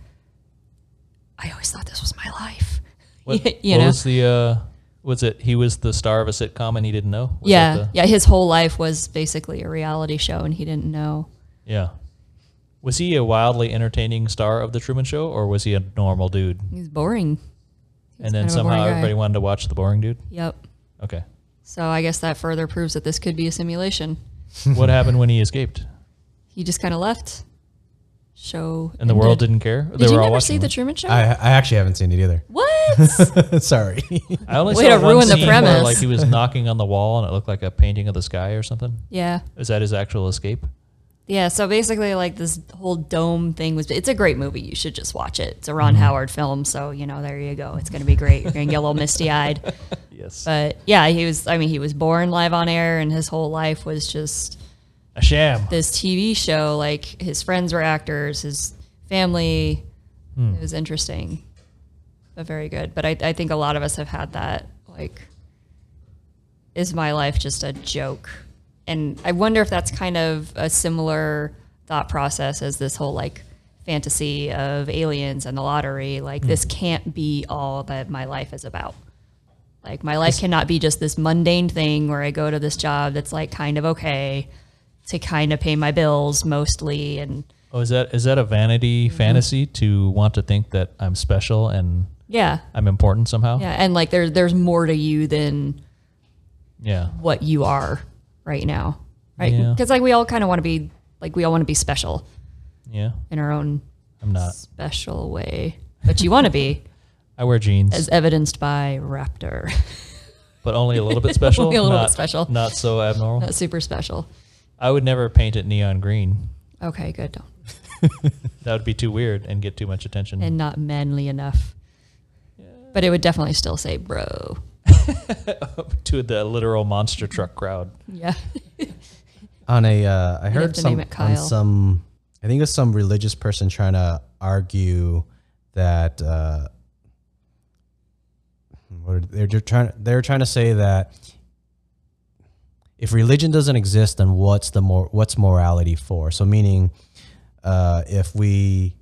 S3: I always thought this was my life.
S2: What,
S3: you
S2: what
S3: know,
S2: was the uh, was it? He was the star of a sitcom and he didn't know. Was that
S3: yeah,
S2: the-
S3: yeah. His whole life was basically a reality show, and he didn't know.
S2: yeah, Yeah. Was he a wildly entertaining star of the Truman Show, or was he a normal dude?
S3: He's boring. He's
S2: and then
S3: kind of a boring
S2: somehow
S3: guy.
S2: everybody wanted to watch the boring dude.
S3: Yep.
S2: Okay.
S3: So I guess that further proves that this could be a simulation.
S2: what happened when he escaped?
S3: He just kind of left. Show
S2: And the
S3: ended.
S2: world didn't care.
S3: Did you never see the
S2: it.
S3: Truman Show?
S1: I, I actually haven't seen it either.
S3: what?
S1: Sorry.
S2: I only
S3: Way
S2: saw
S3: to
S2: one
S3: ruin the
S2: scene where,
S3: premise.
S2: like he was knocking on the wall, and it looked like a painting of the sky or something.
S3: yeah.
S2: Is that his actual escape?
S3: Yeah, so basically, like this whole dome thing was. It's a great movie. You should just watch it. It's a Ron Howard film, so you know there you go. It's gonna be great. You're gonna get a little misty eyed.
S2: Yes.
S3: But yeah, he was. I mean, he was born live on air, and his whole life was just
S2: a sham.
S3: this TV show. Like his friends were actors, his family. It was interesting, but very good. But I, I think a lot of us have had that. Like, is my life just a joke? And I wonder if that's kind of a similar thought process as this whole like fantasy of aliens and the lottery. Like, this can't be all that my life is about. Like my life cannot be just this mundane thing where I go to this job that's like kind of okay to kind of pay my bills mostly and
S2: Oh, is that is that a vanity
S3: Mm-hmm.
S2: fantasy to want to think that I'm special and
S3: yeah.
S2: I'm important somehow?
S3: Yeah, and like there there's more to you than
S2: Yeah.
S3: what you are right now. Right?
S2: Yeah.
S3: Cuz like we all kind of want to be like we all want to be special
S2: Yeah.
S3: in our own
S2: I'm not.
S3: special way. But you want to be
S2: I wear jeans,
S3: as evidenced by Raptor.
S2: but only a little bit special.
S3: Only a little bit
S2: not,
S3: special.
S2: Not so abnormal.
S3: Not super special.
S2: I would never paint it neon green.
S3: Okay, good. Don't.
S2: That would be too weird and get too much attention.
S3: And not manly enough. But it would definitely still say bro.
S2: to the literal monster truck crowd.
S3: Yeah.
S1: on a uh, I
S3: have
S1: heard
S3: to
S1: some
S3: name it
S1: on
S3: Kyle.
S1: some I think it was some religious person trying to argue that uh, what are, they're, they're trying they're trying to say that if religion doesn't exist, then what's the more what's morality for? So meaning, uh, if we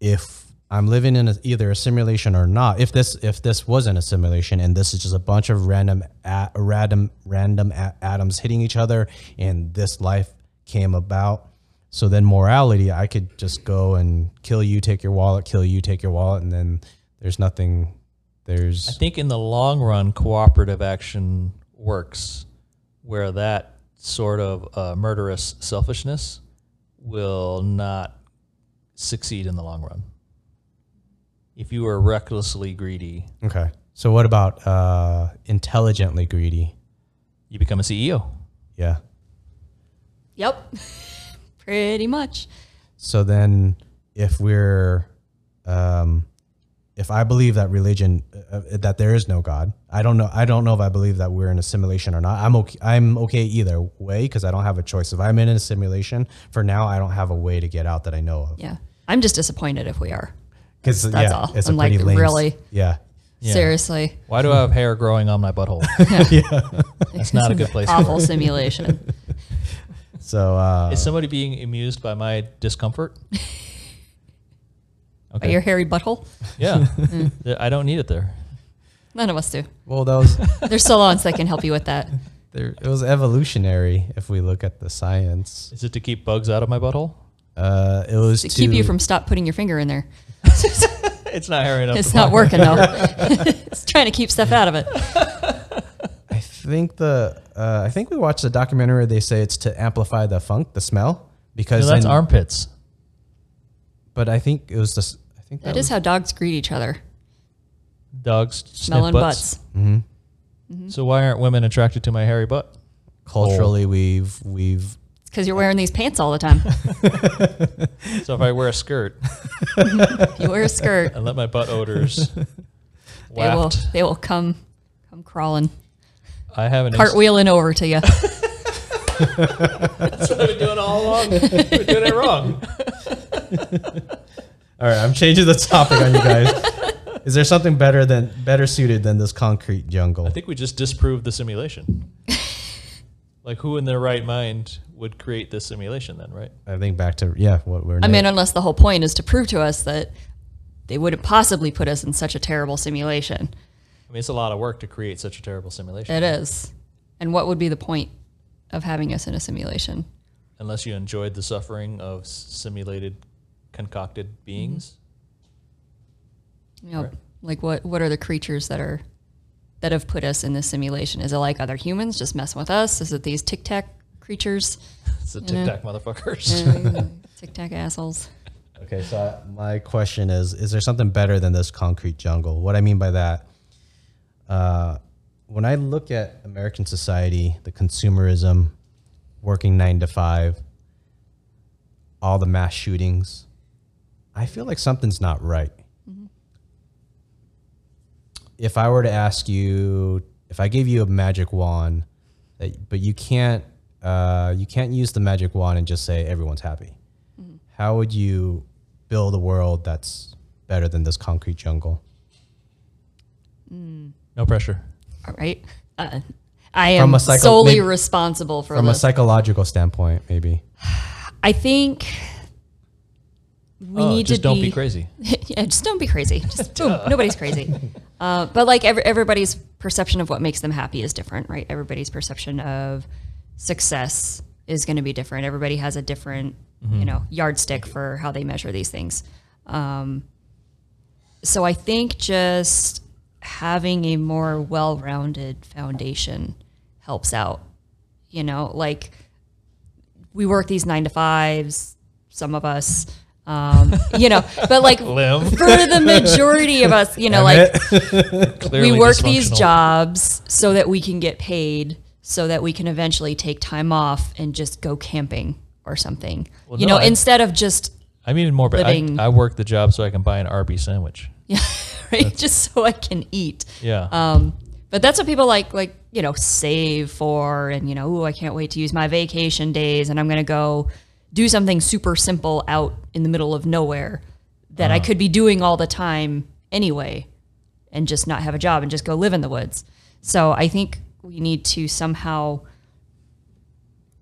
S1: if I'm living in a, either a simulation or not, if this if this wasn't a simulation and this is just a bunch of random a, random random a, atoms hitting each other and this life came about, so then morality, I could just go and kill you, take your wallet, kill you, take your wallet, and then there's nothing.
S2: I
S1: There's
S2: think in the long run, cooperative action works where that sort of uh, murderous selfishness will not succeed in the long run. If you are recklessly greedy,
S1: okay. So what about uh, intelligently greedy?
S2: you become a E CEO.
S1: Yeah.
S3: Yep. Pretty much.
S1: So then, if we're, um, if I believe that religion, uh, uh, that there is no God, I don't know. I don't know if I believe that we're in a simulation or not. I'm okay. I'm okay either way because I don't have a choice. If I'm in a simulation for now, I don't have a way to get out that I know of.
S3: Yeah. I'm just disappointed if we are.
S1: Because
S3: That's all.
S1: it's
S3: I'm
S1: a pretty
S3: like,
S1: lame. s-
S3: really?
S1: Yeah.
S2: Yeah.
S3: Seriously.
S2: Why do I have hair growing on my butthole? That's not a good place. For it.
S3: Awful simulation.
S1: So uh,
S2: Is somebody being amused by my discomfort?
S3: By your hairy butthole?
S2: Yeah, Th- I don't need it there.
S3: None of us do.
S1: well, that was
S3: There's salons that can help you with that.
S1: there. It was evolutionary. If we look at the science,
S2: Is it to keep bugs out of my butthole?
S1: uh, it was
S3: To
S1: to,
S3: keep you from stop putting your finger in there.
S2: It's not hairy enough.
S3: It's not working though. it's trying to keep stuff out of it.
S1: I think the uh, I think we watched a documentary. They say it's to amplify the funk, the smell, because
S2: No, that's
S1: then-
S2: armpits.
S1: But I think it was this. I think that,
S3: That is
S1: was,
S3: how dogs greet each other.
S2: Dogs sniff
S3: Smelling
S2: butts.
S3: butts.
S1: Mm-hmm.
S3: Mm-hmm.
S2: So why aren't women attracted to my hairy butt?
S1: culturally we've we've
S3: It's because you're wearing these pants all the time.
S2: So if I wear a skirt
S3: You wear a skirt,
S2: and let my butt odors
S3: they will
S2: waft,
S3: they will come come crawling,
S2: I have an ex-
S3: cartwheeling over to you.
S2: That's what I've been doing all along. We're doing it wrong.
S1: All right, I'm changing the topic on you guys. Is there something better than better suited than this concrete jungle?
S2: I think we just disproved the simulation. like who in their right mind would create this simulation then, right?
S1: I think back to yeah, what we're.
S3: I mean, unless the whole point is to prove to us that they wouldn't possibly put us in such a terrible simulation.
S2: I mean, it's a lot of work to create such a terrible simulation.
S3: It is. And what would be the point of having us in a simulation?
S2: unless you enjoyed the suffering of s- simulated concocted beings.
S3: You know,
S2: Right.
S3: like what what are the creatures that are that have put us in this simulation? Is it like other humans just messing with us? Is it these tic tac creatures,
S2: It's the
S3: Mm-hmm. Yeah.
S2: tic tac motherfuckers.
S3: tic tac assholes?
S1: Okay, so I, my question is: Is there something better than this concrete jungle? What I mean by that, uh, when I look at American society, the consumerism, working nine to five, all the mass shootings, I feel like something's not right. If I were to ask you, if I gave you a magic wand, that, but you can't, uh, you can't use the magic wand and just say everyone's happy how would you build a world that's better than this concrete jungle
S2: No pressure.
S3: All right, uh, I
S1: From
S3: am
S1: a psycho-
S3: solely
S1: maybe-
S3: responsible for
S1: from a
S3: this.
S1: psychological standpoint maybe
S3: I think we
S2: oh,
S3: need
S2: just
S3: to
S2: don't be, crazy.
S3: yeah, just don't be crazy. Just boom, nobody's crazy. Uh, but like every, everybody's perception of what makes them happy is different, right? Everybody's perception of success is going to be different. Everybody has a different, you know, yardstick for how they measure these things. Um, so I think just having a more well-rounded foundation helps out. You know, like we work these nine to fives, some of us, um, you know, but like
S2: Limb.
S3: for the majority of us, you know, like we
S2: Clearly
S3: work these
S2: dysfunctional.
S3: jobs so that we can get paid, so that we can eventually take time off and just go camping or something. you
S2: no,
S3: know,
S2: I-
S3: instead of just
S2: I'm even more. But I,
S3: living-
S2: I work the job so I can buy an RB sandwich.
S3: yeah, right, just so I can eat.
S2: Yeah.
S3: Um, but that's what people like, like you know, save for, and you know, ooh, I can't wait to use my vacation days, and I'm gonna go do something super simple out in the middle of nowhere that I could be doing all the time anyway, and just not have a job and just go live in the woods. So I think we need to somehow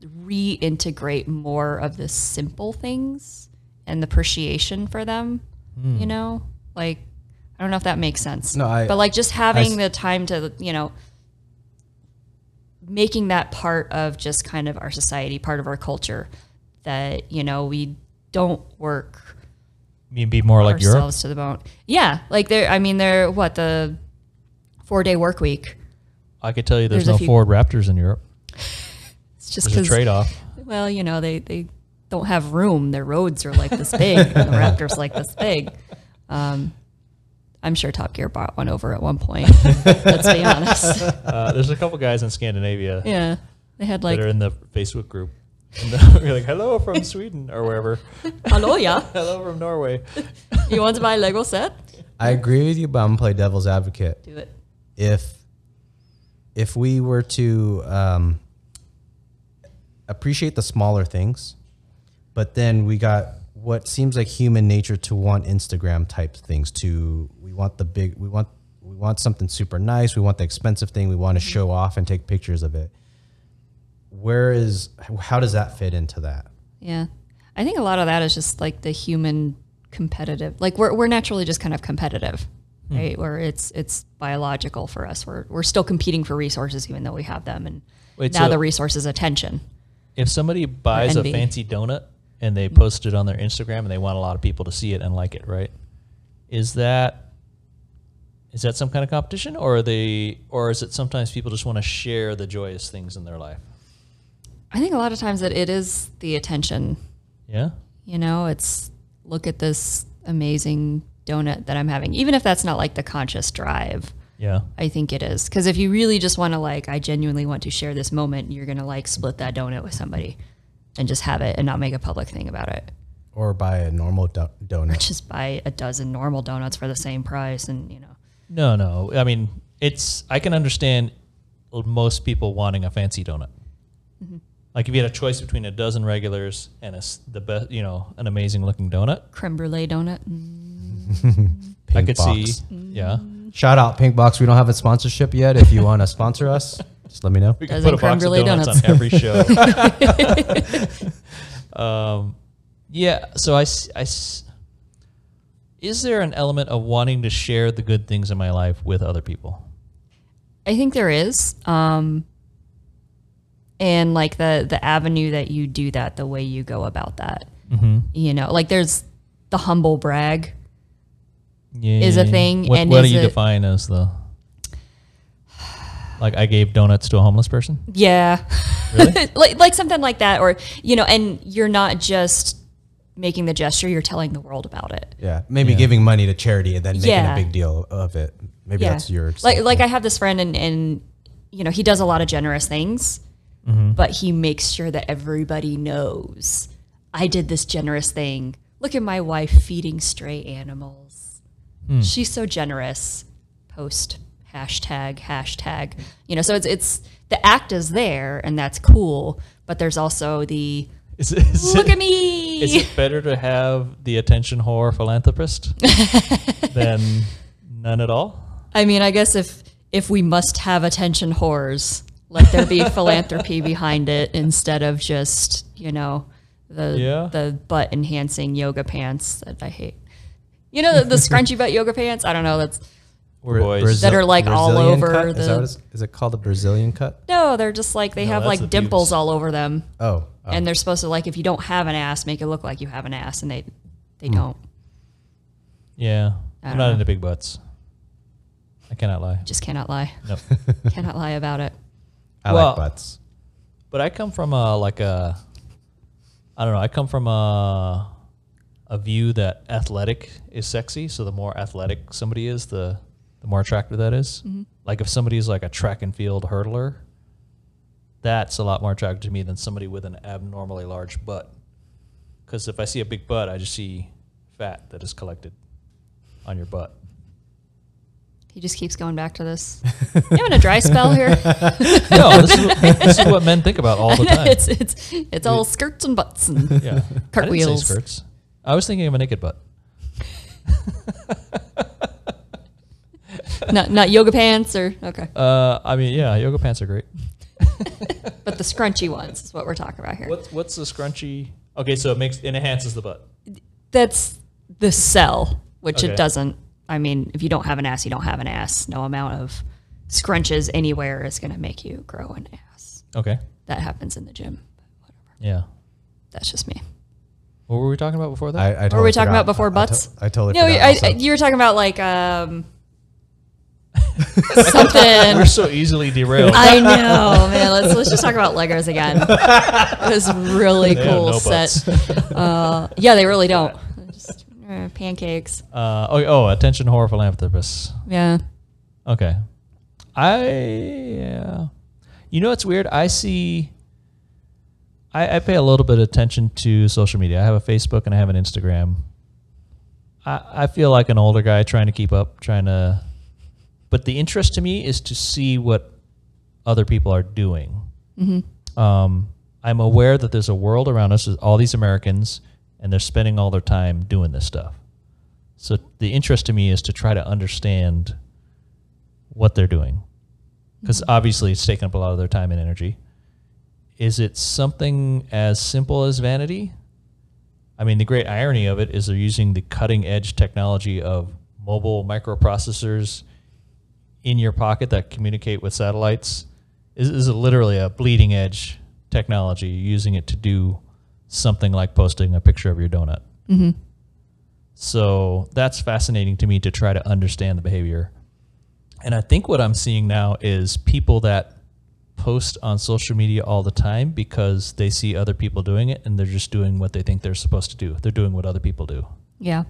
S3: reintegrate more of the simple things and the appreciation for them. You know, like I don't know if that makes sense.
S1: No, I-
S3: but like just having
S1: s-
S3: the time to you know making that part of just kind of our society, part of our culture that you know we don't work
S2: I mean, be more like Europe.
S3: ourselves to the bone. Yeah, like they're I mean they're what the four day work week.
S2: I could tell you there's,
S3: There's a
S2: no
S3: few-
S2: Ford Raptors in Europe.
S3: It's
S2: There's
S3: just
S2: a
S3: because
S2: trade off.
S3: Well, you know, they, they don't have room. Their roads are like this big, and the Raptors like this big. Um, I'm sure Top Gear bought one over at one point. Let's be honest.
S2: Uh, there's a couple guys in Scandinavia
S3: Yeah. They had like,
S2: that are in the Facebook group. And they're like, hello from Sweden or wherever.
S3: hello, yeah.
S2: Hello from Norway.
S3: You want to buy a Lego set?
S1: i agree with you but i'm gonna play devil's advocate
S3: Do it.
S1: if if we were to um, appreciate the smaller things but then we got what seems like human nature to want instagram type things to we want the big we want we want something super nice we want the expensive thing we want to show off and take pictures of it where is how does that fit into that
S3: Yeah. I think a lot of that is just like the human competitive. Like we're, we're naturally just kind of competitive, right? Where it's it's biological for us. We're, we're still competing for resources even though we have them. And
S2: Wait,
S3: now
S2: so-
S3: the resource is attention.
S2: If somebody buys a
S3: envy.
S2: fancy donut and they post it on their Instagram and they want a lot of people to see it and like it, right? Is that is that some kind of competition or are they or is it sometimes people just want to share the joyous things in their life?
S3: I think a lot of times that it is the attention.
S2: Yeah?
S3: You know, it's look at this amazing donut that I'm having. Even if that's not like the conscious drive,
S2: Yeah.
S3: I think it is. Because if you really just want to like, I genuinely want to share this moment, you're going to like split that donut with somebody and just have it and not make a public thing about it.
S1: or buy a normal do- donut
S3: Just buy a dozen normal donuts for the same price and, you know.
S2: No, no. I mean, it's I can understand most people wanting a fancy donut. Like if you had a choice between a dozen regulars and a s the best, you know, an amazing looking donut,
S3: Creme brulee donut. Mm.
S1: pink
S2: I could
S1: box.
S2: see. Yeah,
S1: shout out pink box we don't have a sponsorship yet if you want to sponsor us just let me know
S2: we could
S3: Dozen
S2: put a
S3: creme
S2: box of
S3: brulee
S2: donuts,
S3: donuts.
S2: on every show. um, yeah. So I, s- I s- is there an element of wanting to share the good things in my life with other people?
S3: I think there is. Um, and like the the avenue that you do that, the way you go about that. You know, like there's the humble brag.
S2: Yeah.
S3: is a thing,
S2: What,
S3: and
S2: what
S3: is
S2: do you
S3: it-
S2: define as the? Like I gave donuts to a homeless person.
S3: Yeah.
S2: Really?
S3: like like something like that or you know, and you're not just making the gesture, you're telling the world about it.
S1: Yeah, maybe giving money to charity and then making
S3: Yeah.
S1: a big deal of it. Maybe that's your
S3: like like I have this friend and and you know he does a lot of generous things,
S1: Mm-hmm.
S3: but he makes sure that everybody knows I did this generous thing. Look at my wife feeding stray animals.
S1: Hmm.
S3: She's so generous. Post hashtag hashtag. You know, so it's it's the act is there and that's cool, but there's also the
S2: Is, is
S3: look
S2: it,
S3: at me.
S2: is it better to have the attention whore philanthropist than none at all?
S3: I mean, I guess if if we must have attention whores, let there be philanthropy behind it instead of just you know the
S2: Yeah.
S3: the butt enhancing yoga pants that I hate. You know the, the scrunchy butt yoga pants. I don't know. That's
S2: We're boys.
S3: that are, like, all over
S1: cut? Is,
S3: the-
S1: that what it's, is it called a Brazilian cut?
S3: no, they're just like they
S2: No,
S3: have
S2: that's
S3: like
S2: the
S3: dimples
S2: pubes.
S3: all over them,
S1: Oh, oh.
S3: and they're supposed to like if you don't have an ass, make it look like you have an ass, and they they don't.
S2: yeah,
S3: I
S2: I'm
S3: don't
S2: not
S3: know.
S2: into big butts. I cannot lie.
S3: Just cannot lie.
S2: Nope.
S3: cannot lie about it.
S1: I
S2: well-
S1: like butts.
S2: But I come from a like a, I don't know. I come from a, a view that athletic is sexy. So the more athletic somebody is, the the more attractive that is.
S3: Mm-hmm.
S2: Like if somebody's like a track and field hurdler, that's a lot more attractive to me than somebody with an abnormally large butt. Because if I see a big butt, I just see fat that is collected on your butt.
S3: He just keeps going back to this. You having a dry spell here?
S2: No, this is, this is what men think about all the time.
S3: it's it's it's all skirts and butts and
S2: Yeah, I didn't
S3: Cartwheels.
S2: say skirts. I was thinking of a naked butt.
S3: not not yoga pants or okay,
S2: Uh, I mean, yeah, yoga pants are great.
S3: but the scrunchy ones is what we're talking about here.
S2: What's what's the scrunchy? Okay, so it makes it enhances the butt.
S3: That's the cell, which
S2: Okay.
S3: it doesn't. I mean, if you don't have an ass, you don't have an ass. No amount of scrunches anywhere is going to make you grow an ass.
S2: Okay,
S3: That happens in the gym.
S2: yeah.
S3: That's just me.
S2: What were we talking about before that?
S1: I, I totally
S3: were we talking
S1: forgot.
S3: about before
S1: I- I to-
S3: butts?
S1: I, totally
S3: No,
S1: forgot.
S3: I,
S1: also.
S3: I- you were talking about like um, something.
S2: We're so easily derailed.
S3: I know, man. Let's let's just talk about Legos again. It was really
S2: They have
S3: cool
S2: no
S3: set. Uh, yeah, they really don't. Just uh, pancakes.
S2: uh, oh, oh, attention, horror philanthropists.
S3: Yeah.
S2: Okay, I yeah. You know what's weird? I see. I, I pay a little bit of attention to social media. I have a Facebook and I have an Instagram. I, I feel like an older guy trying to keep up, trying to. But the interest to me is to see what other people are doing.
S3: Mm-hmm.
S2: Um, I'm aware that there's a world around us, with all these Americans, and they're spending all their time doing this stuff. So the interest to me is to try to understand what they're doing, because obviously it's taking up a lot of their time and energy. Is it something as simple as vanity? I mean, the great irony of it is they're using the cutting edge technology of mobile microprocessors in your pocket that communicate with satellites. This is literally a bleeding edge technology, using it to do something like posting a picture of your donut.
S3: Mm-hmm.
S2: So that's fascinating to me to try to understand the behavior. And I think what I'm seeing now is people that post on social media all the time because they see other people doing it and they're just doing what they think they're supposed to do. They're doing what other people do.
S3: Yeah.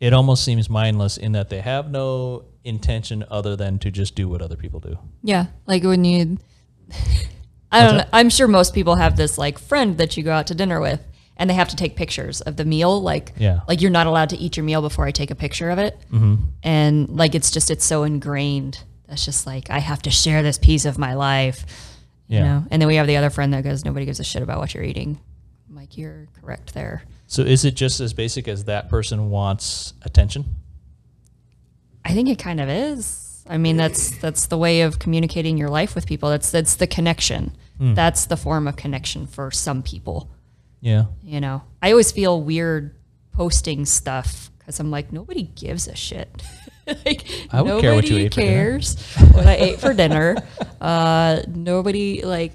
S2: It almost seems mindless in that they have no intention other than to just do what other people do.
S3: Yeah. Like when you I don't
S2: What's
S3: know. I'm sure most people have this like friend that you go out to dinner with and they have to take pictures of the meal. Like
S2: Yeah.
S3: like you're not allowed to eat your meal before I take a picture of it. And like it's just it's so ingrained. That's just like I have to share this piece of my life. You
S2: Yeah.
S3: know? And then we have the other friend that goes, Nobody gives a shit about what you're eating. I'm like, you're correct there.
S2: So is it just as basic as that person wants attention?
S3: I think it kind of is. I mean, that's that's the way of communicating your life with people. That's that's the connection.
S2: Hmm.
S3: That's the form of connection for some people.
S2: Yeah.
S3: You know, I always feel weird posting stuff because I'm like, nobody gives a shit. like,
S2: I would care what you
S3: nobody
S2: ate for dinner.
S3: cares what I ate for dinner. Uh, nobody like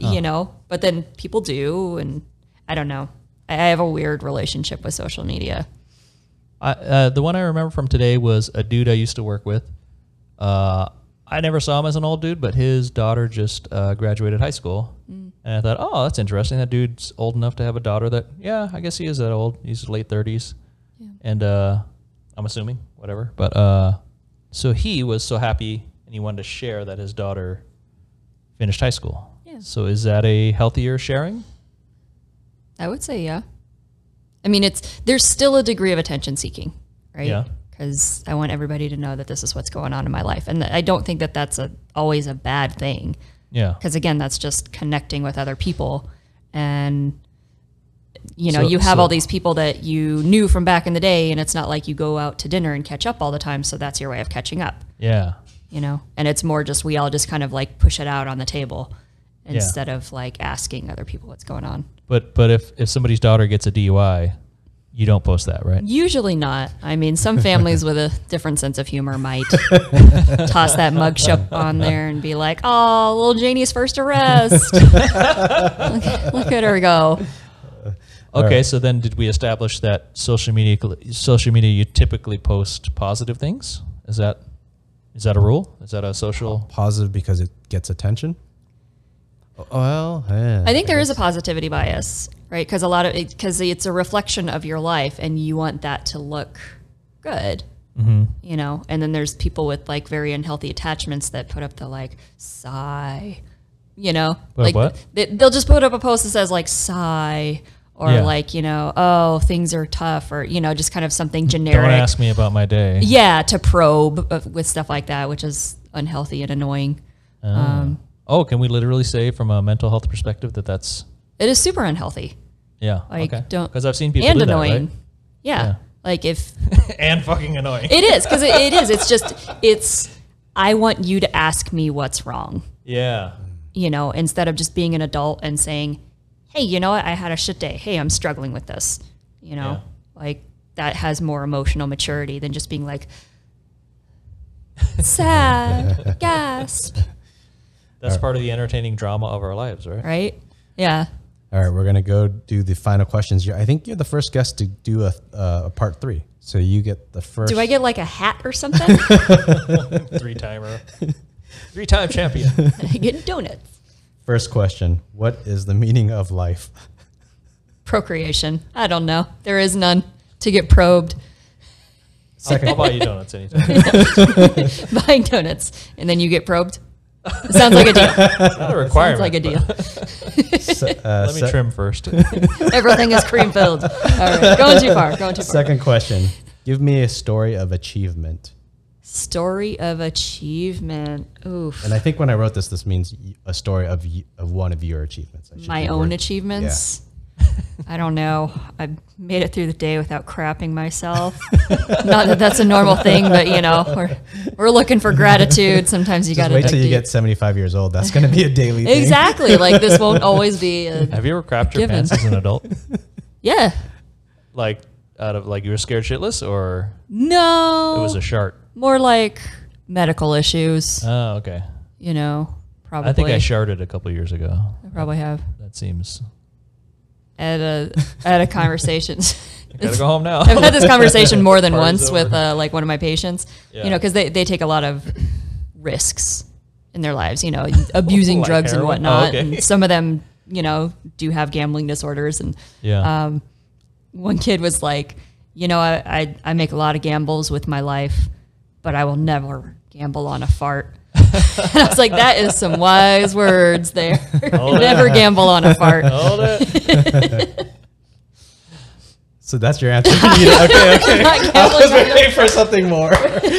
S3: you know, but then people do. And I don't know. I I have a weird relationship with social media.
S2: I, uh, the one I remember from today was a dude I used to work with. Uh, I never saw him as an old dude, but his daughter just uh, graduated high school, and I thought, oh, that's interesting. That dude's old enough to have a daughter. That yeah, I guess he is that old. He's late thirties, and uh, I'm assuming whatever. But uh, so he was so happy, and he wanted to share that his daughter finished high school.
S3: Yeah.
S2: So is that a healthier sharing?
S3: I would say, yeah. I mean, it's there's still a degree of attention seeking, right?
S2: Yeah.
S3: Because I want everybody to know that this is what's going on in my life, and I don't think that that's a, always a bad thing.
S2: Yeah.
S3: Because again, that's just connecting with other people, and you know,
S2: So-
S3: you have
S2: so-
S3: all these people that you knew from back in the day, and it's not like you go out to dinner and catch up all the time. So that's your way of catching up
S2: Yeah.
S3: you know and it's more just we all just kind of like push it out on the table instead of like asking other people what's going on
S2: But but if if somebody's daughter gets a DUI, you don't post that,
S3: Mm-hmm.
S2: right?
S3: usually not i mean some families with a different sense of humor might toss that mugshot on there and be like oh little janie's first arrest look, look at her go
S2: Okay, so then did we establish that social media social media you typically post positive things? Is that is that a rule? Is that a social?
S1: Positive because it gets attention. Well, yeah.
S3: i think there is a positivity bias right because a lot of because it's a reflection of your life and you want that to look good
S2: hmm
S3: you know and then there's people with like very unhealthy attachments that put up the like sigh you know
S2: Wait,
S3: like
S2: what?
S3: They, they'll just put up a post that says like sigh or
S2: Yeah.
S3: like you know oh things are tough or you know just kind of something
S2: Don't
S3: generic
S2: ask me about my day.
S3: yeah to probe uh, with stuff like that which is unhealthy and annoying um,
S2: Oh, can we literally say from a mental health perspective that that's
S3: it is super unhealthy
S2: yeah
S3: like
S2: okay
S3: don't
S2: because I've seen people
S3: and
S2: do
S3: annoying yeah.
S2: Yeah.
S3: like if
S2: that right? and fucking annoying.
S3: it is because it, it is it's just it's i want you to ask me what's wrong
S2: yeah,
S3: you know, instead of just being an adult and saying, "Hey, you know what? I had a shit day. Hey, I'm struggling with this." You know,
S2: Yeah.
S3: like that has more emotional maturity than just being like sad, gasp,
S2: that's part of the entertaining drama of our lives, right?
S3: right? Yeah.
S1: All right, we're gonna go do the final questions. You're, I think you're the first guest to do a, uh, a part three, so you get the first.
S3: Do I get like a hat or something?
S2: Three timer, three time champion.
S3: I get donuts.
S1: first question? What is the meaning of life?
S3: Procreation. I don't know. There is none to get probed
S2: I'll, I'll buy you donuts anytime.
S1: uh,
S3: buying donuts, and then you get probed. Sounds like a deal.
S2: It's not a requirement.
S3: Oh, Sounds like a
S2: but
S3: deal.
S1: Se- uh,
S2: Let me
S1: se-
S2: trim first.
S3: Everything is cream filled. All right, going too far. Going too far.
S1: Second question. Give me a story of achievement.
S3: Story of achievement. Oof.
S1: And I think when I wrote this, this means y- a story of y- of one of your achievements. I should
S3: My
S1: be
S3: own
S1: word-
S3: achievements. I don't know. I made it through the day without crapping myself. Not that that's a normal thing, but you know, we're, we're looking for gratitude. Sometimes you got
S1: Just
S3: to
S1: wait till you get 75 years old. That's going to be a daily thing.
S3: Exactly. Like this won't always be. A,
S2: Have you ever crapped your
S3: Given.
S2: pants as an adult?
S3: yeah.
S2: Like out of like you were scared shitless, or
S3: No.
S2: it was a shart?
S3: more like medical issues.
S2: Oh, okay.
S3: you know, probably.
S2: I think I sharted a couple years ago.
S3: I probably have
S2: That seems.
S3: at a at a conversation.
S2: I gotta go home now.
S3: I've had this conversation more than
S2: Party's
S3: once with
S2: over.
S3: uh, like one of my patients,
S2: Yeah.
S3: you know, because they, they take a lot of risks in their lives, you know, abusing
S2: Like
S3: drugs and
S2: heroin? Oh,
S3: whatnot.
S2: okay.
S3: And some of them, you know, do have gambling disorders. And
S2: Yeah.
S3: um, one kid was like, you know, I, I, I make a lot of gambles with my life, but I will never gamble on a fart. I was like, that is some wise words there.
S2: Oh,
S3: never gamble on a fart.
S2: Hold
S3: um,
S2: it.
S1: So that's your answer. You know, okay, okay.
S3: Not
S1: I was
S3: gambling on a
S1: waiting for something more.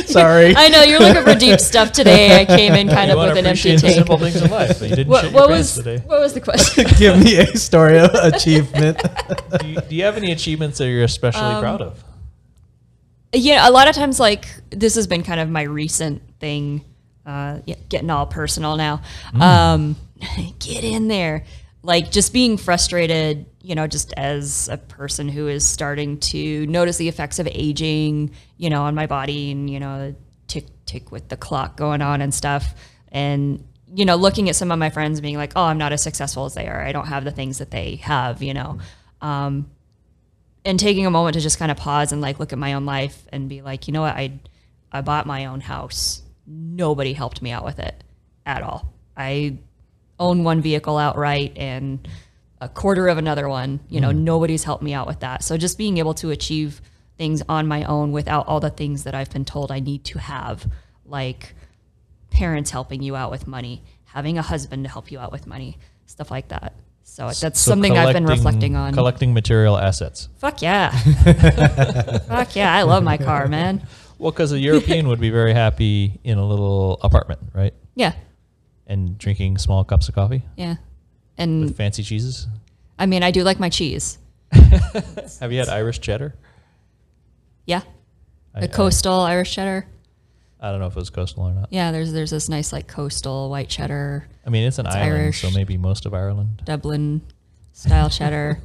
S1: Sorry.
S3: I know you're looking for deep stuff today. I came in kind
S2: You
S3: of
S2: want
S3: with
S2: to
S3: an empty
S2: appreciate the
S3: tank.
S2: simple things in life, but you didn't
S3: What,
S2: shit your
S3: what
S2: pants
S3: was
S2: today.
S3: what was the question?
S1: Give me a story of achievement.
S2: Do you, do you have any achievements that you're especially
S3: Um,
S2: proud of?
S3: yeah, a lot of times, like this has been kind of my recent thing, uh, yeah, getting all personal now. Um, get in there, like just being frustrated. You know, just as a person who is starting to notice the effects of aging, you know, on my body, and you know, tick tick with the clock going on and stuff, and you know, looking at some of my friends being like, oh, I'm not as successful as they are. I don't have the things that they have, you know. Um, and taking a moment to just kind of pause and like look at my own life and be like, you know what, I I bought my own house. Nobody helped me out with it at all. I own one vehicle outright and a quarter of another one. You know,
S2: Mm-hmm.
S3: nobody's helped me out with that. So just being able to achieve things on my own without all the things that I've been told I need to have, like parents helping you out with money, having a husband to help you out with money, stuff like that. So that's
S2: So
S3: something I've been
S2: collecting-
S3: reflecting on.
S2: Collecting material assets.
S3: Fuck yeah. Fuck yeah. I love my car, man.
S2: Well, because a European would be very happy in a little apartment, right?
S3: Yeah.
S2: And drinking small cups of coffee
S3: Yeah.
S2: with
S3: And
S2: fancy cheeses.
S3: I mean, I do like my cheese.
S2: Have you had Irish cheddar?
S3: Yeah.
S2: I-
S3: The coastal Irish cheddar.
S2: I, I don't know if it was coastal or not.
S3: Yeah. There's, there's this nice like coastal white cheddar,
S2: I mean, it's an island,
S3: Irish.
S2: so maybe most of Ireland.
S3: Dublin style cheddar.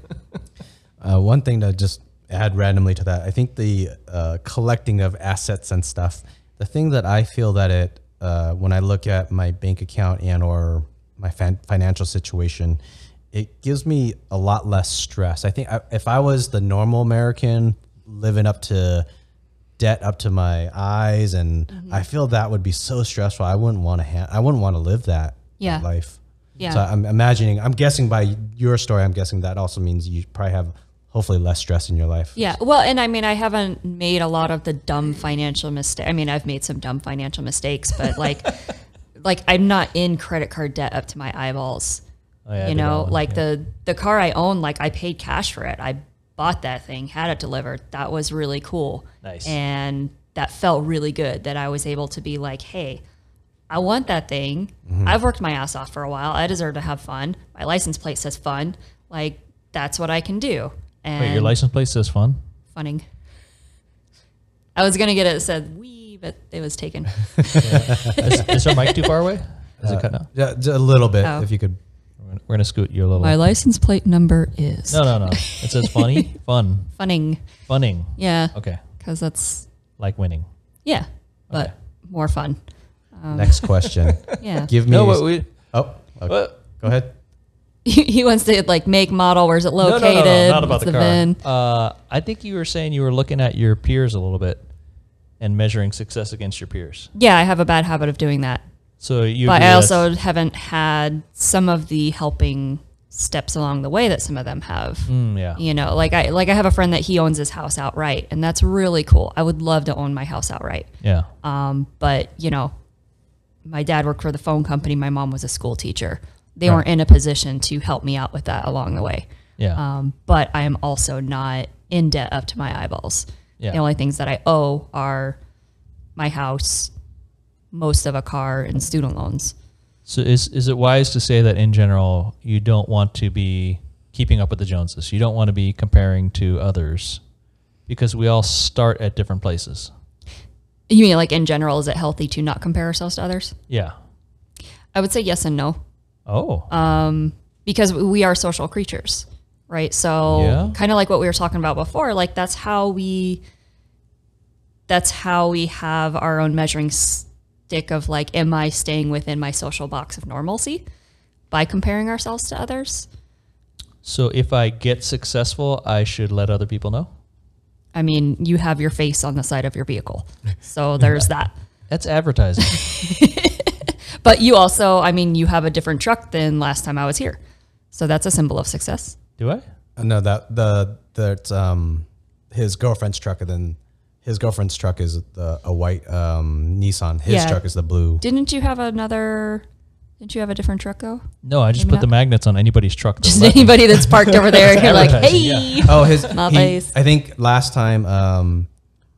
S1: Uh, one thing to just add randomly to that, I think the uh, collecting of assets and stuff. The thing that I feel that it uh, when I look at my bank account and or my fan- financial situation, it gives me a lot less stress. I think I, if I was the normal American living up to debt up to my eyes, and
S3: Mm-hmm.
S1: I feel that would be so stressful. I wouldn't want to. Ha- I wouldn't want to live that
S3: Yeah.
S1: that life.
S3: Yeah.
S1: So I'm imagining, I'm guessing by your story, I'm guessing that also means you probably have hopefully less stress in your life.
S3: Yeah. Well, and I mean, I haven't made a lot of the dumb financial mistake. I mean, I've made some dumb financial mistakes, but like, like I'm not in credit card debt up to my eyeballs.
S2: Oh, yeah, I
S3: you
S2: did that
S3: know,
S2: one,
S3: like
S2: yeah.
S3: the the car I own, like I paid cash for it. I bought that thing, had it delivered. That was really cool.
S2: Nice.
S3: And that felt really good that I was able to be like, hey, I want that thing.
S2: Mm-hmm.
S3: I've worked my ass off for a while. I deserve to have fun. My license plate says fun. Like that's what I can do. And
S2: Wait, your license plate says fun?
S3: funning. I was gonna get it that said we, but it was taken.
S2: Is, is her mic too far away? Is it cut now?
S1: Uh, Yeah, j- a little bit,
S3: Oh.
S1: if you could.
S2: We're gonna, we're gonna scoot you a little.
S3: My license plate number is
S2: no, no, no. It says funny, fun,
S3: funning.
S2: funning.
S3: Yeah,
S2: Okay,
S3: because that's
S2: like winning.
S3: yeah, but more fun. Um,
S1: Next question.
S3: Yeah,
S1: Give me.
S2: No, what we?
S1: oh, okay.
S2: What?
S1: go ahead.
S3: he wants to like make model. Where's it
S2: No,
S3: located?
S2: no, no, no, not about
S3: what's
S2: the
S3: VIN?
S2: car. Uh, I think you were saying you were looking at your peers a little bit and measuring success against your peers.
S3: Yeah, I have a bad habit of doing that,
S2: So you.
S3: but
S2: agree
S3: I
S2: that's-
S3: also haven't had some of the helping steps along the way that some of them have.
S2: Mm, yeah.
S3: you know like i like i have a friend that he owns his house outright and that's really cool i would love to own my house outright
S2: Yeah.
S3: um, but you know my dad worked for the phone company my mom was a school teacher they
S2: Right.
S3: weren't in a position to help me out with that along the way
S2: Yeah.
S3: um, but i am also not in debt up to my eyeballs
S2: Yeah.
S3: the only things that i owe are my house most of a car and student loans
S2: so is is it wise to say that in general you don't want to be keeping up with the Joneses? You don't want to be comparing to others because we all start at different places.
S3: you mean like in general is it healthy to not compare ourselves to others
S2: Yeah.
S3: i would say yes and no
S2: Oh.
S3: Um, because we are social creatures, right? So
S2: Yeah.
S3: kind of like what we were talking about before, like that's how we that's how we have our own measuring stick of like am I staying within my social box of normalcy by comparing ourselves to others?
S2: so if I get successful, I should let other people know.
S3: I mean, you have your face on the side of your vehicle. So there's that.
S2: That's advertising.
S3: But you also, I mean, you have a different truck than last time I was here. So that's a symbol of success.
S2: Do I?
S1: Uh, No, that the that's um his girlfriend's truck, and then his girlfriend's truck is the, a white um Nissan. His
S3: Yeah.
S1: truck is the blue.
S3: Didn't you have another didn't you have a different truck though?
S2: No, I just
S3: Maybe
S2: put the magnets on anybody's truck. that
S3: Just
S2: let me.
S3: anybody that's parked over there, you're like, hey,
S2: advertising,
S1: Oh, his.
S3: My
S1: he-
S3: face.
S1: I think last time, um,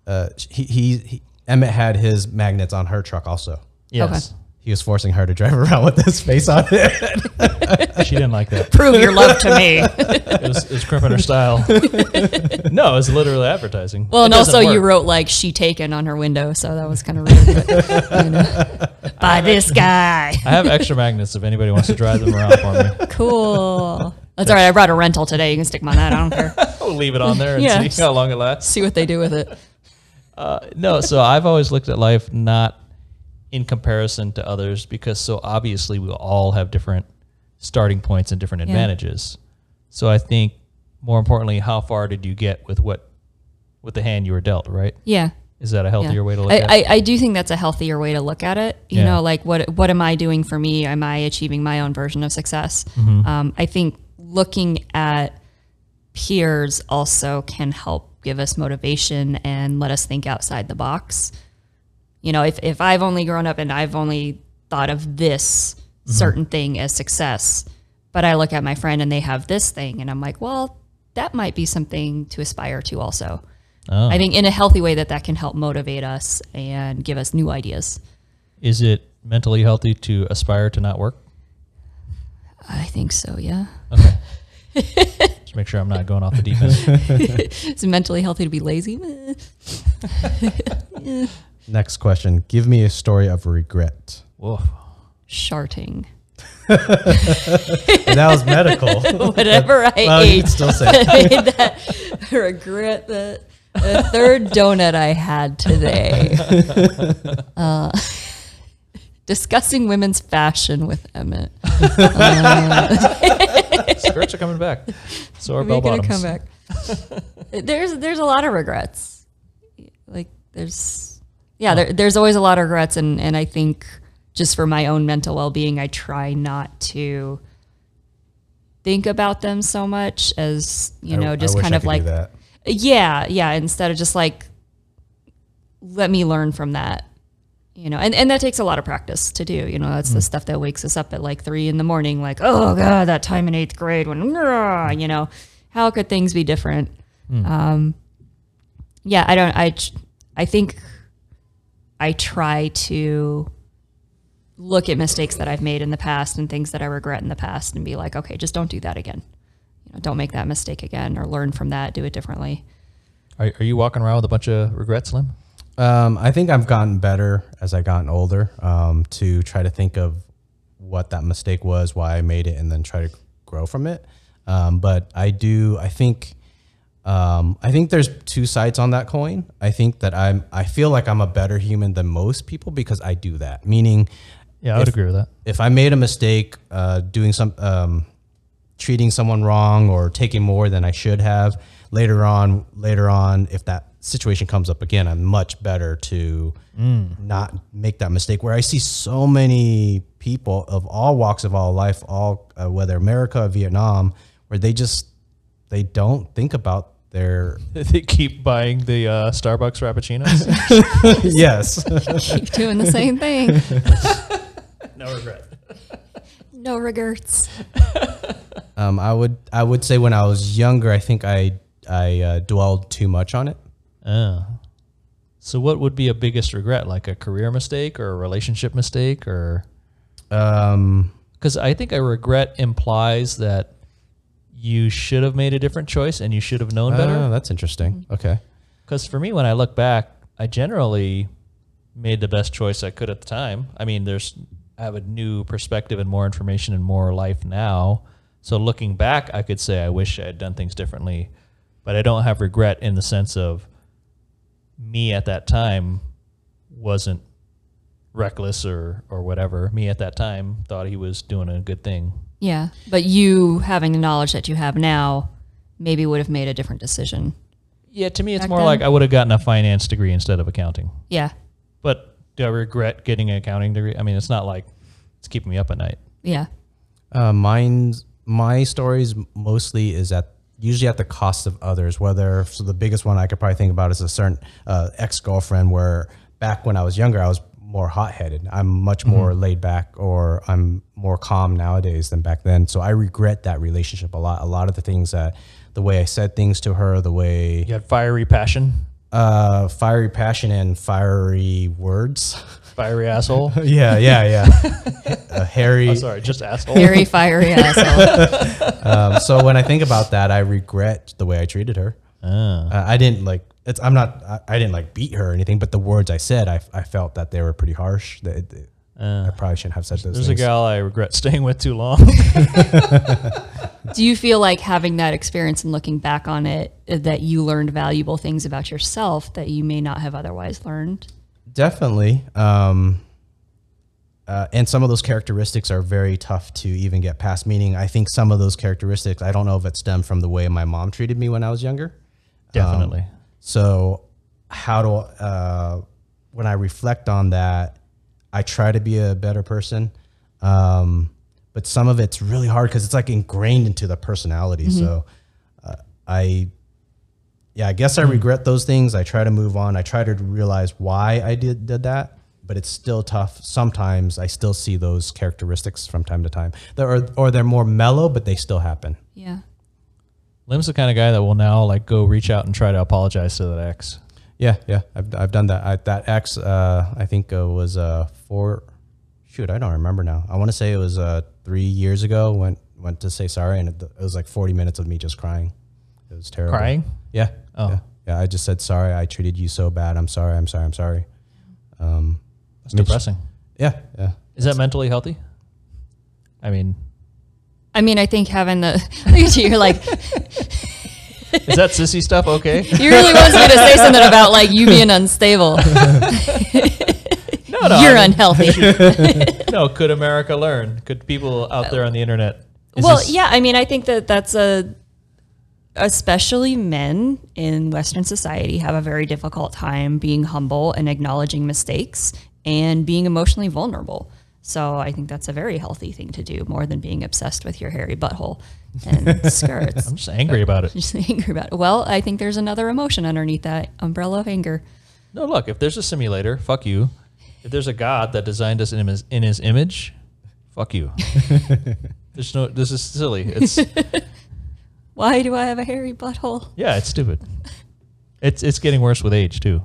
S1: uh, he, he he Emmett had his magnets on her truck also.
S2: Yes.
S1: He was forcing her to drive around with his face on it.
S2: She didn't like that.
S3: prove your love to me.
S2: It was, it was crimping her style. no, it was literally advertising.
S3: Well,
S2: It
S3: and
S2: doesn't
S3: also you
S2: work.
S3: wrote like she taken on her window, so that was kind of rude. but, you know. By this guy.
S2: I have extra magnets if anybody wants to drive them around for me.
S3: Cool. That's all right. I brought a rental today. You can stick 'em on that. I don't care.
S2: I'll leave it on there and
S3: Yeah.
S2: see how long it lasts.
S3: See what they do with it.
S2: Uh, no, so I've always looked at life not in comparison to others because so obviously we all have different starting points and different
S3: Yeah.
S2: advantages. So I think more importantly, how far did you get with what with the hand you were dealt, right?
S3: Yeah.
S2: Is that a
S3: yeah.
S2: healthier way to look
S3: I,
S2: at
S3: I,
S2: it?
S3: I do think that's a healthier way to look at it. You
S2: Yeah.
S3: know, like what what am I doing for me? Am I achieving my own version of success?
S2: Mm-hmm.
S3: Um, I think looking at peers also can help give us motivation and let us think outside the box. You know, if, if I've only grown up and I've only thought of this
S2: Mm-hmm.
S3: certain thing as success, but I look at my friend and they have this thing and I'm like, well, that might be something to aspire to also.
S2: Oh.
S3: I think in a healthy way that that can help motivate us and give us new ideas.
S2: Is it mentally healthy to aspire to not work?
S3: I think so, yeah.
S2: Okay. Just make sure I'm not going off the deep end.
S3: It's mentally healthy to be lazy. Eh.
S1: Next question. Give me a story of regret.
S2: Woof.
S3: Sharting.
S1: And that was medical.
S3: Whatever I
S1: well, you
S3: ate.
S1: could still say
S3: I regret that the third donut I had today. Uh, discussing women's fashion with Emmett. Um,
S2: Skirts are coming back. So are
S3: Are we
S2: bell
S3: gonna
S2: bottoms.
S3: come back? there's there's a lot of regrets. Like there's yeah, there, there's always a lot of regrets, and and I think just for my own mental well being, I try not to think about them so much as you know,
S1: I- I
S3: just
S1: wish
S3: kind
S1: I
S3: of
S1: could do
S3: like
S1: that.
S3: yeah, yeah. Instead of just like, let me learn from that, you know. And and that takes a lot of practice to do. You know, that's the stuff that wakes us up at like three in the morning. Like, oh god, that time in eighth grade when, rah," you know, how could things be different? Um, yeah, I don't. I tr- I think I try to look at mistakes that I've made in the past and things that I regret in the past and be like, okay, just don't do that again. You know, don't make that mistake again or learn from that, do it differently.
S2: Are, are you walking around with a bunch of regrets, Lim?
S1: Um, I think I've gotten better as I've gotten older um, to try to think of what that mistake was, why I made it, and then try to grow from it. Um, but I do, I think, um, I think there's two sides on that coin. I think that I'm, I feel like I'm a better human than most people because I do that. Meaning,
S2: Yeah, I would agree with that.
S1: if I made a mistake uh, doing some um, treating someone wrong or taking more than I should have later on later on if that situation comes up again I'm much better to not make that mistake where I see so many people of all walks of all life all uh, whether America or Vietnam where they just they don't think about their
S2: they keep buying the uh, Starbucks Frappuccinos.
S1: yes
S3: Keep doing the same thing.
S2: no regret.
S3: No regrets.
S1: um, I would I would say when I was younger I think I I uh, dwelled too much on it
S2: Oh. So, what would be a biggest regret? Like a career mistake or a relationship mistake? Or
S1: um,
S2: because I think a regret implies that you should have made a different choice and you should have known better.
S1: Oh, that's interesting. Okay.
S2: Because for me, when I look back, I generally made the best choice I could at the time. I mean, there's I have a new perspective and more information and more life now. So looking back, I could say I wish I had done things differently, but I don't have regret in the sense of me at that time wasn't reckless or or whatever. Me at that time thought he was doing a good thing.
S3: Yeah. But you having the knowledge that you have now maybe would have made a different decision.
S2: Yeah, to me, it's
S3: Back
S2: more
S3: then?
S2: like I would have gotten a finance degree instead of accounting.
S3: Yeah.
S2: But do I regret getting an accounting degree? I mean, it's not like it's keeping me up at night.
S3: Yeah.
S1: Uh, mine's my stories mostly is at usually at the cost of others. Whether so, the biggest one I could probably think about is a certain uh, ex girlfriend. Where back when I was younger, I was more hot headed. I'm much more laid back, or I'm more calm nowadays than back then. So I regret that relationship a lot. A lot of the things that the way I said things to her, the way
S2: You had fiery passion,
S1: uh, fiery passion and fiery words.
S2: fiery asshole.
S1: yeah, yeah, yeah. uh, hairy.
S2: oh, sorry, just asshole.
S3: Very fiery asshole.
S1: um, so when I think about that, I regret the way I treated her.
S2: Ah.
S1: Uh, I didn't like. It's, I'm not. I, I didn't like beat her or anything. But the words I said, I, I felt that they were pretty harsh. That it- it- I probably shouldn't have said those
S2: Ah. There's a
S1: things.
S2: gal I regret staying with too long.
S1: Um,
S3: Do you feel like having that experience and looking back on it uh, that you learned valuable things about yourself that you may not have otherwise learned?
S1: Definitely. Um, uh, and some of those characteristics are very tough to even get past. Meaning, I think some of those characteristics, I don't know if it stemmed from the way my mom treated me when I was younger.
S2: Definitely.
S1: So, how do uh, when I reflect on that, I try to be a better person. Um, but some of it's really hard because it's like ingrained into the personality. So, uh, I, yeah, I guess I regret those things. I try to move on. I try to realize why I did did that, but it's still tough. Sometimes I still see those characteristics from time to time. They're, or, or they're more mellow, but they still happen.
S3: Yeah.
S2: Lim's the kind of guy that will now like go reach out and try to apologize to that ex.
S1: Yeah, yeah, I've, I've done that. I, that X, uh, I think uh, was uh, four. Shoot, I don't remember now. I want to say it was uh, three years ago. Went went to say sorry, and it, it was like forty minutes of me just crying. It was terrible.
S2: Crying?
S1: Yeah.
S2: Oh.
S1: Yeah. Yeah, I just said sorry. I treated you so bad. I'm sorry. I'm sorry. I'm sorry. Um,
S2: That's depressing.
S1: yeah, yeah.
S2: Is that mentally healthy? I mean,
S3: I mean, I think having the look at you, you're like
S2: is that sissy stuff okay?
S3: you really was going to say something about like you being unstable.
S2: No, no.
S3: you're
S2: I mean,
S3: unhealthy.
S2: no, could America learn? Could people out there on the internet? is
S3: Uh, well,
S2: this-
S3: yeah, I mean, I think that that's a especially men in western society have a very difficult time being humble and acknowledging mistakes and being emotionally vulnerable. So, I think that's a very healthy thing to do more than being obsessed with your hairy butthole and skirts.
S2: I'm just angry about it.
S3: Just angry about it. Well, I think there's another emotion underneath that umbrella of anger.
S2: No, look, if there's a simulator, fuck you. If there's a god that designed us in his, in his image, fuck you. there's no. This is silly. It's
S3: Why do I have a hairy butthole?
S2: yeah, it's stupid. It's it's getting worse with age too.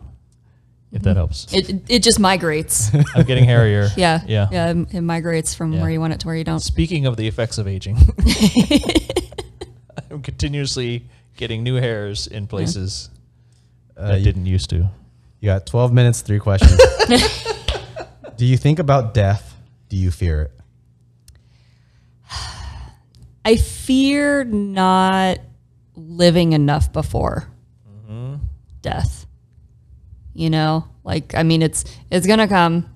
S2: If that helps,
S3: It, it just migrates.
S2: I'm getting hairier.
S3: Yeah.
S2: yeah,
S3: Yeah. It it migrates from
S2: Yeah.
S3: where you want it to where you don't.
S2: Speaking of the effects of aging, I'm continuously getting new hairs in places
S1: Uh,
S2: that
S1: you,
S2: didn't used to.
S1: you got twelve minutes, three questions. Do you think about death? Do you fear it?
S3: I fear not living enough before
S2: Mm-hmm.
S3: death. You know, like, I mean, it's, it's going to come,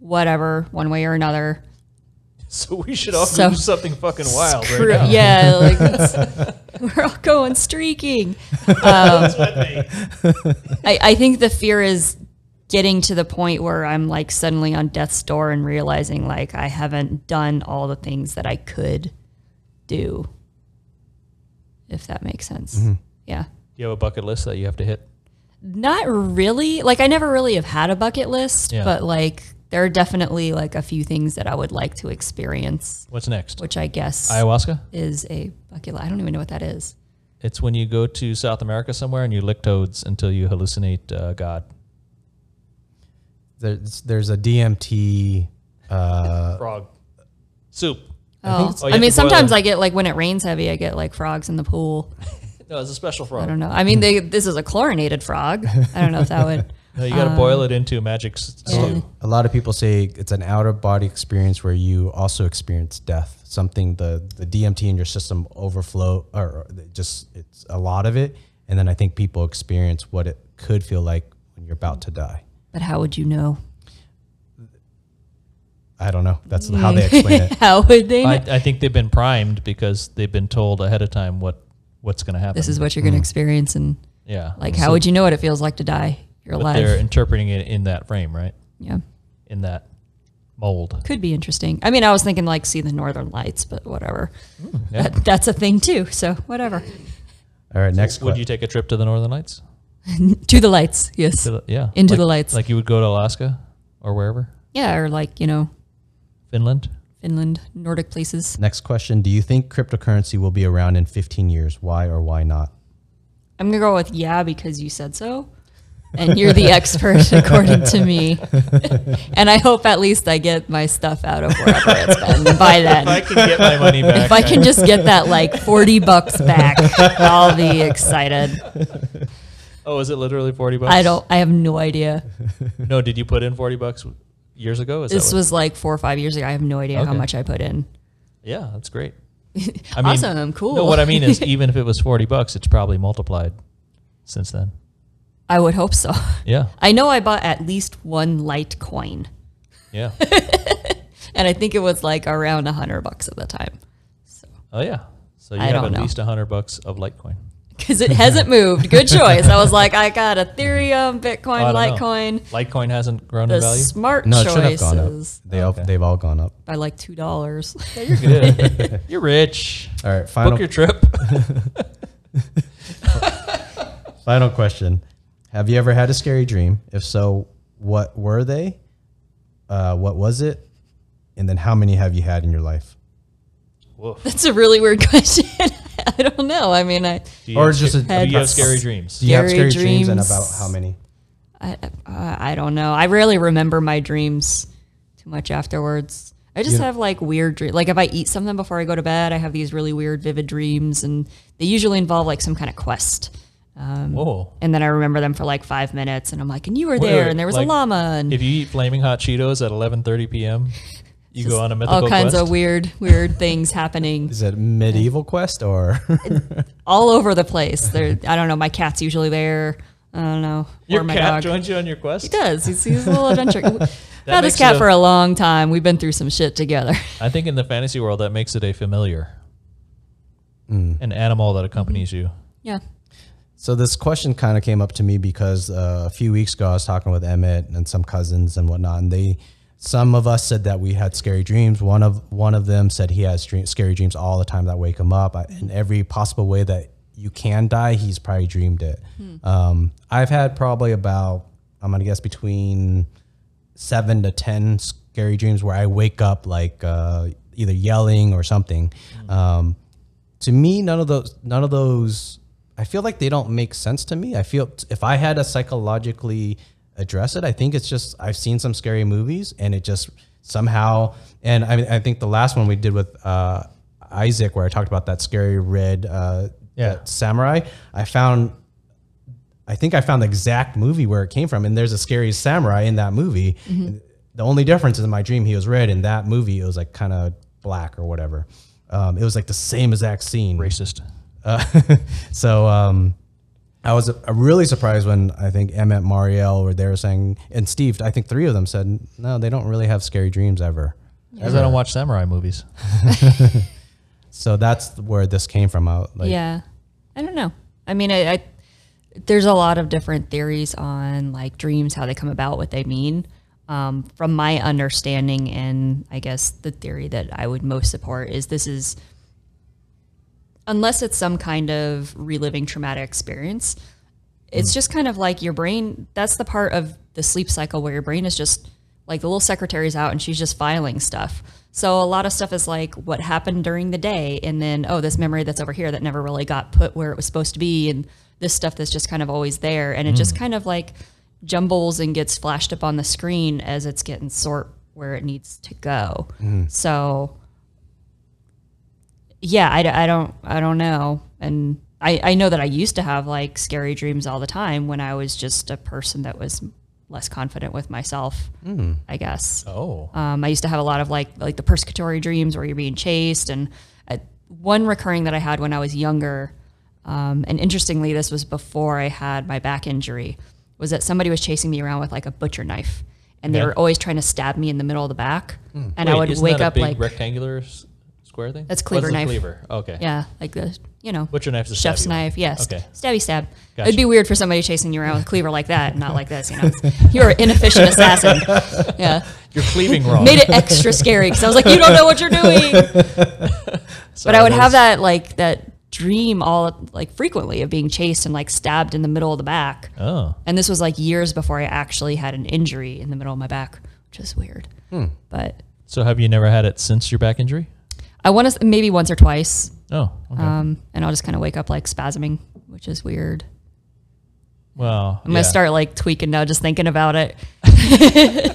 S3: whatever, one way or another.
S2: So we should all
S3: So-
S2: do something fucking wild
S3: Screw-
S2: right now.
S3: Yeah. Like, it's- we're all going streaking. I, I think the fear is getting to the point where I'm like suddenly on death's door and realizing like I haven't done all the things that I could do. If that makes sense. Yeah.
S2: You have a bucket list that you have to hit.
S3: Not really. Like I never really have had a bucket list,
S2: Yeah.
S3: but like there are definitely like a few things that I would like to experience,
S2: What's next?
S3: which I guess
S2: Ayahuasca.
S3: is a bucket list. I don't even know what that is.
S2: It's when you go to South America somewhere and you lick toads until you hallucinate uh, God.
S1: There's there's a DMT. Uh,
S2: Frog. Soup.
S3: Oh,
S2: Oh, you
S3: I
S2: have
S3: mean,
S2: to boil
S3: sometimes
S2: it.
S3: I get like when it rains heavy, I get like frogs in the pool.
S2: No, it's a special
S3: I
S2: frog.
S3: don't know. I mean, they, this is a chlorinated frog. I don't know if that would.
S2: No, you got to boil it into magic s-
S3: Uh, yeah.
S2: stew.
S1: A lot of people say it's an out of body experience where you also experience death. Something the the DMT in your system overflow or just it's a lot of it, and then I think people experience what it could feel like when you're about to die.
S3: But how would you know?
S1: I don't know. That's how
S3: Mm.
S1: they explain it.
S3: How would they?
S2: I,
S3: Know?
S2: I think they've been primed because they've been told ahead of time what what's going to happen.
S3: This is what you're
S2: Hmm.
S3: going to experience, and
S2: yeah.
S3: like, how would you know what it feels like to die? You're
S2: But they're
S3: alive.
S2: interpreting it in that frame, right?
S3: Yeah,
S2: In that mold.
S3: could be interesting. I mean, I was thinking like see the northern lights, but whatever.
S2: Hmm, yeah.
S3: That, that's a thing too. So whatever.
S1: All right, next
S2: Would
S1: question.
S2: you take a trip to the Northern Lights?
S3: to the lights, yes.
S2: To the, yeah.
S3: Into
S2: Like-
S3: the lights.
S2: Like you would go to Alaska or wherever?
S3: yeah, or like you know,
S2: Finland?
S3: Finland, Nordic places.
S1: next question. Do you think cryptocurrency will be around in 15 years? Why or why not?
S3: I'm gonna go with yeah because you said so, and you're the expert according to me. and I hope at least I get my stuff out of wherever it's been by then.
S2: I can get my money back.
S3: If I can just get that like 40 bucks back, I'll be excited.
S2: Oh, is it literally 40 bucks?
S3: I don't, I have no idea.
S2: No, did you put in 40 bucks years ago? Is
S3: This
S2: that what-
S3: was like four or five years ago. I have no idea how
S2: Okay.
S3: much I put in.
S2: Yeah, that's great.
S3: Awesome, cool.
S2: No, what I mean is even if it was 40 bucks, it's probably multiplied since then.
S3: I would hope so.
S2: Yeah.
S3: I know I bought at least one Litecoin.
S2: Yeah.
S3: and I think it was like around a hundred bucks at the time.
S2: Oh yeah. So you
S3: I
S2: have
S3: don't
S2: at
S3: know.
S2: least a hundred bucks of Litecoin.
S3: because it hasn't moved. Good choice. I was like, I got Ethereum, Bitcoin,
S2: I don't know.
S3: Litecoin.
S2: Litecoin hasn't grown
S3: The
S2: in value.
S3: smart
S1: No, it should have gone up.
S3: choices
S1: They all,
S2: Okay.
S1: they've all gone up.
S3: by like two dollars.
S2: Good. You're rich.
S1: All right, final
S2: Book your trip.
S1: final question. Have you ever had a scary dream? If so, what were they? Uh, what was it? And then how many have you had in your life?
S2: Woof.
S3: That's a really weird question. I don't know. I mean, I,
S2: Do you
S1: Or
S2: have
S1: just
S2: sca-
S1: a-
S2: do you have
S3: Headbutts.
S2: scary dreams?
S1: Do you have
S3: Scary
S1: scary dreams and
S3: dreams.
S1: about how many?
S3: I, uh, I don't know. I rarely remember my dreams too much afterwards. I just have like weird dreams. Like if I eat something before I go to bed, I have these really weird, vivid dreams, and they usually involve like some kind of quest.
S2: Whoa.
S3: And then I remember them for like five minutes, and I'm like, and you were
S2: Wait,
S3: there,
S2: wait,
S3: and there was
S2: like,
S3: a llama, and
S2: If you eat flaming hot Cheetos at 11:30 p.m., you go on a mythical
S3: all kinds
S2: quest.
S3: of weird, weird things happening.
S1: Is it medieval quest or
S3: all over the place. They're, I don't know. My cat's usually there. I don't know.
S2: Your
S3: or my
S2: cat
S3: dog.
S2: joins you on your quest.
S3: he does. He's, he's a little adventure. We've
S2: makes
S3: had this
S2: it
S3: cat
S2: a-
S3: for a long time. We've been through some shit together.
S2: I think in the fantasy world that makes it a familiar, an animal that accompanies you.
S3: yeah.
S1: So this question kind of came up to me because uh, a few weeks ago I was talking with Emmett and some cousins and whatnot, and they, some of us said that we had scary dreams. One of one of them said he has dream, scary dreams all the time that wake him up. I, in every possible way that you can die, he's probably dreamed it. Um, I've had probably about I'm gonna guess between seven to ten scary dreams where I wake up like uh, either yelling or something. Um, to me, none of those, none of those, I feel like they don't make sense to me. I feel if I had to psychologically address it, I think it's just I've seen some scary movies and it just somehow. And I, mean, I think the last one we did with uh, Isaac, where I talked about that scary red uh,
S2: Yeah.
S1: samurai, I found I think I found the exact movie where it came from, and there's a scary samurai in that movie. The only difference is in my dream he was red, in that movie it was like kind of black or whatever. Um, it was like the same exact scene.
S2: Racist.
S1: Uh, so um, I was uh, really surprised when I think Emmett, Marielle were there saying, and Steve. I think three of them said, no, they don't really have scary dreams ever.
S2: Because I don't watch samurai movies.
S1: So that's where this came from. I, like,
S3: yeah. I don't know. I mean, I, I there's a lot of different theories on like dreams, how they come about, what they mean. Um, from my understanding, and I guess the theory that I would most support is this is unless it's some kind of reliving traumatic experience, it's just kind of like your brain. That's the part of the sleep cycle where your brain is just like the little secretary's out and she's just filing stuff. So a lot of stuff is like what happened during the day, and then oh, this memory that's over here that never really got put where it was supposed to be, and this stuff that's just kind of always there, and it just kind of like jumbles and gets flashed up on the screen as it's getting sort where it needs to go. So yeah I, d- I don't i don't know and I, I know that i used to have like scary dreams all the time when i was just a person that was less confident with myself
S2: Hmm.
S3: i guess
S2: Oh.
S3: um, i used to have a lot of like like the persecutory dreams where you're being chased and I, one recurring that i had when i was younger um, and interestingly this was before i had my back injury was that somebody was chasing me around with like a butcher knife and
S2: Okay.
S3: they were always trying to stab me in the middle of the back and i
S2: Hmm. Wait,
S3: would
S2: isn't
S3: wake
S2: that a
S3: up
S2: big
S3: like
S2: rectangular s- square thing.
S3: That's
S2: What's
S3: cleaver
S2: the
S3: knife.
S2: Cleaver. Okay.
S3: Yeah, like the you know
S2: Butcher knife's a
S3: chef's
S2: stabby one.
S3: knife. Yes,
S2: Okay.
S3: stabby stab.
S2: Gotcha.
S3: It'd be weird for somebody chasing you around with a cleaver like that, not like this. You know, It's- you're an inefficient assassin. Yeah,
S2: You're cleaving wrong.
S3: made it extra scary because I was like, you don't know what you're doing. But I would have that like that dream all like frequently of being chased and like stabbed in the middle of the back.
S2: Oh.
S3: And this was like years before I actually had an injury in the middle of my back, which is weird.
S2: Hmm.
S3: But
S2: So have you never had it since your back injury?
S3: I want to maybe once or twice.
S2: Oh. Okay.
S3: Um, and I'll just kind of wake up like spasming, which is weird.
S2: well.
S3: I'm gonna start like tweaking now, just thinking about it.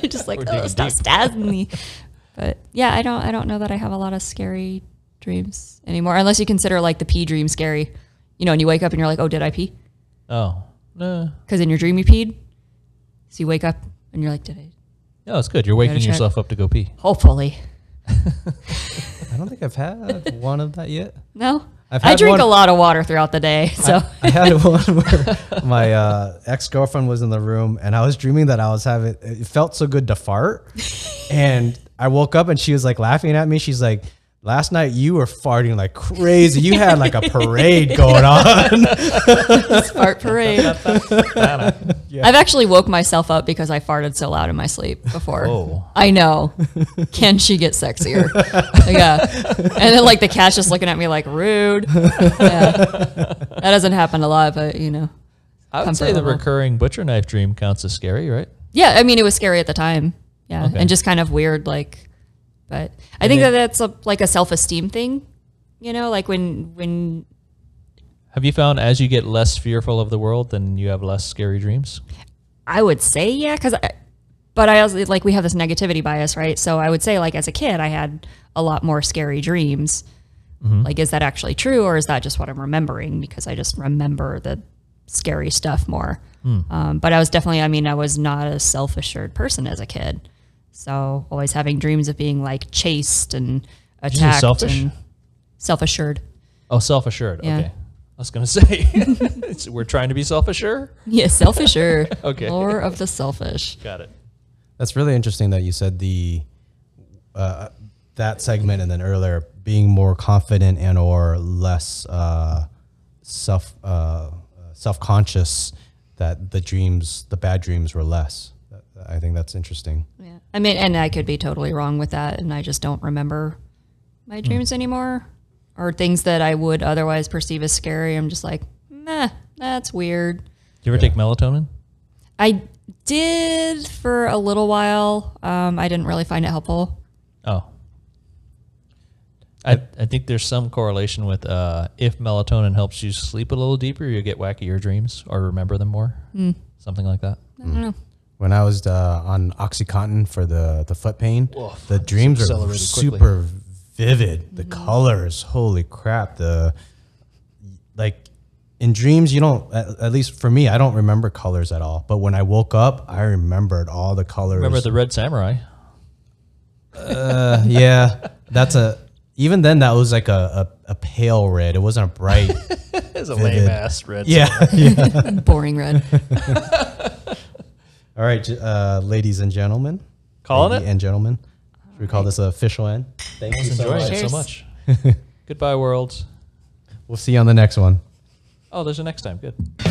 S3: just like,
S2: We're
S3: oh,
S2: digging
S3: stop
S2: deep."
S3: stabbing me. But yeah, I don't, I don't know that I have a lot of scary dreams anymore, unless you consider like the pee dream scary. You know, and you wake up and you're like, oh, did I pee?
S2: Oh. No.
S3: Because in your dream you peed. So you wake up and you're like, did I?
S2: No, it's good. You're waking
S3: check.
S2: yourself up to go pee.
S3: Hopefully,
S1: I don't think I've had one of that yet.
S3: no.
S1: I've
S3: I
S1: had
S3: drink
S1: one-
S3: a lot of water throughout the day, so
S1: I had one where my uh, ex girlfriend was in the room, and I was dreaming that I was having. It felt so good to fart, and I woke up and she was like laughing at me. She's like. Last night you were farting like crazy. You had like a parade going on.
S3: it's fart parade. I've actually woke myself up because I farted so loud in my sleep before.
S2: Whoa.
S3: I know. Can she get sexier? yeah. And then like the cat's just looking at me like rude. Yeah. That doesn't happen a lot, but you know.
S2: I would
S3: Comfort
S2: say the
S3: level.
S2: recurring butcher knife dream counts as scary, right?
S3: Yeah, I mean it was scary at the time. Yeah,
S2: Okay.
S3: and just kind of weird, like. But I think that that's a, like a self esteem thing, you know, like when when
S2: Have you found as you get less fearful of the world, then you have less scary dreams?
S3: I would say yeah, because I, but I also like we have this negativity bias, right? So I would say like as a kid, I had a lot more scary dreams.
S2: Mm-hmm.
S3: Like, is that actually true, or is that just what I'm remembering? Because I just remember the scary stuff more.
S2: Hmm.
S3: Um, but I was definitely, I mean, I was not a self assured person as a kid, so always having dreams of being like chased and
S2: you say
S3: attacked.
S2: selfish?
S3: Self assured.
S2: Oh, self assured.
S3: Yeah.
S2: Okay. I was going to say, it's- we're trying to be self assured.
S3: Yeah, self assured.
S2: Okay.
S3: Lore of the selfish.
S2: Got it.
S1: That's really interesting that you said the uh, that segment and then earlier being more confident and or less uh, self uh, self conscious that the dreams the bad dreams were less. That- I think that's interesting.
S3: Yeah. I mean, and I could be totally wrong with that, and I just don't remember my dreams anymore, or things that I would otherwise perceive as scary. I'm just like, nah, that's weird.
S2: Do you ever take melatonin?
S3: I did for a little while. Um, I didn't really find it helpful.
S2: Oh. I, I think there's some correlation with uh, if melatonin helps you sleep a little deeper, you get wackier dreams or remember them more. Something like that.
S3: I don't know.
S1: When I was uh, on OxyContin for the the foot pain, the dreams are
S2: accelerated quickly.
S1: super vivid. The colors, holy crap! The like in dreams, you don't. At, at least for me, I don't remember colors at all. But when I woke up, I remembered all the colors.
S2: Remember the Red Samurai?
S1: Uh, yeah, that's a. Even then, that was like a, a, a pale red. It wasn't a bright.
S2: It's a
S1: Vivid.
S2: lame ass Red
S1: yeah, yeah.
S3: Boring red.
S1: All right, j- uh, ladies and gentlemen.
S2: Calling
S1: Lady
S2: it?
S1: And gentlemen. Should we call this a official end? Thank you so
S2: Enjoying
S1: much.
S2: it so
S3: Cheers.
S2: much. Goodbye, world.
S1: We'll see you on the next one.
S2: Oh, there's a next time. Good.